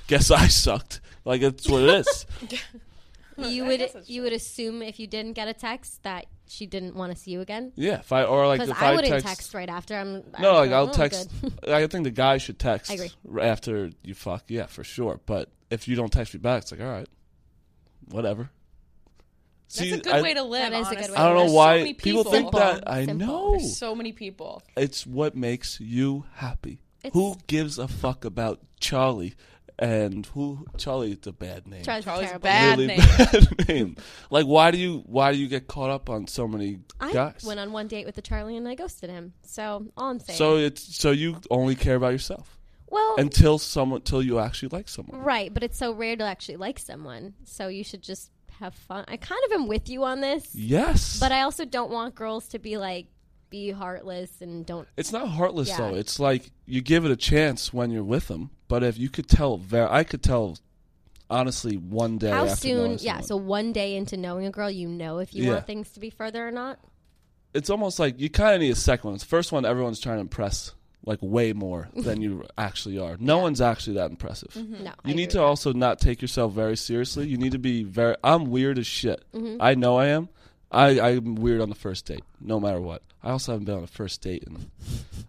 Speaker 6: guess I sucked. Like that's what
Speaker 2: [LAUGHS]
Speaker 6: it is.
Speaker 3: You would you would assume if you didn't get a text that she didn't want to see you again.
Speaker 6: yeah, if I or like
Speaker 3: Because
Speaker 6: if
Speaker 3: I,
Speaker 6: I,
Speaker 3: wouldn't text,
Speaker 6: text
Speaker 3: right after. I'm I
Speaker 6: No,
Speaker 3: would
Speaker 6: like
Speaker 3: go,
Speaker 6: I'll
Speaker 3: "Oh,
Speaker 6: text.
Speaker 3: good."
Speaker 6: I think the [LAUGHS] guy should text
Speaker 3: I agree.
Speaker 6: r- after you fuck. Yeah, for sure. But if you don't text me back, it's like all right, whatever.
Speaker 2: That's
Speaker 6: See,
Speaker 2: a good
Speaker 6: I,
Speaker 2: way to live.
Speaker 3: That is a
Speaker 2: honestly.
Speaker 3: good way to
Speaker 6: I don't know
Speaker 3: There's
Speaker 2: so
Speaker 6: why
Speaker 2: many
Speaker 6: people, think
Speaker 3: people.
Speaker 6: that. I
Speaker 3: Simple.
Speaker 6: know
Speaker 2: There's so many people.
Speaker 6: it's what makes you happy.
Speaker 3: It's-
Speaker 6: who gives a fuck about Charlie? And who Charlie? It's a bad name.
Speaker 3: Charlie's
Speaker 2: Charlie's
Speaker 3: terrible.
Speaker 2: bad
Speaker 6: really
Speaker 2: name.
Speaker 6: bad [LAUGHS] name. Like, why do you why do you get caught up on so many
Speaker 3: [LAUGHS] I
Speaker 6: guys?
Speaker 3: went on one date with the Charlie and I ghosted him. So all I'm saying.
Speaker 6: so it's so you only care about yourself
Speaker 3: well,
Speaker 6: until someone till you actually like someone.
Speaker 3: Right, but it's so rare to actually like someone. So you should just have fun. I kind of am with you on this,
Speaker 6: Yes,
Speaker 3: but I also don't want girls to be like be heartless and don't
Speaker 6: It's not heartless
Speaker 3: Yeah.
Speaker 6: though. It's like you give it a chance when you're with them. But if you could tell, ver- I could tell. honestly one day.
Speaker 3: How
Speaker 6: after
Speaker 3: soon?
Speaker 6: knowing
Speaker 3: Yeah,
Speaker 6: someone.
Speaker 3: so one day into knowing a girl, you know if you
Speaker 6: Yeah.
Speaker 3: want things to be further or not.
Speaker 6: it's almost like you kind of need a second one. It's the first one, everyone's trying to impress like
Speaker 3: [LAUGHS]
Speaker 6: way more than you actually are. No one's actually that impressive.
Speaker 3: No, Mm-hmm. I
Speaker 6: You
Speaker 3: agree
Speaker 6: need to
Speaker 3: with
Speaker 6: also not take yourself very seriously. You need to be very. I'm weird as shit.
Speaker 3: Mm-hmm.
Speaker 6: I know I am. I, I'm weird on the first date, no matter what. I also haven't been on a first date, and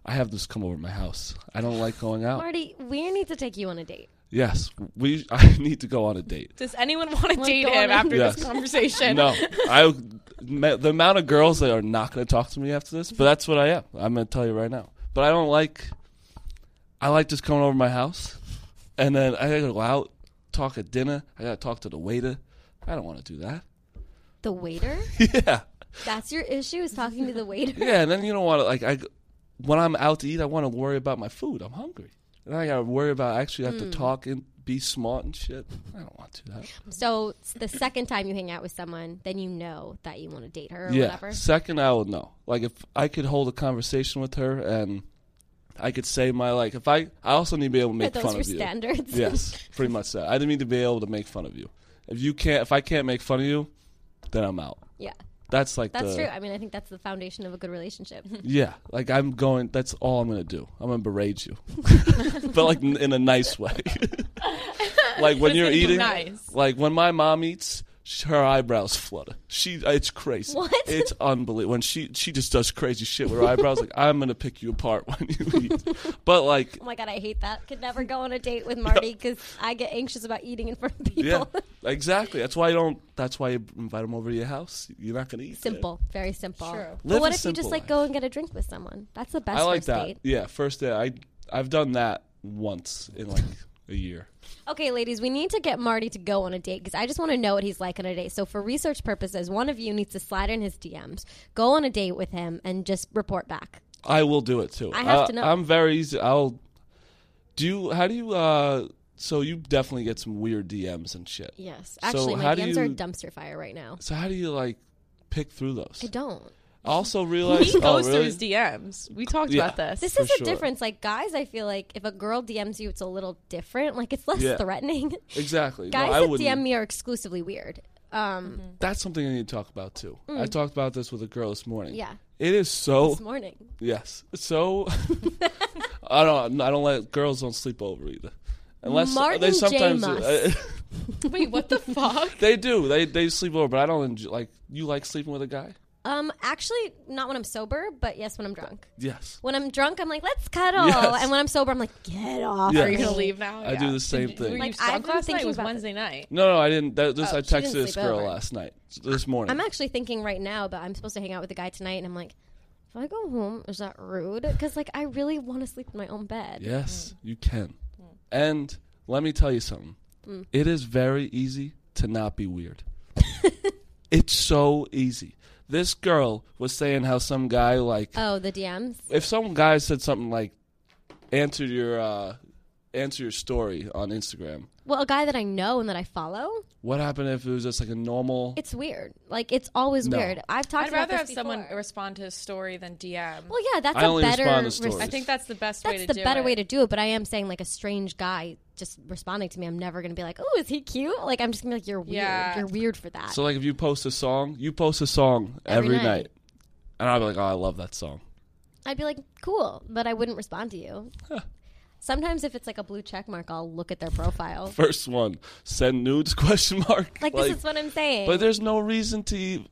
Speaker 6: I have this come over to my house. I don't like going
Speaker 3: that.
Speaker 6: out.
Speaker 3: Marty, we need to take you on a date.
Speaker 6: Yes, we. [LAUGHS] I need to go on a date.
Speaker 2: [LAUGHS] Does anyone want to
Speaker 3: Wanna
Speaker 2: date
Speaker 3: go on
Speaker 2: him
Speaker 3: a-
Speaker 2: after
Speaker 6: Yes.
Speaker 2: this [LAUGHS] conversation?
Speaker 6: [LAUGHS] No, I. ma- The amount of girls that are not going to talk to me after this, but that's what I am. I'm going to tell you right now. But I don't like. I like just coming over to my house, and then I gotta go out, talk at dinner. I gotta talk to the waiter. I don't want to do that.
Speaker 3: The
Speaker 6: [LAUGHS]
Speaker 3: waiter?
Speaker 6: yeah,
Speaker 3: That's your issue is talking to the waiter.
Speaker 6: yeah. And then you don't want to like. I when I'm out to eat, I want to worry about my food. I'm hungry, and I gotta worry about. I actually have to talk and be smart and shit. I don't want to do that.
Speaker 3: So it's the second time you hang out with someone, then you know that you want to date her or
Speaker 6: yeah.
Speaker 3: whatever.
Speaker 6: Second, I would know. Like if I could hold a conversation with her and I could save my like if I I also need to be able to
Speaker 3: But
Speaker 6: make
Speaker 3: those
Speaker 6: fun
Speaker 3: are
Speaker 6: of you.
Speaker 3: standards.
Speaker 6: [LAUGHS] yes, pretty much that. I need to be able to make fun of you. If you can't, if I can't make fun of you, then I'm out.
Speaker 3: [LAUGHS] yeah.
Speaker 6: That's like
Speaker 3: That's
Speaker 6: the,
Speaker 3: true. I mean, I think that's the foundation of a good relationship.
Speaker 6: Yeah, like I'm going. That's all I'm gonna do. I'm gonna
Speaker 3: [LAUGHS]
Speaker 6: berate you, but like n- in a nice way. like when
Speaker 2: It's
Speaker 6: you're
Speaker 2: gonna be
Speaker 6: eating,
Speaker 2: nice.
Speaker 6: like when my mom eats, sh- her eyebrows flutter. She, it's crazy.
Speaker 3: What?
Speaker 6: It's unbelievable. When she she just does crazy shit with her eyebrows. Like I'm gonna pick you apart [LAUGHS] when you eat. But like,
Speaker 3: Oh my god, I hate that. Could never go on a date
Speaker 6: [LAUGHS]
Speaker 3: with Marty because I get anxious about eating in front of
Speaker 6: yeah,
Speaker 3: people. [LAUGHS]
Speaker 6: exactly. That's why you don't. That's why you invite them over to your house. You're not gonna eat. there.
Speaker 3: Simple, very simple.
Speaker 2: True.
Speaker 3: But
Speaker 6: Live
Speaker 3: what
Speaker 6: a
Speaker 3: if you just
Speaker 6: simple
Speaker 3: like
Speaker 6: life.
Speaker 3: go and get a drink with someone? That's the best
Speaker 6: I like
Speaker 3: first
Speaker 6: that.
Speaker 3: date.
Speaker 6: Yeah, first day. I I've done that once in like a year.
Speaker 3: Okay, ladies, we need to get Marty to go on a date because I just want to know what he's like on a date. So, for research purposes, one of you needs to slide in his DMs, go on a date with him, and just report back.
Speaker 6: I will do it too. Uh,
Speaker 3: I have to know.
Speaker 6: I'm very easy. I'll do. You, how do you? uh So you definitely get some weird DMs and shit.
Speaker 3: Yes,
Speaker 6: So
Speaker 3: actually,
Speaker 6: how
Speaker 3: my
Speaker 6: do
Speaker 3: DMs are a
Speaker 6: you-
Speaker 3: dumpster fire right now.
Speaker 6: So how do you like pick through those?
Speaker 3: I don't.
Speaker 6: I also realize
Speaker 2: He
Speaker 3: [LAUGHS]
Speaker 2: goes
Speaker 6: oh,
Speaker 2: through
Speaker 6: really?
Speaker 2: his DMs. We talked
Speaker 6: Yeah.
Speaker 2: about this.
Speaker 3: This
Speaker 6: For
Speaker 3: is the
Speaker 6: sure.
Speaker 3: difference. Like guys, I feel like if a girl DMs you, it's a little different. Like it's less
Speaker 6: Yeah.
Speaker 3: threatening. [LAUGHS]
Speaker 6: exactly.
Speaker 3: guys
Speaker 6: no, I
Speaker 3: that
Speaker 6: wouldn't.
Speaker 3: DM me are exclusively weird. Um,
Speaker 6: That's something I need to talk about too. I talked about this with a girl this morning.
Speaker 3: Mm. Yeah.
Speaker 6: It is so
Speaker 3: This morning,
Speaker 6: yes.
Speaker 3: [LAUGHS]
Speaker 6: So I don't. I don't let girls don't sleep over either. Unless
Speaker 3: Martin
Speaker 6: they
Speaker 3: J.
Speaker 6: sometimes
Speaker 3: Muss.
Speaker 2: Wait, what the fuck?
Speaker 6: [LAUGHS] they do. They they sleep over, but I don't enjoy, like you like sleeping with a guy.
Speaker 3: um, actually, not when I'm sober, but yes, when I'm drunk.
Speaker 6: Yes.
Speaker 3: When I'm drunk, I'm like, let's cuddle,
Speaker 6: Yes.
Speaker 3: and when I'm sober, I'm like, get off.
Speaker 6: [LAUGHS] Yes.
Speaker 2: Are you gonna
Speaker 3: me.
Speaker 2: leave now?
Speaker 6: I do the same
Speaker 2: Did-
Speaker 6: thing.
Speaker 2: Were you
Speaker 3: Like, I've
Speaker 2: drunk
Speaker 3: been
Speaker 2: last night?
Speaker 3: thinking
Speaker 2: It was
Speaker 3: about
Speaker 2: Wednesday night.
Speaker 6: No, no, I didn't. That, this
Speaker 3: Oh,
Speaker 6: I
Speaker 3: she didn't
Speaker 6: texted this
Speaker 3: sleep
Speaker 6: girl
Speaker 3: over.
Speaker 6: last night, this morning.
Speaker 3: I'm actually thinking right now, but I'm supposed to hang out with a guy tonight, and I'm like, if I go home, is that rude? Because like I really want to sleep in my own bed. Mm.
Speaker 6: yes, you can. And let me tell you something.
Speaker 3: Mm.
Speaker 6: It is very easy to not
Speaker 3: [LAUGHS]
Speaker 6: be weird. it's so easy. This girl was saying how some guy like
Speaker 3: Oh, the DMs.
Speaker 6: if some guy said something like answer your uh answer your story on Instagram.
Speaker 3: Well, a guy that I know and that I follow,
Speaker 6: What happened if it was just like a normal
Speaker 3: it's weird. Like it's always
Speaker 6: No.
Speaker 3: weird. I've talked
Speaker 2: I'd
Speaker 3: about
Speaker 2: rather have
Speaker 3: this
Speaker 2: someone
Speaker 3: before.
Speaker 2: respond to a story than DM.
Speaker 3: Well, yeah, that's
Speaker 6: I
Speaker 3: a
Speaker 6: only
Speaker 3: better.
Speaker 6: respond to stories.
Speaker 2: I think that's the best way
Speaker 3: that's
Speaker 2: to
Speaker 3: the
Speaker 2: do
Speaker 3: better
Speaker 2: it.
Speaker 3: way to do it. But I am saying like a strange guy just responding to me. I'm never gonna be like, oh, is he cute? Like I'm just gonna be like, you're weird.
Speaker 2: Yeah.
Speaker 3: You're weird for that.
Speaker 6: So like if you post a song, you post a song
Speaker 3: Every
Speaker 6: every,
Speaker 3: night.
Speaker 6: night. And I'll be like, "Oh, I love that song."
Speaker 3: I'd be like, cool, but I wouldn't respond to you. Sometimes if it's like a blue check mark, I'll look at their profile.
Speaker 6: First one, send nudes [LAUGHS] question mark.
Speaker 3: Like, this is what I'm saying.
Speaker 6: But there's no reason to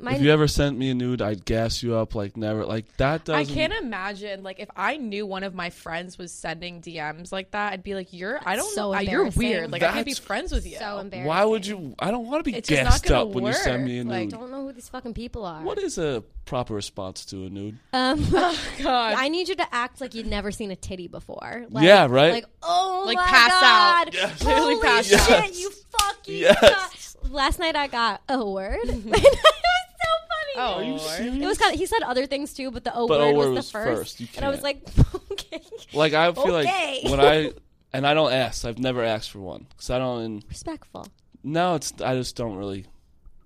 Speaker 3: My-
Speaker 6: If you ever sent me a nude, I'd gas you up like never like that
Speaker 2: I
Speaker 6: doesn't
Speaker 2: can't imagine like if I knew one of my friends was sending DMs like that, I'd be like, "You're I don't
Speaker 3: so
Speaker 2: know, you're
Speaker 3: embarrassing.
Speaker 2: weird. Like I can't be
Speaker 6: That's
Speaker 2: friends with you."
Speaker 3: so embarrassing.
Speaker 6: Why would you I don't want to be
Speaker 2: It's just not
Speaker 6: gassed
Speaker 2: gonna
Speaker 6: up when you send me a
Speaker 2: work, like,
Speaker 3: I
Speaker 6: nude.
Speaker 3: don't know who these fucking people are.
Speaker 6: what is a proper response to a nude?
Speaker 2: [LAUGHS]
Speaker 3: um,
Speaker 2: Oh, God.
Speaker 3: I need you to act like you'd never seen a titty before. Like,
Speaker 6: Yeah, right?
Speaker 3: Like, oh
Speaker 2: Like,
Speaker 3: my
Speaker 2: pass out.
Speaker 6: [LAUGHS]
Speaker 3: god,
Speaker 2: Yes.
Speaker 3: holy
Speaker 2: Clearly pass
Speaker 3: shit,
Speaker 2: out.
Speaker 3: you fucking.
Speaker 6: Yes.
Speaker 3: got- Last night I got a word. [LAUGHS] it was so funny.
Speaker 2: oh,
Speaker 6: Are you
Speaker 2: Lord.
Speaker 6: serious?
Speaker 3: It was kind of, he said other things too, but the O
Speaker 6: But
Speaker 3: word
Speaker 6: O
Speaker 3: was
Speaker 6: word
Speaker 3: the
Speaker 6: was
Speaker 3: first.
Speaker 6: first. You
Speaker 3: And I was like, [LAUGHS] okay.
Speaker 6: like I feel
Speaker 2: [LAUGHS]
Speaker 3: Okay.
Speaker 6: like when I and I don't ask. I've never asked for one cuz I don't
Speaker 3: [LAUGHS] Respectful.
Speaker 2: [LAUGHS]
Speaker 6: No, it's I just don't really.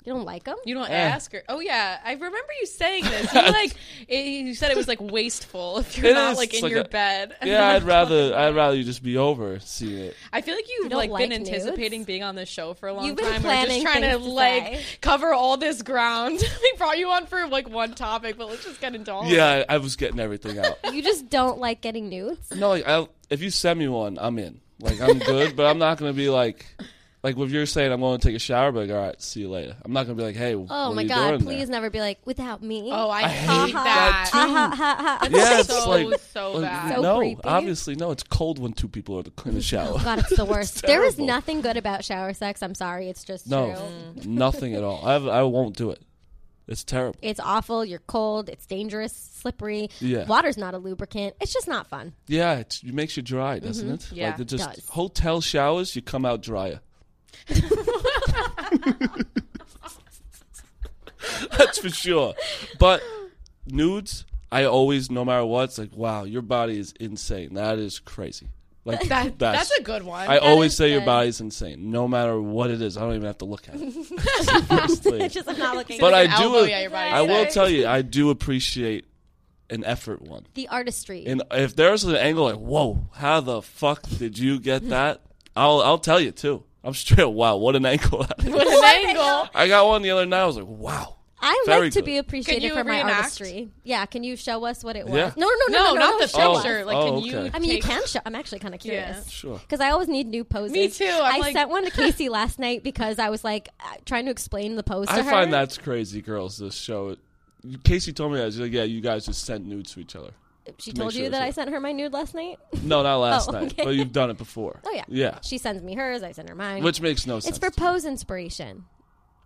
Speaker 3: You don't like them?
Speaker 2: You
Speaker 6: Eh.
Speaker 2: don't ask her. Oh yeah, I remember you saying
Speaker 6: [LAUGHS]
Speaker 2: this. You like it, you said it was like wasteful if you're
Speaker 6: It
Speaker 2: not
Speaker 6: is.
Speaker 2: like
Speaker 6: It's
Speaker 2: in
Speaker 6: like
Speaker 2: your
Speaker 6: a-
Speaker 2: bed. [LAUGHS]
Speaker 6: Yeah, I'd rather I'd rather you just be over seeing it.
Speaker 2: I feel like you've
Speaker 3: don't
Speaker 2: like, been
Speaker 3: like nudes?
Speaker 2: anticipating being on this show for a long
Speaker 3: You've been
Speaker 2: time. We're just
Speaker 3: planning
Speaker 2: trying to,
Speaker 3: things to
Speaker 2: like
Speaker 3: say.
Speaker 2: cover all this ground. [LAUGHS] we brought you on for like one topic, but let's just get into all. of it.
Speaker 6: Yeah, I, I was getting everything out.
Speaker 3: You just don't like getting
Speaker 6: [LAUGHS]
Speaker 3: nudes?
Speaker 6: No, like I, if you send me one, I'm in. Like I'm good, but I'm not gonna be like, like if you're saying I'm going to take a shower, but like, all right, see you later. I'm not gonna be like, hey, oh
Speaker 3: Oh
Speaker 6: what
Speaker 3: my
Speaker 6: are you
Speaker 3: god,
Speaker 6: doing
Speaker 3: please
Speaker 6: there?
Speaker 3: never be like, without me.
Speaker 2: Oh, I,
Speaker 6: hate
Speaker 2: hate that.
Speaker 6: that, too.
Speaker 3: ha, ha, ha.
Speaker 6: Yeah, it's
Speaker 2: So,
Speaker 6: like
Speaker 2: so
Speaker 6: like,
Speaker 2: bad.
Speaker 3: So
Speaker 6: no,
Speaker 3: creepy.
Speaker 6: obviously no. It's cold when two people are in the shower.
Speaker 3: God, it's
Speaker 6: [LAUGHS]
Speaker 3: the worst. there is
Speaker 6: terrible.
Speaker 3: nothing good about shower sex. I'm sorry. It's just true.
Speaker 6: no, nothing at all. I I won't do it. It's terrible.
Speaker 3: It's awful. You're cold. It's dangerous, slippery.
Speaker 6: Yeah.
Speaker 3: Water's not a lubricant. It's just not fun.
Speaker 6: Yeah, it's, it makes you dry, doesn't it?
Speaker 2: Mm-hmm. Yeah,
Speaker 6: like it just
Speaker 3: does.
Speaker 6: hotel showers, you come
Speaker 2: [LAUGHS]
Speaker 6: out drier. That's for sure. But nudes, I always, no matter what, it's like, wow, your body is insane. That is crazy. Like
Speaker 2: That,
Speaker 6: that's,
Speaker 2: that's, a good one.
Speaker 6: I always
Speaker 3: is
Speaker 6: say your
Speaker 3: good.
Speaker 6: body's insane, no matter what it is. I don't even have to look at
Speaker 2: [LAUGHS]
Speaker 6: it. Seriously.
Speaker 3: It's just I'm not looking.
Speaker 6: but
Speaker 2: like an
Speaker 6: I do.
Speaker 2: elbow, yeah, your body's
Speaker 6: I will
Speaker 2: [LAUGHS] insane.
Speaker 6: tell you, I do appreciate an effort one.
Speaker 3: the artistry.
Speaker 6: And if there's an angle like, whoa, how the fuck did you get that? I'll I'll tell you too. I'm straight. Wow, what an [LAUGHS] angle! that is."
Speaker 2: What an angle.
Speaker 6: I got one the other night. I was like, wow.
Speaker 3: I
Speaker 6: Very
Speaker 3: like to
Speaker 6: good.
Speaker 3: be
Speaker 2: Can
Speaker 3: appreciated
Speaker 2: you
Speaker 3: for my
Speaker 2: reenact?
Speaker 3: artistry. Yeah, can you show us what it was?
Speaker 6: Yeah.
Speaker 3: No, no,
Speaker 2: No,
Speaker 3: no, no, no,
Speaker 2: not
Speaker 3: no,
Speaker 2: the
Speaker 3: show us.
Speaker 2: picture. Like,
Speaker 6: Oh,
Speaker 2: can
Speaker 6: okay.
Speaker 2: you?
Speaker 3: I mean, you
Speaker 2: take-
Speaker 3: can show. I'm actually kind of curious.
Speaker 6: Sure.
Speaker 3: Because I always need new poses.
Speaker 2: Me too. I'm
Speaker 3: I
Speaker 2: like-
Speaker 3: sent
Speaker 2: [LAUGHS]
Speaker 3: one to Casey last night because I was like uh, trying to explain the pose to
Speaker 6: I
Speaker 3: her.
Speaker 6: find that's crazy, girls. This show. Casey told me that. She's like, yeah, you guys just send nudes to each other.
Speaker 3: She
Speaker 6: Make
Speaker 3: told you
Speaker 6: sure
Speaker 3: that
Speaker 6: it's
Speaker 3: I
Speaker 6: it.
Speaker 3: sent her my nude last night.
Speaker 6: No, not
Speaker 3: [LAUGHS]
Speaker 6: last
Speaker 3: Oh,
Speaker 6: night,
Speaker 3: okay.
Speaker 6: but you've done it before.
Speaker 3: Oh yeah.
Speaker 6: Yeah.
Speaker 3: She sends me hers. I send her mine.
Speaker 6: Which makes no sense.
Speaker 3: it's for
Speaker 6: to me.
Speaker 3: pose inspiration.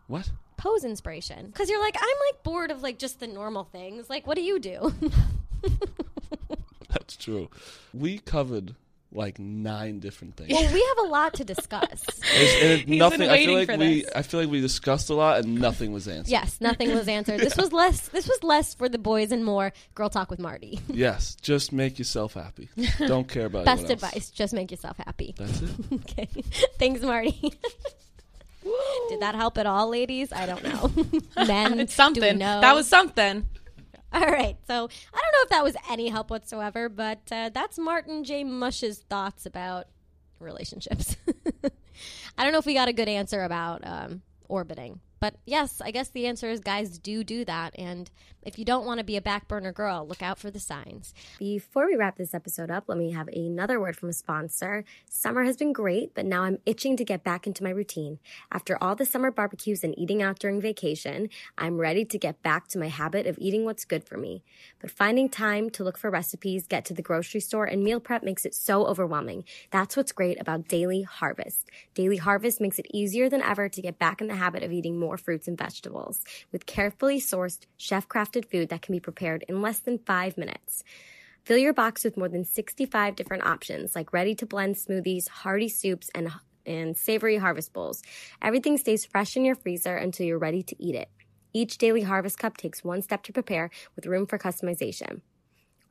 Speaker 6: What? [LAUGHS]
Speaker 3: Pose inspiration. Because you're like I'm like bored of like just the normal things. Like what do you do? [LAUGHS]
Speaker 6: That's true. We covered like nine
Speaker 3: [LAUGHS]
Speaker 6: different things.
Speaker 3: well, we have a lot to discuss.
Speaker 6: It's- and it-
Speaker 2: been
Speaker 6: nothing. I
Speaker 2: waiting
Speaker 6: feel like
Speaker 2: for
Speaker 6: we.
Speaker 2: this.
Speaker 6: I feel like we discussed a lot and nothing was answered.
Speaker 3: Yes, nothing was answered. This was less. This was less for the boys and more girl talk with Marty.
Speaker 6: Yes, just make
Speaker 3: [LAUGHS]
Speaker 6: yourself happy. Don't care about
Speaker 3: Best
Speaker 6: anyone else.
Speaker 3: advice: just make yourself happy.
Speaker 6: That's it.
Speaker 3: Okay, [LAUGHS] thanks, Marty. [LAUGHS] Did that help at all, ladies? I don't know. [LAUGHS]
Speaker 2: [LAUGHS]
Speaker 3: Men,
Speaker 2: It's
Speaker 3: do
Speaker 2: something.
Speaker 3: we know?
Speaker 2: That was something.
Speaker 3: [LAUGHS] all right. So I don't know if that was any help whatsoever, but uh, that's Martin J. Mush's thoughts about relationships. [LAUGHS] I don't know if we got a good answer about um, orbiting, but yes, I guess the answer is guys do do that, and if you don't want to be a back burner girl, look out for the signs. Before we wrap this episode up, let me have another word from a sponsor. Summer has been great, but now I'm itching to get back into my routine. After all the summer barbecues and eating out during vacation, I'm ready to get back to my habit of eating what's good for me. But finding time to look for recipes, get to the grocery store, and meal prep makes it so overwhelming. That's what's great about Daily Harvest. Daily Harvest makes it easier than ever to get back in the habit of eating more fruits and vegetables with carefully sourced, chef crafted food that can be prepared in less than five minutes. Fill your box with more than 65 different options like ready to blend smoothies, hearty soups, and, and savory harvest bowls. Everything stays fresh in your freezer until you're ready to eat it. Each daily harvest cup takes one step to prepare with room for customization.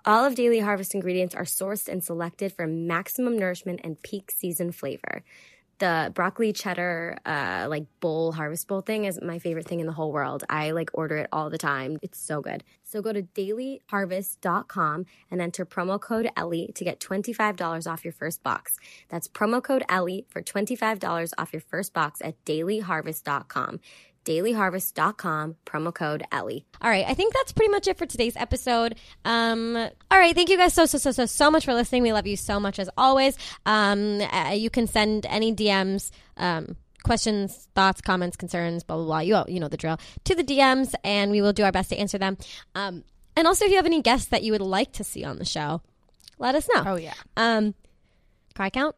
Speaker 3: All of Daily Harvest ingredients are sourced and selected for maximum nourishment and peak season flavor. The broccoli cheddar, uh, like bowl harvest bowl thing is my favorite thing in the whole world. I like order it all the time. It's so good. So go to dailyharvest.com and enter promo code Ellie to get $25 off your first box. That's promo code Ellie for $25 off your first box at dailyharvest.com dailyharvest.com promo code ellie all right i think that's pretty much it for today's episode um all right thank you guys so so so so so much for listening we love you so much as always um uh, you can send any dms um questions thoughts comments concerns blah blah blah you all you know the drill to the dms and we will do our best to answer them um and also if you have any guests that you would like to see on the show let us know
Speaker 2: Oh yeah.
Speaker 3: um cry count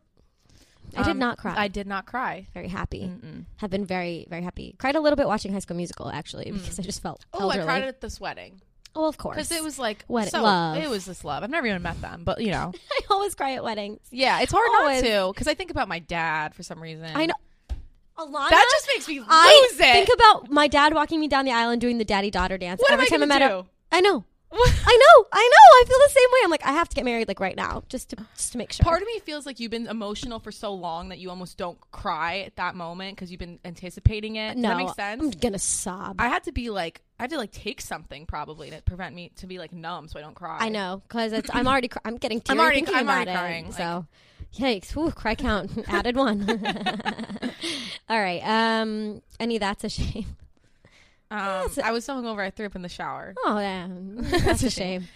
Speaker 3: i did
Speaker 2: Um,
Speaker 3: not cry
Speaker 2: I did not cry.
Speaker 3: very happy. Have been very, very happy. Cried a little bit watching High School Musical actually because I just felt
Speaker 2: Oh,
Speaker 3: elderly.
Speaker 2: I cried at this wedding
Speaker 3: oh, of course.
Speaker 2: because it was like
Speaker 3: What-
Speaker 2: so,
Speaker 3: love.
Speaker 2: It was this love. I've never even met them, but you
Speaker 3: [LAUGHS]
Speaker 2: know,
Speaker 3: [LAUGHS] I always cry at weddings.
Speaker 2: yeah, it's hard
Speaker 3: Always.
Speaker 2: not to because I think about my dad for some reason.
Speaker 3: I know. Alana,
Speaker 2: that just makes me lose
Speaker 3: I
Speaker 2: it.
Speaker 3: think about my dad walking me down the aisle and doing the daddy daughter dance
Speaker 2: What am
Speaker 3: every
Speaker 2: I
Speaker 3: time
Speaker 2: gonna
Speaker 3: I'm at a-
Speaker 2: do?
Speaker 3: I know. I know. I know. I feel the same way I'm like I have to get married like right now just to just to make sure.
Speaker 2: Part of me feels like you've been emotional for so long that you almost don't cry at that moment because you've been anticipating it. Does
Speaker 3: no,
Speaker 2: that make sense?
Speaker 3: I'm gonna sob.
Speaker 2: I had to be like, I had to like take something probably to prevent me to be like numb so I don't cry.
Speaker 3: I know because it's I'm already cr- I'm getting
Speaker 2: [LAUGHS]
Speaker 3: teary
Speaker 2: I'm already-
Speaker 3: thinking
Speaker 2: I'm
Speaker 3: about
Speaker 2: already
Speaker 3: it.
Speaker 2: crying, like-
Speaker 3: so, yikes! Woo, cry count [LAUGHS] added one. [LAUGHS] All right. Um, any that's a shame. [LAUGHS]
Speaker 2: Um, I was so hungover, I threw up in the shower.
Speaker 3: Oh yeah,
Speaker 2: [LAUGHS]
Speaker 3: that's a shame.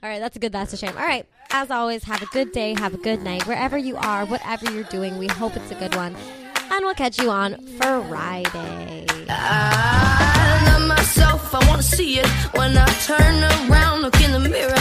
Speaker 3: All right, that's a good. That's a shame. All right, as always, have a good day, have a good night, wherever you are, whatever you're doing. We hope it's a good one, and we'll catch you on Friday.
Speaker 5: I love myself, I wanna see it. When I turn around, look in the mirror,